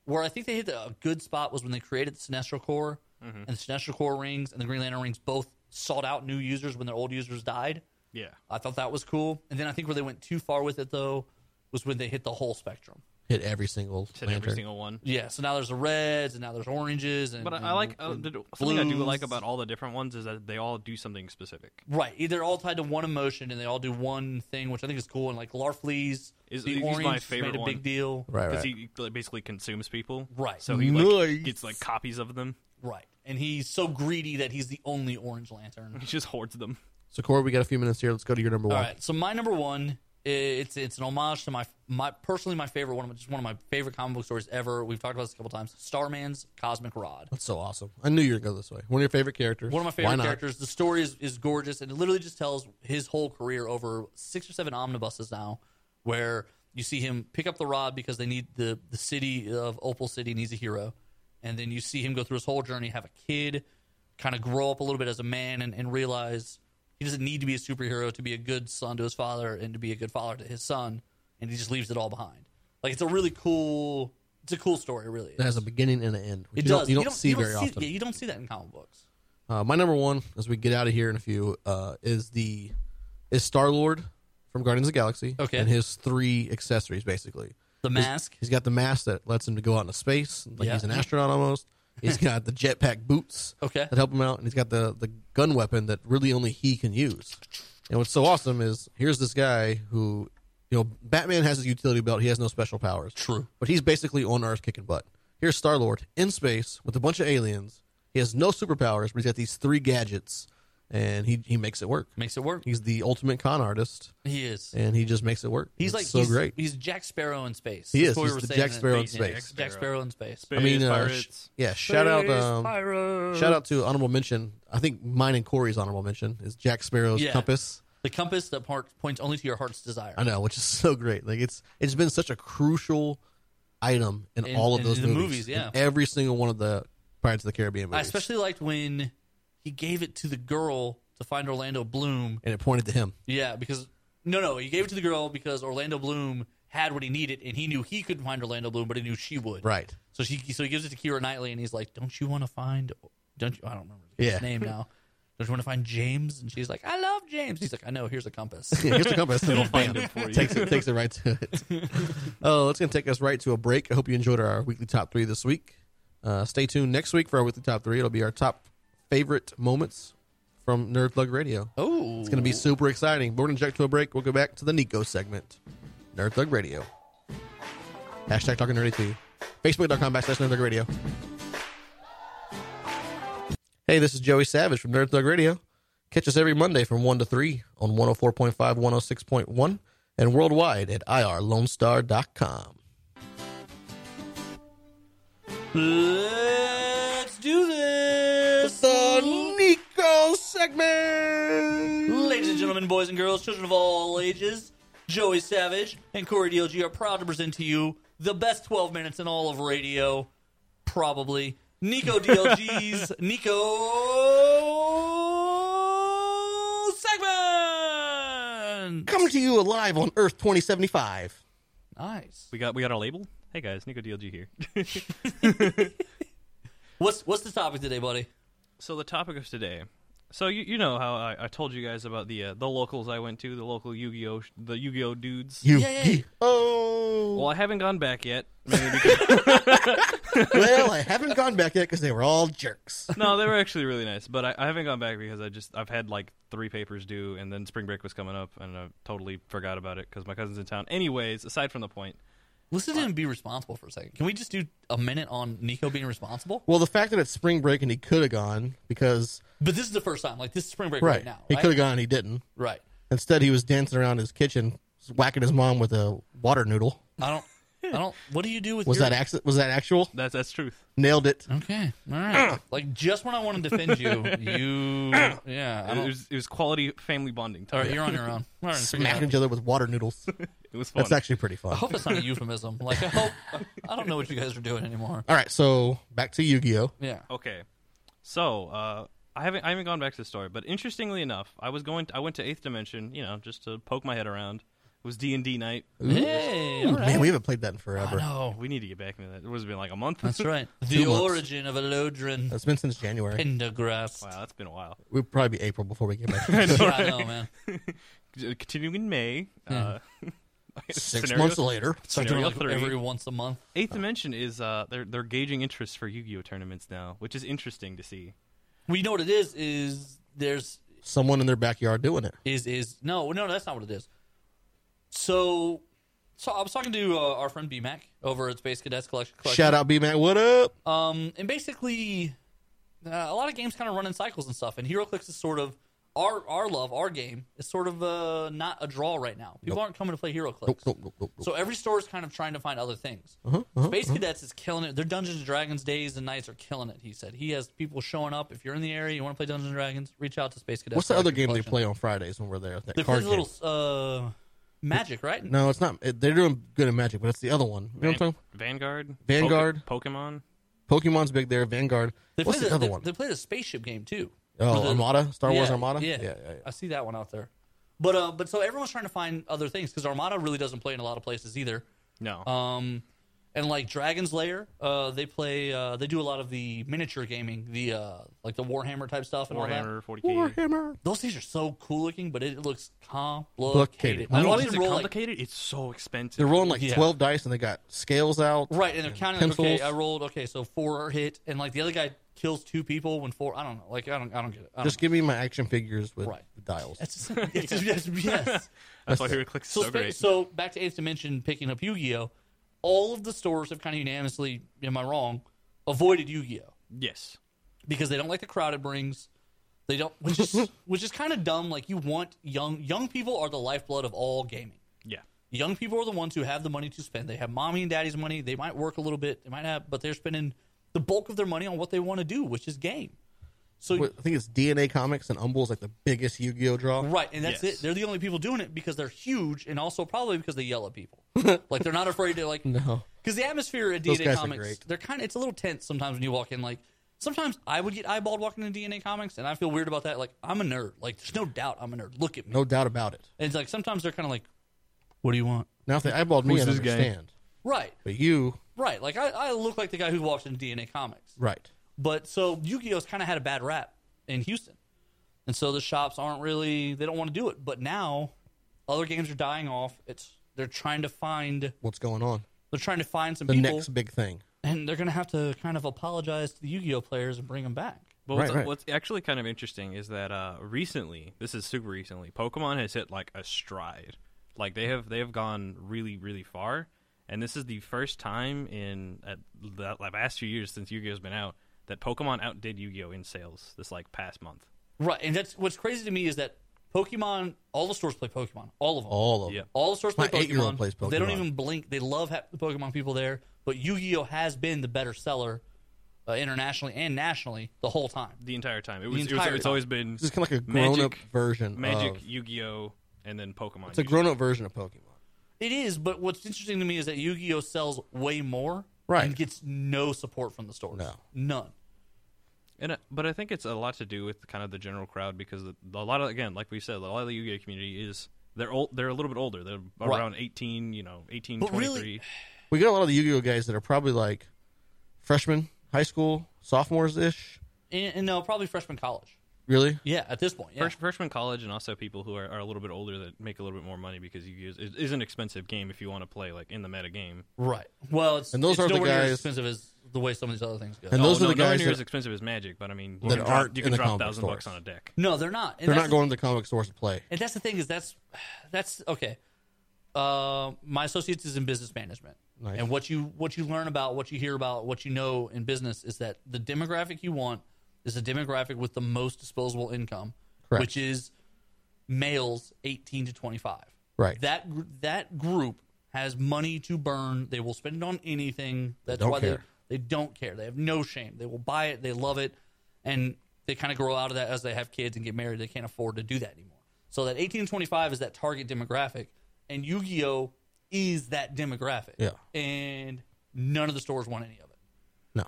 S2: where I think they hit the, a good spot was when they created the Sinestro Corps
S1: Mm-hmm.
S2: and the Sinestro Corps rings and the Green Lantern rings both sought out new users when their old users died.
S3: yeah.
S2: I thought that was cool. And then I think where they went too far with it though was when they hit the whole spectrum.
S1: Hit every single
S3: to
S1: lantern.
S3: every single one.
S2: Yeah, so now there's the reds and now there's oranges and
S3: But
S2: and-
S3: I, I like uh,
S2: and
S3: the, something I do
S2: blues.
S3: like about all the different ones is that they all do something specific.
S2: Right, they're all tied to one emotion, and they all do one thing, which I think is cool. And like Larfleeze,
S3: Is-
S2: the
S3: he's my
S2: orange
S3: favorite
S2: made a big
S3: one.
S2: deal.
S1: right,
S3: because
S1: right.
S3: he like, basically consumes people.
S2: Right.
S3: So he like,
S1: Nice.
S3: gets like copies of them. (laughs)
S2: Right, and he's so greedy that he's the only Orange Lantern.
S3: (laughs) He just hoards them.
S1: so Corey, we got a few minutes here. Let's go to your number
S2: All
S1: one.
S2: right, so my number one, i- it's it's an homage to my my personally my favorite one, of- just one of my favorite comic book stories ever. We've talked about this a couple times. Starman's Cosmic Rod.
S1: That's so awesome. I knew you were gonna go this way. One of your favorite characters.
S2: One of my
S1: Why
S2: favorite
S1: not?
S2: characters. The story is, is gorgeous, and it literally just tells his whole career over six or seven omnibuses now, where you see him pick up the rod because they need the the city of Opal City needs a hero, and then you see him go through his whole journey, have a kid, kind of grow up a little bit as a man, and, and realize he doesn't need to be a superhero to be a good son to his father and to be a good father to his son, and he just leaves it all behind. Like it's a really cool, it's a cool story, it really.
S1: That
S2: Is.
S1: has a beginning and an end. Which
S2: It
S1: you
S2: does.
S1: Don't, you, don't see very often.
S2: Yeah, you don't see that in comic books.
S1: Uh, my number one, as we get out of here in a few, uh, is the is Star Lord from Guardians of the Galaxy.
S2: Okay.
S1: And his three accessories, basically.
S2: The mask.
S1: He's got the mask that lets him to go out into space, like
S2: Yeah.
S1: he's an astronaut almost. He's
S2: (laughs)
S1: got the jetpack boots
S2: Okay.
S1: that help him out, and he's got the the gun weapon that really only he can use. And what's so awesome is here's this guy who, you know, Batman has his utility belt. He has no special powers.
S2: True.
S1: But he's basically on Earth kicking butt. Here's Star Lord in space with a bunch of aliens. He has no superpowers, but he's got these three gadgets, and he he makes it work.
S2: Makes it work.
S1: He's the ultimate con artist,
S2: He is.
S1: and he just makes it work.
S2: He's
S1: It's
S2: like
S1: so
S2: he's,
S1: great.
S2: He's Jack Sparrow in space.
S1: He
S2: That's
S1: is.
S2: what we
S1: He's
S2: were
S1: the
S2: saying
S1: Jack
S2: in-
S1: Sparrow in
S2: Jack
S1: space.
S2: Jack Sparrow in space.
S1: I mean,
S3: Space
S1: uh, sh-
S3: pirates.
S1: yeah. Shout out, um,
S2: Pirates.
S1: shout out to honorable mention. I think mine and Corey's honorable mention is Jack Sparrow's
S2: Yeah.
S1: compass.
S2: the compass that part points only to your heart's desire.
S1: I know, which is (laughs) so great. Like it's it's been such a crucial item in,
S2: In-
S1: all of
S2: in
S1: those
S2: the
S1: movies.
S2: movies, yeah.
S1: In every single one of the Pirates of the Caribbean
S2: I
S1: movies.
S2: especially liked when he gave it to the girl to find Orlando Bloom.
S1: and it pointed to him.
S2: Yeah, because no, no, he gave it to the girl because Orlando Bloom had what he needed, and he knew he couldn't find Orlando Bloom, but he knew she would.
S1: Right.
S2: So she, so he gives it to Kira Knightley, and he's like, "Don't you want to find? Don't you? I don't remember his
S1: Yeah.
S2: name now. Don't you want to find James?" And she's like, "I love James." He's like, "I know. Here's a compass."
S1: (laughs) Yeah, here's the compass. It'll find
S3: it for you.
S1: Takes it, takes it right to it. Oh, that's going to take us right to a break. I hope you enjoyed our weekly top three this week. Uh, stay tuned next week for our weekly top three. It'll be our top favorite moments from Nerd Plug Radio.
S2: Oh,
S1: It's going to be super exciting. But we're going to jump to a break. We'll go back to the Nico segment. Nerd Thug Radio. Hashtag talking nerdy to you. Facebook.com backslash Nerd Thug Radio. Hey, this is Joey Savage from Nerd Thug Radio. Catch us every Monday from 1 to 3 on 104.5, 106.1, and worldwide at irlonestar.com.
S2: Let's do this,
S1: The Nico segment!
S2: ladies and gentlemen, boys and girls, children of all ages. Joey Savage and Corey DLG are proud to present to you the best 12 minutes in all of radio, probably. Nico DLG's Nico segment.
S1: Coming to you alive on Earth 2075.
S2: Nice.
S3: We got we got our label. Hey guys, Nico DLG here. (laughs)
S2: What's what's the topic today, buddy?
S3: so the topic of today. So you you know how I, I told you guys about the uh, the locals I went to, the local Yu-Gi-Oh sh- the Yu-Gi-Oh dudes.
S1: You.
S2: Yeah, yeah, yeah.
S1: Oh.
S3: well, I haven't gone back yet. (laughs) mainly because-
S1: well, I haven't gone back yet because they were all jerks.
S3: no, they were actually really nice, but I, I haven't gone back because I just I've had like three papers due, and then spring break was coming up, and I totally forgot about it because my cousin's in town. Anyways, aside from the point,
S2: Listen to him be responsible for a second. Can we just do a minute on Nico being responsible?
S1: Well, the fact that it's spring break and he could have gone because
S2: But this is the first time. Like this is spring break right,
S1: right,
S2: now.
S1: he
S2: right?
S1: could have gone and he didn't.
S2: Right.
S1: Instead, he was dancing around his kitchen, whacking his mom with a water noodle.
S2: I don't. I don't. What do you do with
S1: Was
S2: your,
S1: that ac- was that actual?
S3: that's that's truth.
S1: Nailed it.
S2: Okay. All right. like just when I want to defend you, you. Yeah. I
S3: It
S2: don't,
S3: was, it was quality family bonding
S2: all
S3: time.
S2: right. You're on your own. All right, figure it out.
S1: Smacking each other with water (laughs) noodles.
S3: It was fun.
S1: That's actually pretty fun.
S2: I hope that's not a euphemism. Like I hope. I don't know what you guys are doing anymore.
S1: All right, so back to Yu-Gi-Oh.
S2: Yeah.
S3: Okay, so uh, I haven't I haven't gone back to the store, but interestingly enough, I was going I went to Eighth Dimension, you know, just to poke my head around. It was D and D night.
S2: Hey. all right.
S1: Man, we haven't played that in
S2: I
S1: forever.
S2: know.
S3: We need to get back into that. It was been like a month. (laughs)
S2: That's right. The
S1: months.
S2: origin of Elodrin
S1: It's been since January.
S2: Pendergrass.
S3: wow, that's been a while.
S1: We'll probably be April before we get (laughs) back.
S2: Yeah, I know, man.
S3: Uh, Continuing in May. Uh, (laughs)
S1: Six
S3: scenario-
S1: months later,
S2: It's like doing
S3: Scenario
S2: like
S3: three.
S2: every once a month.
S3: Eighth Dimension is uh, they're they're gauging interest for Yu-Gi-Oh tournaments now, which is interesting to see.
S2: We know what it is. Is there's
S1: someone in their backyard doing it.
S2: is is no no that's not what it is. So, so I was talking to uh, our friend B Mac over at Space Cadets Collection. Collection.
S1: Shout out, B man. What up?
S2: Um, and basically, uh, a lot of games kind of run in cycles and stuff. And HeroClix is sort of our our love, our game is sort of uh, not a draw right now. People aren't coming to play HeroClix.
S1: Nope, Uh-huh, nope, nope, nope, nope.
S2: So every store is kind of trying to find other things. Space Cadets is killing it. Their Dungeons and Dragons days and nights are killing it. He said he has people showing up. If you're in the area, you want to play Dungeons and Dragons, reach out to Space Cadets.
S1: What's the other game
S2: Collection.
S1: they play on Fridays when we're there? That
S2: They play
S1: card
S2: the
S1: game.
S2: little uh, magic, right?
S1: No, it's not. it- They're doing good at Magic, but it's the other one. You know what I'm
S3: Van-
S1: talking?
S3: Vanguard,
S1: Vanguard.
S3: Poke- Pokemon.
S1: Pokemon's big there. Vanguard.
S2: They
S1: What's
S2: play
S1: the, other
S2: they,
S1: one?
S2: They play the spaceship game too.
S1: oh,
S2: Or the-
S1: Armada. Star Wars
S2: Yeah,
S1: Armada.
S2: Yeah.
S1: yeah, yeah.
S2: I see that one out there. But uh, but so everyone's trying to find other things because Armada really doesn't play in a lot of places either.
S3: No,
S2: Um, and like Dragon's Lair, uh, they play uh, they do a lot of the miniature gaming, the uh, like the Warhammer type stuff and all that.
S3: Warhammer 40k.
S1: Warhammer.
S2: Those things are so cool looking, but it looks
S1: Complicated.
S2: complicated. I
S1: You know
S2: watched
S3: Is
S2: them
S3: it
S2: roll, like-
S3: complicated? it's so expensive.
S1: They're rolling like
S2: Yeah.
S1: twelve dice, and they got scales out.
S2: Right, and they're counting. like,
S1: pencils.
S2: Okay, I rolled. Okay, so four are hit, and like the other guy kills two people when four. I don't know. Like I don't. I don't get it. I don't
S1: Just
S2: know.
S1: give me my action figures with
S2: Right.
S1: the dials.
S2: It's just, (laughs) it's just, yes.
S3: That's why HeroClix is
S2: So,
S3: so,
S2: spa-
S3: great.
S2: so back to Eighth Dimension, picking up Yu-Gi-Oh. All of the stores have kind of unanimously, am I wrong, avoided Yu-Gi-Oh
S3: yes,
S2: because they don't like the crowd it brings. They don't, which
S3: (laughs)
S2: is which is kind of dumb. Like you want young young people are the lifeblood of all gaming.
S3: yeah.
S2: Young people are the ones who have the money to spend. They have mommy and daddy's money. They might work a little bit. They might not, but they're spending the bulk of their money on what they want to do, which is game. So
S1: What- I think it's DNA Comics and Umble's like the biggest Yu-Gi-Oh draw.
S2: Right, and that's
S3: Yes.
S2: it. They're the only people doing it because they're huge, and also probably because they yell at
S1: (laughs)
S2: people. like they're not afraid to like
S1: No.
S2: because the atmosphere at
S1: Those
S2: DNA
S1: guys are
S2: Comics,
S1: great.
S2: they're kind of it's a little tense sometimes when you walk in. Like sometimes I would get eyeballed walking into DNA Comics, and I feel weird about that. Like I'm a nerd. Like there's no doubt I'm a nerd. Look at me.
S1: No doubt about it.
S2: And it's like sometimes they're kind of like, "What do you want?"
S1: Now if they eyeballed me, I
S3: Who's
S1: don't
S3: this guy?
S1: understand.
S2: Right,
S1: But you,
S2: right. Like I, I look like the guy who walks into DNA Comics.
S1: right?
S2: But so Yu-Gi-Oh's kind of had a bad rap in Houston, and so the shops aren't really they don't want to do it. But now, other games are dying off. It's they're trying to find
S1: What's going on?
S2: they're trying to find some
S1: The
S2: people
S1: next big thing.
S2: and they're going to have to kind of apologize to the Yu-Gi-Oh players and bring them back.
S3: Well, what's,
S1: Right, right.
S3: what's actually kind of interesting is that uh, recently, this is super recently, Pokemon has hit like a stride. Like they have they have gone really really far, and this is the first time in uh, the the last few years since Yu-Gi-Oh's been out that Pokemon outdid Yu-Gi-Oh in sales this like past month.
S2: Right, and that's what's crazy to me is that Pokemon, all the stores play Pokemon, all of them,
S1: All of
S3: Yeah.
S1: them.
S2: all the stores
S1: My
S2: play Pokemon.
S1: eight-year-old plays
S2: They don't
S1: Pokemon.
S2: even blink. They love ha- the Pokemon people there, but Yu-Gi-Oh has been the better seller uh, internationally and nationally the whole time.
S3: The entire time it was, it was
S2: entire
S3: it's
S2: time.
S3: always been
S1: This is kind of like a grown up
S3: Magic-
S1: version.
S3: Magic,
S1: Of,
S3: Yu-Gi-Oh, and then Pokemon.
S1: it's a
S3: usually.
S1: grown up version of Pokemon.
S2: It is, but what's interesting to me is that Yu-Gi-Oh sells way more,
S1: Right.
S2: and gets no support from the stores,
S1: No.
S2: none.
S3: And uh, but I think it's a lot to do with kind of the general crowd because the- a lot of again, like we said, a lot of the Yu-Gi-Oh community is they're old, they're a little bit older. They're
S2: Right.
S3: around eighteen, you know, 18,
S2: But really-
S3: 23.
S1: We get a lot of the Yu Gi Oh guys that are probably like freshmen, high school, sophomores ish.
S2: And, and no, probably freshman college.
S1: Really?
S2: Yeah, at this point, yeah.
S3: Fresh, freshman college, and also people who are, are a little bit older that make a little bit more money because Yu-Gi-Oh is, is an expensive game if you want to play like in the meta game.
S2: right. Well, it's,
S1: And those
S2: it's
S1: are the
S2: nowhere near as
S1: guys-
S2: expensive as the way some of these other things go.
S1: And those
S3: oh,
S1: are
S3: no,
S1: the
S3: nowhere
S1: guys
S3: near
S1: that-
S3: as expensive as Magic, but I mean, you
S1: That
S3: can
S1: aren't
S3: drop, you can
S1: in the
S3: drop
S1: comic
S3: thousand
S1: stores.
S3: bucks on a deck.
S2: no, they're not. And
S1: They're not
S2: that's the-
S1: going to the comic stores to play.
S2: And that's the thing is that's (sighs) that's okay. Uh, my associates is in business management,
S1: Nice.
S2: and what you what you learn about, what you hear about, what you know in business is that the demographic you want is the demographic with the most disposable income,
S1: Correct.
S2: which is males eighteen to twenty five.
S1: Right.
S2: That gr- that group has money to burn. They will spend it on anything. That's
S1: don't
S2: why
S1: care.
S2: they they don't care. They have no shame. They will buy it. They love it, and they kind of grow out of that as they have kids and get married. They can't afford to do that anymore. So that eighteen to twenty five is that target demographic, and Yu Gi Oh is that demographic.
S1: Yeah.
S2: and none of the stores want any of it.
S1: No.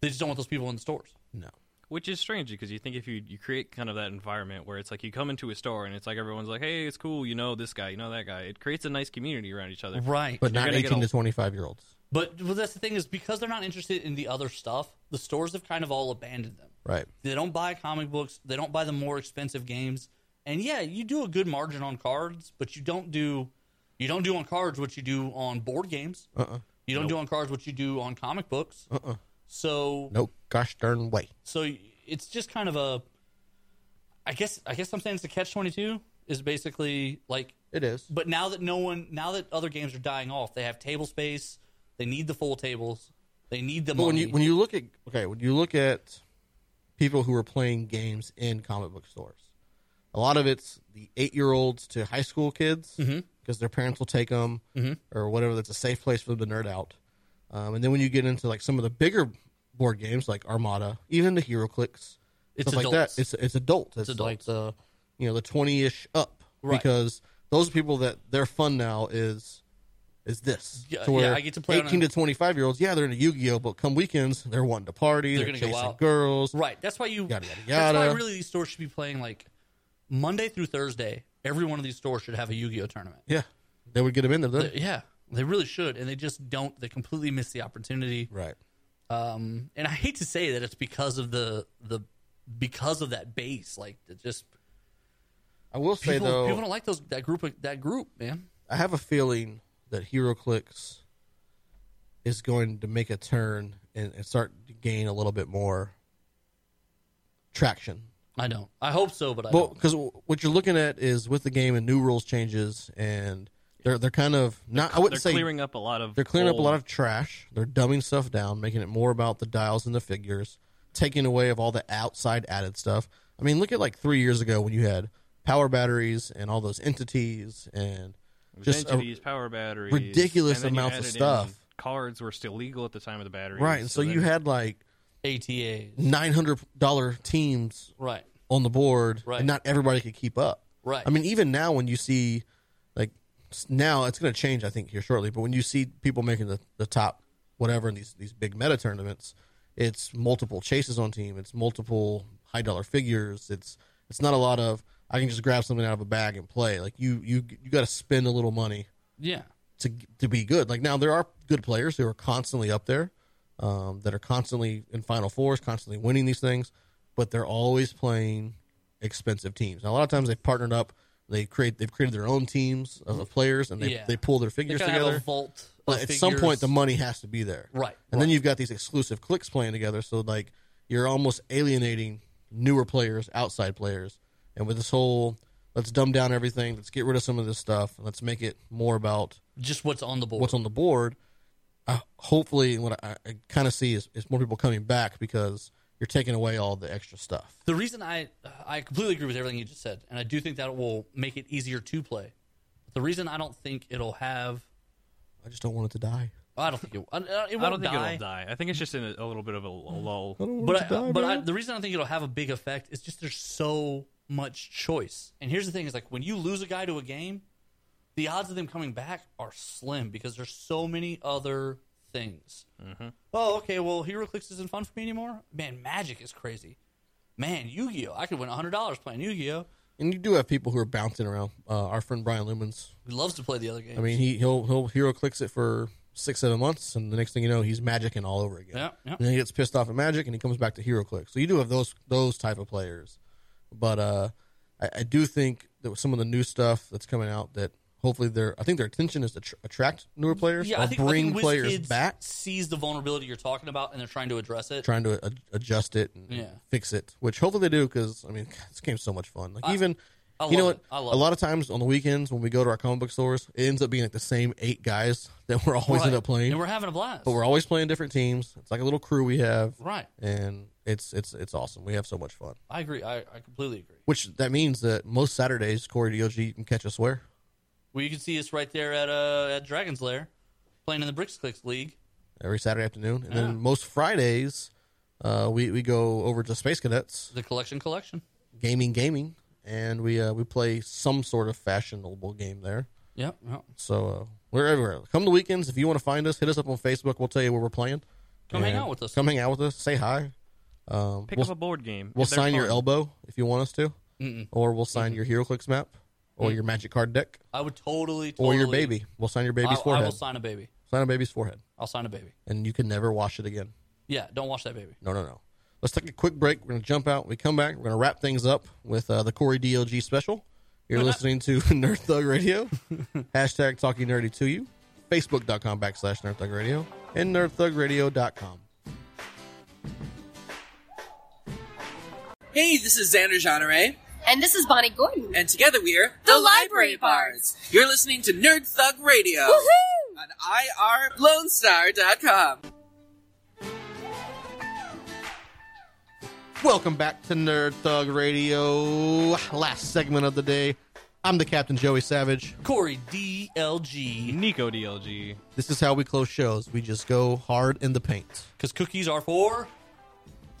S2: They just don't want those people in the stores.
S1: No.
S3: Which is strange because you think if you you create kind of that environment where it's like you come into a store and it's like everyone's like, hey, it's cool, you know this guy, you know that guy. It creates a nice community around each other.
S2: Right,
S1: But
S3: You're
S1: not
S3: gonna get
S1: 18
S3: a-
S1: to 25 year olds.
S2: but well, that's the thing is because they're not interested in the other stuff. The stores have kind of all abandoned them.
S1: Right.
S2: They don't buy comic books. They don't buy the more expensive games. And yeah, you do a good margin on cards, but you don't do you don't do on cards what you do on board games. Uh-uh. You don't do on cards what you do on comic books. Uh-uh. So
S1: No gosh darn way.
S2: so it's just kind of a I guess I guess I'm saying it's a catch 22 is basically like
S1: It is.
S2: but now that no one now that other games are dying off, they have table space. They need the full tables. They need the
S1: But
S2: money.
S1: when you when you look at okay, when you look at people who are playing games in comic book stores, a lot of it's the eight year olds to high school kids because
S2: Mm-hmm.
S1: their parents will take them or whatever. That's a safe place for them to nerd out. Um, and then when you get into like some of the bigger board games like Armada, even the Hero Clicks,
S2: It's
S1: stuff like
S2: adults.
S1: that, it's it's adult. It's,
S2: adults.
S1: like the you know the twenty ish up
S2: Right.
S1: because those are people that their fun now is is this.
S2: Yeah,
S1: to where
S2: yeah, I get to play on
S1: eighteen
S2: a-
S1: to twenty five year olds. Yeah, they're into Yu Gi Oh, but come weekends they're wanting to party. They're,
S2: They're gonna go
S1: chasing
S2: out.
S1: girls.
S2: Right. That's why you.
S1: Yada, yada,
S2: That's why
S1: yada.
S2: really these stores should be playing like Monday through Thursday. Every one of these stores should have a Yu-Gi-Oh tournament.
S1: Yeah, they would get them in there. Then.
S2: They- yeah, they really should, and they just don't. They completely miss the opportunity.
S1: right.
S2: Um, and I hate to say that it's because of the the because of that base. Like it just
S1: I will say
S2: people,
S1: though,
S2: people don't like those that group of, that group man.
S1: I have a feeling that HeroClix is going to make a turn and, and start to gain a little bit more traction
S2: I don't. I hope so, but I
S1: Well,
S2: don't.
S1: because what you're looking at is with the game and new rules changes, and they're they're kind of not. I
S3: They're
S1: wouldn't say
S3: clearing up a lot of
S1: they're clearing up a
S3: old-
S1: lot of trash. They're dumbing stuff down, making it more about the dials and the figures, taking away of all the outside added stuff. I mean, look at like three years ago when you had power batteries and all those entities and just a-
S3: entities, power batteries,
S1: ridiculous
S3: and then you
S1: amounts of
S3: added in
S1: stuff.
S3: Cards were still legal at the time of the batteries,
S1: right. And so, you
S3: then-
S1: had like
S2: ATA.
S1: nine hundred dollar teams
S2: Right.
S1: on the board,
S2: Right.
S1: and not everybody could keep up.
S2: Right.
S1: I mean, even now when you see, like, s- now it's going to change, I think, here shortly. But when you see people making the, the top whatever in these these big meta tournaments, it's multiple chases on team, it's multiple high dollar figures. It's it's not a lot of I can just grab something out of a bag and play. Like you you you got to spend a little money
S2: Yeah.
S1: to to be good. Like now, there are good players who are constantly up there, um, that are constantly in Final Fours, constantly winning these things, but they're always playing expensive teams. Now, a lot of times they've partnered up They create they've created their own teams of the players and they,
S2: Yeah.
S1: they pull their
S2: They
S1: figures
S2: kinda have
S1: together.
S2: a vault. of
S1: but at some
S2: figures.
S1: point the money has to be there.
S2: Right,
S1: And then
S2: right.
S1: you've got these exclusive clicks playing together, so like you're almost alienating newer players, outside players. And with this whole let's dumb down everything, let's get rid of some of this stuff, and let's make it more about
S2: just what's on the board.
S1: what's on the board. Uh, hopefully, what I, I kind of see is, is more people coming back because you're taking away all the extra stuff.
S2: the reason I I completely agree with everything you just said, and I do think that will make it easier to play. The reason I don't think it'll have
S1: I just don't want it to die.
S2: I don't think it, I- I- it won't
S3: (laughs) I don't think
S2: die.
S3: it'll die. I think it's just in a, a little bit of a, l- lull.
S2: But I, but I, the reason I think it'll have a big effect is just there's so much choice. And here's the thing: is like when you lose a guy to a game, the odds of them coming back are slim because there's so many other things.
S3: Mm-hmm.
S2: Oh, okay. Well, HeroClix isn't fun for me anymore. Man, Magic is crazy. Man, Yu-Gi-Oh! I could win hundred dollars playing Yu-Gi-Oh!
S1: and you do have people who are bouncing around. Uh, our friend Brian Lumens.
S2: He loves to play the other game.
S1: I mean, he he'll he'll hero clicks it for six seven months, and the next thing you know, he's magicking all over again.
S2: Yeah, yeah.
S1: And then he gets pissed off at magic, and he comes back to hero click. So you do have those those type of players. But uh, I, I do think that with some of the new stuff that's coming out, that hopefully their I think their attention is to tr- attract newer players
S2: yeah,
S1: or
S2: I think,
S1: bring
S2: I think
S1: players
S2: WizKids
S1: back.
S2: sees the vulnerability you're talking about, and they're trying to address it.
S1: trying to a- adjust it and
S2: Yeah.
S1: fix it, which hopefully they do because I mean (laughs) this game's so much fun. Like even
S2: I
S1: you know what,
S2: love it. I love
S1: a lot of times on the weekends when we go to our comic book stores, it ends up being like the same eight guys (laughs) that we're always end
S2: Right.
S1: up playing.
S2: and we're having a blast.
S1: but we're always playing different teams. It's like a little crew we have,
S2: right.
S1: and it's it's it's awesome. We have so much fun.
S2: I agree. I, I completely agree.
S1: Which that means that most Saturdays, Corey DLG can catch us where
S2: Well, you can see us right there at uh at Dragon's Lair, playing in the Bricks Clicks League.
S1: every Saturday afternoon, and then most Fridays, uh, we we go over to Space Cadets
S2: The collection, collection.
S1: Gaming Gaming, and we uh, we play some sort of fashionable game there.
S2: Yep. yep.
S1: So uh, we're everywhere. Come the weekends if you want to find us. Hit us up on Facebook. We'll tell you where we're playing.
S2: Come hang
S1: And
S2: out with us.
S1: Come hang out with us. Say hi. Um,
S3: Pick
S1: we'll
S3: up a board game.
S1: we'll
S3: They're
S1: sign your
S3: fun.
S1: elbow if you want us to, or we'll sign your HeroClix map, or your Magic card deck,
S2: I would totally,
S1: or
S2: Mm. totally
S1: your baby. We'll sign your baby's
S2: I, I
S1: forehead.
S2: will sign a baby.
S1: sign a baby's forehead,
S2: I'll sign a baby.
S1: and you can never wash it again.
S2: Yeah. Don't watch that baby.
S1: No, no, no. Let's take a quick break. We're going to jump out. When we come back. We're going to wrap things up with uh, the Corey DLG special. You're listening to (laughs) Nerd Thug Radio. Hashtag talking nerdy to you. Facebook.com backslash Nerd Thug Radio and NerdThugRadio.com.
S6: Hey, this is Xander Genre,
S7: And this is Bonnie Gordon.
S6: and together we're
S7: The Library Bards.
S6: You're listening to Nerd Thug Radio
S7: Woohoo!
S6: on IRLoneStar.com.
S1: Welcome back to Nerd Thug Radio. Last segment of the day. I'm the Captain Joey Savage.
S2: Corey DLG.
S3: Nico DLG.
S1: This is how we close shows. We just go hard in the paint.
S2: Because cookies are for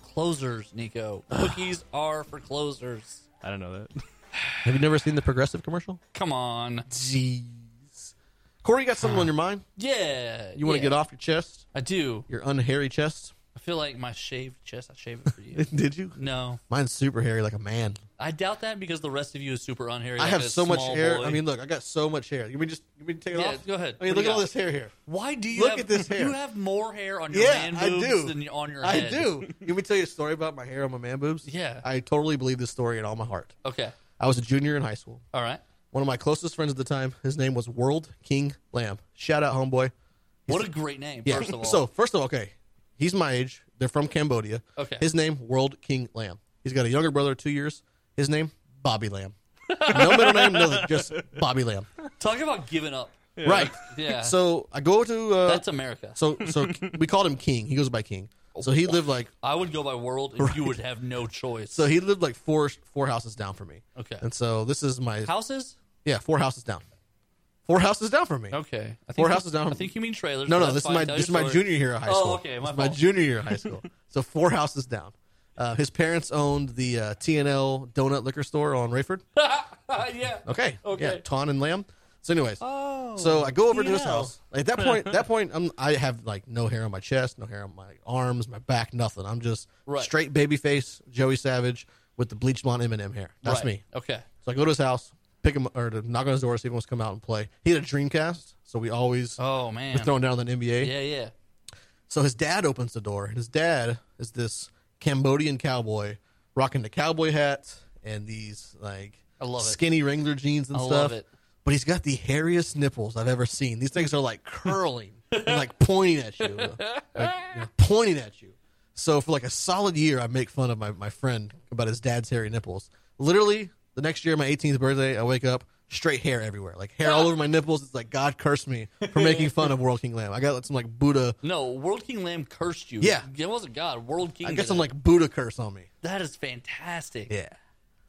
S2: closers,
S1: (sighs)
S2: Nico. cookies are for closers.
S3: I don't know that. (laughs)
S1: Have you never seen the Progressive commercial?
S2: Come on.
S1: Jeez. Corey, you got something on your mind?
S2: Yeah.
S1: You want to
S2: yeah.
S1: get off your chest?
S2: I do.
S1: Your unhairy chest?
S2: I feel like my shaved chest. I shave it
S1: (laughs)
S2: for you.
S1: Did you?
S2: no.
S1: Mine's super hairy, like a man.
S2: I doubt that because the rest of you is super unhairy.
S1: I
S2: like
S1: have
S2: a
S1: so much
S2: small
S1: hair.
S2: boy.
S1: I mean, look, I got so much hair. You mean just you mean take it
S2: Yeah,
S1: off?
S2: go ahead.
S1: I mean, look
S2: What do
S1: at
S2: you
S1: all
S2: got?
S1: this hair here.
S2: Why do you
S1: Look
S2: have,
S1: at this hair.
S2: You have more hair on your
S1: Yeah,
S2: man
S1: I
S2: boobs
S1: do.
S2: than on your
S1: I
S2: head.
S1: do. You me to tell you a story about my hair on my man boobs?
S2: Yeah.
S1: I totally believe this story in all my heart.
S2: Okay.
S1: I was a junior in high school.
S2: All right.
S1: One of my closest friends at the time, his name was World King Lamb. Shout out, homeboy.
S2: What a great name.
S1: Yeah.
S2: First
S1: (laughs)
S2: of all.
S1: So first of all, okay, he's my age. They're from Cambodia.
S2: Okay.
S1: His name World King Lamb. He's got a younger brother, two years. His name Bobby
S2: (laughs)
S1: Lamb. no middle name, nothing. Just Bobby Lamb.
S2: talk about
S1: (laughs)
S2: giving up.
S1: Right.
S2: Yeah.
S1: So I go to uh,
S2: That's America.
S1: so so we called him King. He goes by King. So he lived like
S2: I would go by world, and you would have no choice.
S1: so he lived like four four houses down from me.
S2: Okay.
S1: And so this is my
S2: Houses?
S1: yeah four houses down. Four houses down from me.
S2: Okay. I think
S1: Four
S2: you-
S1: houses down.
S2: I think you mean trailers.
S1: No,
S2: but
S1: no,
S2: that's
S1: this is
S2: fine.
S1: my
S2: Tell
S1: this is
S2: your
S1: my
S2: story.
S1: junior year of high
S2: Oh,
S1: school.
S2: okay,
S1: This
S2: my
S1: is my
S2: fault.
S1: junior year of high school. so four houses down. Uh, his parents owned the uh, TNL donut liquor store on
S2: (laughs)
S1: Rayford.
S2: (laughs) yeah.
S1: Okay,
S2: Okay. Oh,
S1: yeah, Ton and Lamb. So, anyways, so I go over to his
S2: TNL.
S1: house. At that
S2: (laughs)
S1: point, that point, I'm, I have like no hair on my chest, no hair on my arms, my back, nothing. I'm just
S2: Right.
S1: straight baby face, Joey Savage with the bleach blonde Eminem hair. That's
S2: Right.
S1: me.
S2: Okay.
S1: So I go to his house, pick him or to knock on his door, see if he wants to come out and play. He had a Dreamcast, so we always
S2: Oh
S1: were
S2: man.
S1: throwing down on the NBA.
S2: Yeah, yeah.
S1: So his dad opens the door, and his dad is this Cambodian cowboy rocking the cowboy hat and these like
S2: I love it.
S1: skinny Wrangler jeans and
S2: I
S1: stuff.
S2: love it.
S1: But he's got the hairiest nipples I've ever seen. These things are like curling, (laughs) and, like pointing at you, like, you know, pointing at you. So for like a solid year, I make fun of my, my friend about his dad's hairy nipples. Literally, the next year, my 18th birthday, I wake up straight hair everywhere, like hair all over my nipples. It's like God cursed me for making
S2: (laughs)
S1: fun of World King Lamb. I got like, some like Buddha.
S2: No, World King Lamb cursed you.
S1: Yeah.
S2: It wasn't God. World King.
S1: I
S2: did
S1: got some
S2: it.
S1: like Buddha curse on me.
S2: That is fantastic.
S1: Yeah.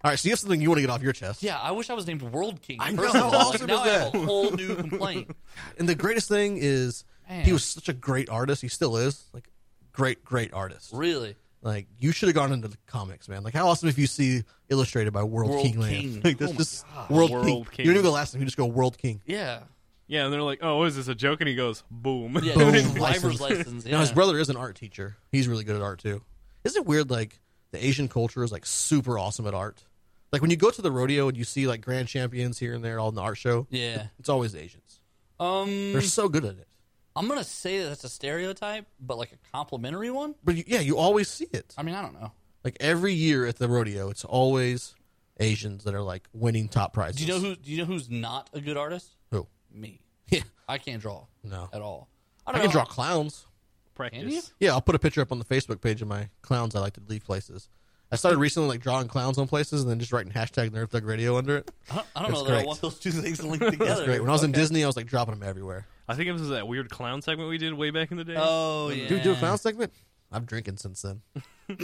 S1: All right, so you have something you want to get off your chest.
S2: Yeah, I wish I was named World King.
S1: I know,
S2: First of all,
S1: how
S2: like,
S1: awesome
S2: now
S1: is
S2: I have a
S1: that?
S2: whole
S1: (laughs)
S2: new complaint.
S1: And the greatest thing is
S2: Man.
S1: he was such a great artist. He still is. Like great, great artist.
S2: Really?
S1: Like you should have gone into the comics, man. Like how awesome if you see illustrated by World,
S2: World
S1: King
S2: King.
S1: Land. (laughs) Like this
S2: Oh my
S1: just
S2: God.
S1: World,
S3: World
S1: King.
S3: King.
S1: You don't even go last name, you just go World King.
S2: Yeah.
S3: Yeah, and they're like, "Oh, is this a joke?" And he goes, "Boom." (laughs)
S2: Yeah.
S1: Boom.
S2: Driver's license.
S1: License.
S2: Yeah.
S1: (laughs) Now his brother is an art teacher. He's really good at art too. Isn't it weird like the Asian culture is like super awesome at art? Like when you go to the rodeo and you see like grand champions here and there all in the art show,
S2: Yeah.
S1: it's always Asians.
S2: Um,
S1: They're so good at it.
S2: I'm gonna say that that's a stereotype, but like a complimentary one.
S1: But you, yeah, you always see it.
S2: I mean, I don't know.
S1: Like every year at the rodeo, it's always Asians that are like winning top prizes.
S2: Do you know who? Do you know who's not a good artist?
S1: Who?
S2: Me.
S1: Yeah.
S2: I can't draw.
S1: No.
S2: At all.
S1: I
S2: don't
S1: can
S2: know.
S1: draw clowns.
S3: Practice.
S2: Can you?
S1: Yeah, I'll put a picture up on the Facebook page of my clowns I like to leave places. I started recently like drawing clowns on places and then just writing hashtag Nerd Thug Radio under it.
S2: I don't, I don't know
S1: That's
S2: that I
S1: great.
S2: want those two things linked
S1: (laughs)
S2: together.
S1: That's great. When I was in Disney, I was like dropping them everywhere.
S3: I think it was that weird clown segment we did way back in the day.
S1: Uh,
S2: Oh yeah.
S1: Do we do a clown segment? I'm drinking since then. (laughs)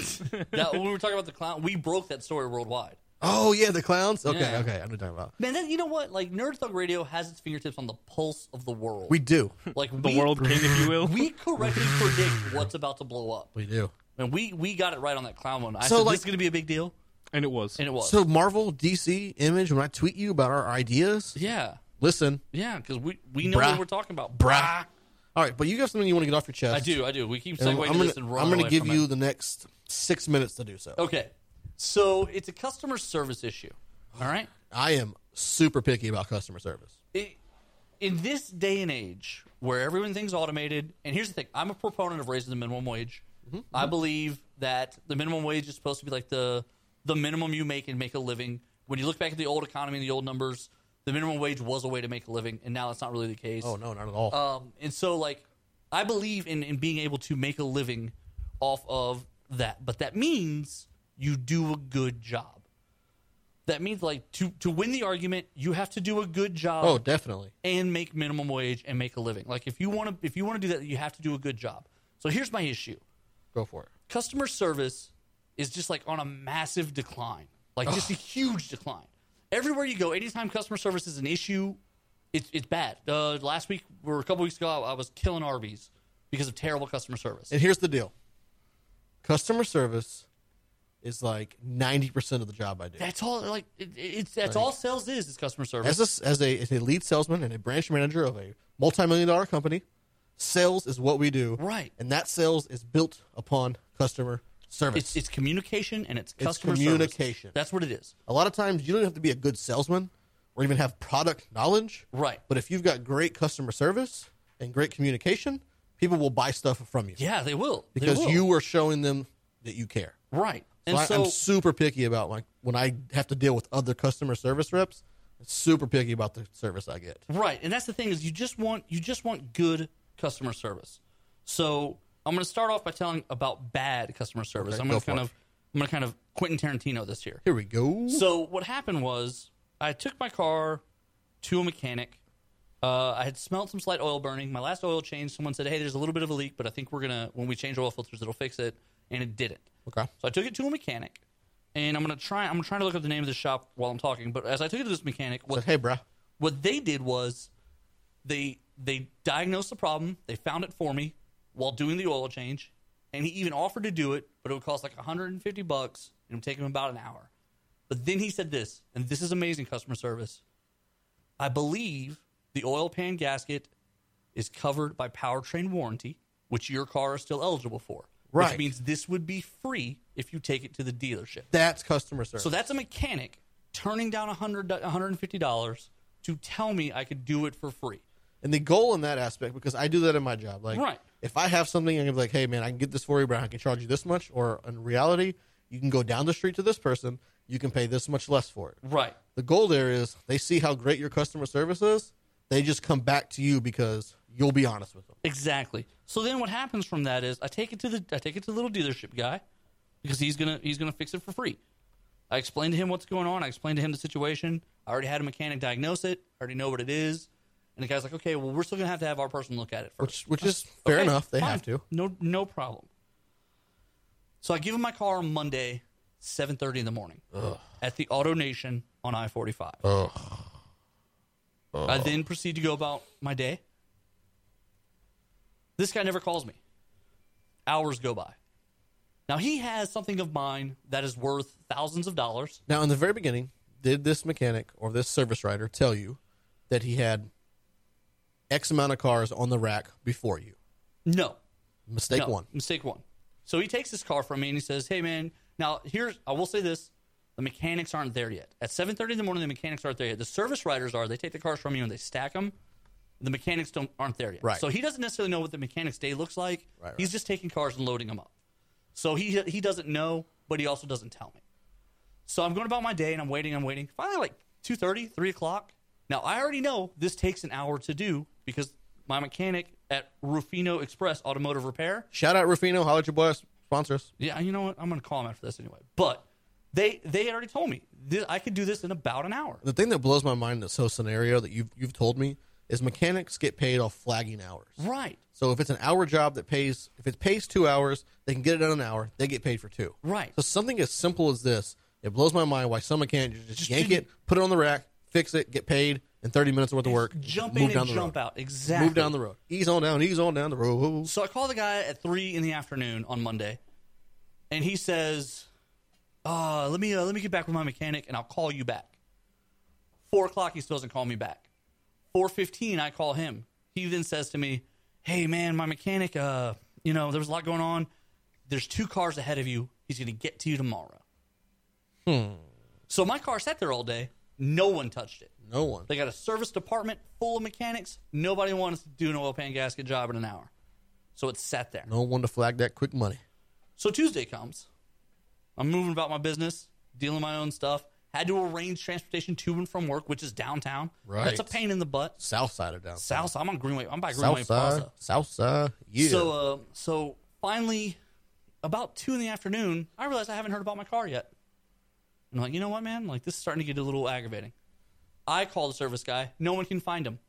S2: That, when we were talking about the clown, we broke that story worldwide.
S1: Oh yeah, the clowns. Okay,
S2: Yeah.
S1: okay, I know what you're talking about.
S2: Man, that, you know what? Like Nerd Thug Radio has its fingertips on the pulse of the world.
S1: We
S2: (laughs)
S1: do,
S2: like
S3: the
S2: we-
S3: world king,
S1: (laughs)
S3: if you will.
S2: We correctly predict what's about to blow up,
S1: we do.
S2: and we we got it right on that clown one. I
S1: So,
S2: said
S1: like-
S2: this is going to be a big deal,
S3: and it was.
S2: and it was.
S1: So Marvel, DC, Image. When I tweet you about our ideas,
S2: yeah,
S1: listen,
S2: yeah, because we we know
S1: Bruh.
S2: what we're talking about,
S1: brah. All right, but you got something you want to get off your chest.
S2: I do, I do. We keep
S1: And
S2: segueing
S1: I'm
S2: to
S1: gonna,
S2: this and running
S1: I'm gonna
S2: away
S1: give
S2: from
S1: you
S2: it.
S1: the next six minutes to do so.
S2: Okay, so it's a customer service issue. All right,
S1: I am super picky about customer service.
S2: it, in this day and age where everything's automated, and here's the thing: I'm a proponent of raising the minimum wage.
S1: Mm-hmm.
S2: I believe that the minimum wage is supposed to be like the the minimum you make and make a living. When you look back at the old economy and the old numbers, the minimum wage was a way to make a living, and now that's not really the case.
S1: Oh no, not at all.
S2: Um, and so, like, I believe in, in being able to make a living off of that, but that means you do a good job. That means, like, to to win the argument, you have to do a good job
S1: oh, definitely.
S2: and make minimum wage and make a living. Like, if you want to, if you want to do that, you have to do a good job. So here's my issue:
S1: Go for it.
S2: customer service is just like on a massive decline, like just a huge decline. Everywhere you go, anytime customer service is an issue, it's it's bad. Uh, last week or a couple weeks ago, I, I was killing Arby's because of terrible customer service.
S1: And here's the deal: customer service is like ninety percent of the job I do.
S2: that's all. Like it, it's that's all sales is is customer
S1: As
S2: service.
S1: a, as a as a lead salesman and a branch manager of a multi-million dollar company, sales is what we do.
S2: Right.
S1: And that sales is built upon customer service.
S2: It's it's communication and it's customer
S1: communication.
S2: Service. That's what it is.
S1: A lot of times you don't have to be a good salesman or even have product knowledge.
S2: Right.
S1: But if you've got great customer service and great communication, people will buy stuff from you.
S2: Yeah, they will They
S1: Because
S2: will.
S1: you are showing them that you care.
S2: right.
S1: So
S2: And
S1: I,
S2: so
S1: am super picky about like when I have to deal with other customer service reps, I'm super picky about the service I get.
S2: Right, and that's the thing is you just want you just want good customer service. So I'm going to start off by telling about bad customer service.
S1: Okay,
S2: I'm going
S1: go
S2: to
S1: for
S2: kind
S1: it.
S2: of I'm going to kind of Quentin Tarantino this here.
S1: Here we go.
S2: So what happened was I took my car to a mechanic. Uh, I had smelled some slight oil burning. My last oil change, someone said, "Hey, there's a little bit of a leak, but I think we're gonna when we change oil filters, it'll fix it." And it didn't.
S1: Okay.
S2: So I took it to a mechanic, and I'm gonna try. I'm trying to look up the name of the shop while I'm talking. But as I took it to this mechanic,
S1: So,
S2: what
S1: hey, bruh.
S2: what they did was they they diagnosed the problem they found it for me while doing the oil change and he even offered to do it but it would cost like 150 bucks and it would take him about an hour but then he said this and this is amazing customer service i believe the oil pan gasket is covered by powertrain warranty which your car is still eligible for which
S1: Right.
S2: means this would be free if you take it to the dealership
S1: That's customer service.
S2: so that's a mechanic turning down 100 $150 to tell me I could do it for free.
S1: and the goal in that aspect, because I do that in my job. Like,
S2: Right.
S1: if I have something, I'm gonna be like, hey, man, I can get this for you, but I can charge you this much. Or in reality, you can go down the street to this person you can pay this much less for it.
S2: Right.
S1: The goal there is they see how great your customer service is. They just come back to you because you'll be honest with them.
S2: Exactly. So then what happens from that is I take it to the I take it to the little dealership guy because he's gonna he's gonna fix it for free. I explain to him what's going on. I explain to him the situation. I already had a mechanic diagnose it. I already know what it is. And the guy's like, okay, well, we're still gonna have to have our person look at it first.
S1: Which, which is fair
S2: Okay,
S1: enough. They
S2: fine.
S1: have to.
S2: No, no problem. So I give him my car on Monday, seven thirty in the morning, at the Auto Nation on I forty five. I then proceed to go about my day. This guy never calls me. Hours go by. Now he has something of mine that is worth thousands of dollars.
S1: Now, in the very beginning, did this mechanic or this service writer tell you that he had X amount of cars on the rack before you?
S2: No,
S1: Mistake
S2: No,
S1: one.
S2: Mistake one. So he takes this car from me and he says, "Hey man, now here's I will say this: the mechanics aren't there yet. At 7:30 in the morning, the mechanics aren't there yet. The service riders are. They take the cars from you and they stack them. The mechanics don't aren't there yet.
S1: Right.
S2: So he doesn't necessarily know what the mechanics day looks like.
S1: Right,
S2: He's
S1: right.
S2: just taking cars and loading them up. So he he doesn't know, but he also doesn't tell me. So I'm going about my day and I'm waiting, I'm waiting. Finally, like 2.30, 3 o'clock. Now, I already know this takes an hour to do because my mechanic at Rufino Express Automotive Repair
S1: Shout out Rufino, holler at your boy, sponsors.
S2: yeah, you know what? I'm going to call him after this anyway. But they they already told me this, I could do this in about an hour.
S1: The thing that blows my mind in this whole scenario that you've you've told me is mechanics get paid off flagging hours.
S2: Right,
S1: So if it's an hour job that pays, if it pays two hours, they can get it done in an hour. They get paid for two.
S2: right.
S1: So something as simple as this, it blows my mind why some mechanics just, yank it, put it on the rack, fix it, get paid, and thirty minutes worth of work.
S2: jump
S1: move
S2: in
S1: down
S2: and
S1: the
S2: jump
S1: road.
S2: out. Exactly.
S1: Move down the road. Ease on down. Ease on down the road.
S2: So I call the guy at three in the afternoon on Monday, and he says, uh, "Let me uh, let me get back with my mechanic, and I'll call you back." Four o'clock, he still doesn't call me back. Four fifteen, I call him. He then says to me, "Hey man, my mechanic, uh, you know, there was a lot going on. There's two cars ahead of you. He's going to get to you tomorrow." So my car sat there all day. No one touched it.
S1: No one.
S2: They got a service department full of mechanics. Nobody wants to do an oil pan gasket job in an hour. So it sat there.
S1: No one to flag that quick money.
S2: So Tuesday comes. I'm moving about my business, dealing my own stuff. Had to arrange transportation to and from work, which is downtown.
S1: Right.
S2: That's a pain in the butt.
S1: South side of down.
S2: South, I'm on Greenway. I'm by Greenway
S1: South side.
S2: Plaza.
S1: South side. Yeah.
S2: So, uh, so finally, about two in the afternoon, I realized I haven't heard about my car yet. I'm like, you know what, man? Like, this is starting to get a little aggravating. I call the service guy. No one can find him.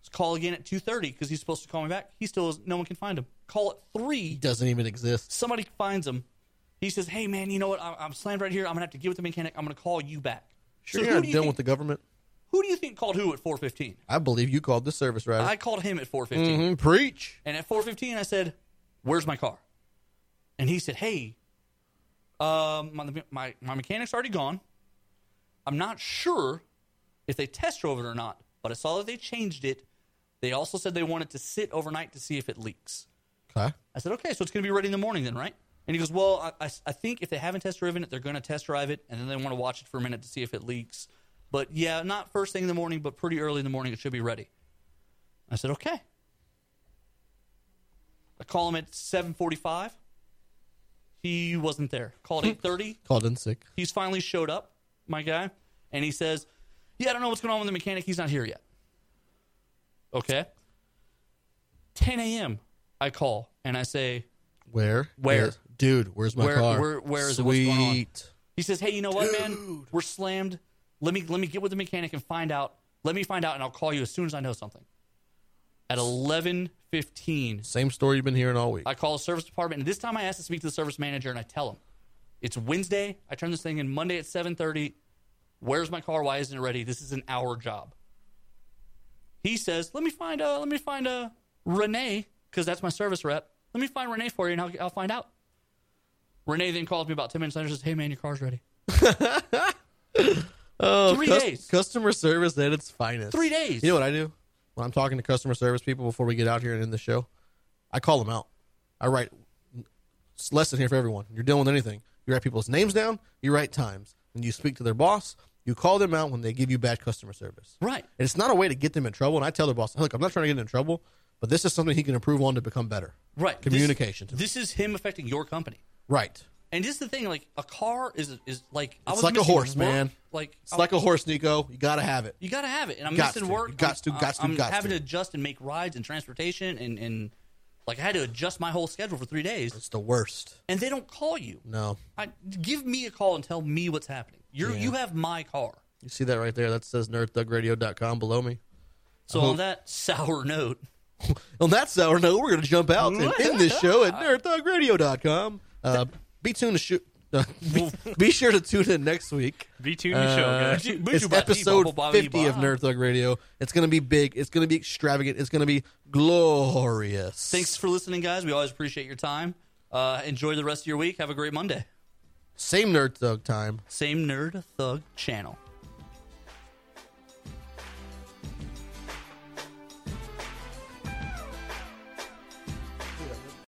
S2: Let's call again at two thirty because he's supposed to call me back. He still is. No one can find him. Call at three.
S1: doesn't even exist.
S2: Somebody finds him. He says, "Hey, man, you know what? I- I'm slammed right here. I'm gonna have to get with the mechanic. I'm gonna call you back."
S1: Sure,
S2: so
S1: you're
S2: who
S1: not
S2: do you
S1: dealing
S2: think,
S1: with the government.
S2: who do you think called who at four fifteen?
S1: I believe you called the service rider.
S2: I called him at four fifteen.
S1: Mhm, preach.
S2: And at 4:15, I said, "Where's my car?" And he said, "Hey, um, my, my my mechanic's already gone. I'm not sure if they test drove it or not, but I saw that they changed it. They also said they wanted to sit overnight to see if it leaks."
S1: Okay.
S2: I said, "Okay, so it's going to be ready in the morning then, right?" And he goes, "Well, I, I, I think if they haven't test driven it, they're going to test drive it, and then they want to watch it for a minute to see if it leaks. But yeah, not first thing in the morning, but pretty early in the morning, it should be ready." I said, "Okay." I call him at seven forty-five. He wasn't there. Called eight thirty.
S1: Called in sick.
S2: He's finally showed up, my guy, and he says, "Yeah, I don't know what's going on with the mechanic. He's not here yet." Okay. 10 a.m. I call and I say,
S1: Where?
S2: Where?
S1: is- dude? Where's my
S2: Where-
S1: car?
S2: where- where is it? What's
S1: Sweet.
S2: going on? He says, "Hey, you know what, man? We're slammed. Let me let me get with the mechanic and find out. Let me find out, and I'll call you as soon as I know something." At eleven fifteen,
S1: Same story you've been hearing all week.
S2: I call the service department, and this time I ask to speak to the service manager, and I tell him it's Wednesday. I turn this thing in Monday at seven thirty. Where's my car? Why isn't it ready? This is an hour job. He says, "Let me find uh, let me find uh, Renee because that's my service rep. Let me find Renee for you, and I'll, I'll find out." Renee then calls me about ten minutes later. and Says, "Hey man, your car's ready."
S1: oh,
S2: three
S1: cus-
S2: days.
S1: Customer service at its finest.
S2: Three days.
S1: You know what I do when I'm talking to customer service people before we get out here and end the show? I call them out. I write it's lesson here for everyone. You're dealing with anything. You write people's names down. You write times. And you speak to their boss. You call them out when they give you bad customer service.
S2: Right.
S1: And it's not a way to get them in trouble. And I tell their boss, look, I'm not trying to get in trouble, but this is something he can improve on to become better.
S2: Right.
S1: Communication.
S2: This, this is him affecting your company.
S1: Right.
S2: And just the thing, like a car is is like I
S1: It's
S2: was
S1: like a
S2: missing
S1: horse,
S2: work.
S1: man.
S2: Like
S3: Oh.
S1: It's like a horse, Nico. You gotta have it.
S2: you got to have it, and I'm
S1: Gots
S2: missing
S1: to.
S2: work.
S1: You gots to,
S2: I'm,
S1: gots to,
S2: I'm
S1: gots
S2: having
S1: to.
S2: to adjust and make rides and transportation, and and like I had to adjust my whole schedule for three days,
S1: It's the worst.
S2: and they don't call you.
S1: No,
S2: I, give me a call and tell me what's happening. You are
S1: Yeah.
S2: you have my car.
S1: you see that right there? That says nerdthugradio.com below me.
S2: So
S1: hope-
S2: on that sour (laughs) note,
S1: On that sour note, we're going to jump out and end this show
S3: (laughs)
S1: at nerdthugradio.com. Uh, be tuned to shoot. (laughs) be, be sure to tune in next week.
S3: Be tuned to show,
S1: Uh,
S2: (laughs)
S3: guys.
S2: Boo- boo-
S1: It's
S2: boo-
S1: episode
S2: boo- boo- boo-
S1: 50 of
S2: boo-
S1: Nerd Thug Radio. It's going to be big. It's going to be extravagant. It's going to be glorious.
S2: Thanks for listening, guys. We always appreciate your time. Uh, enjoy the rest of your week. Have a great Monday.
S1: Same Nerd Thug time.
S2: Same Nerd Thug channel.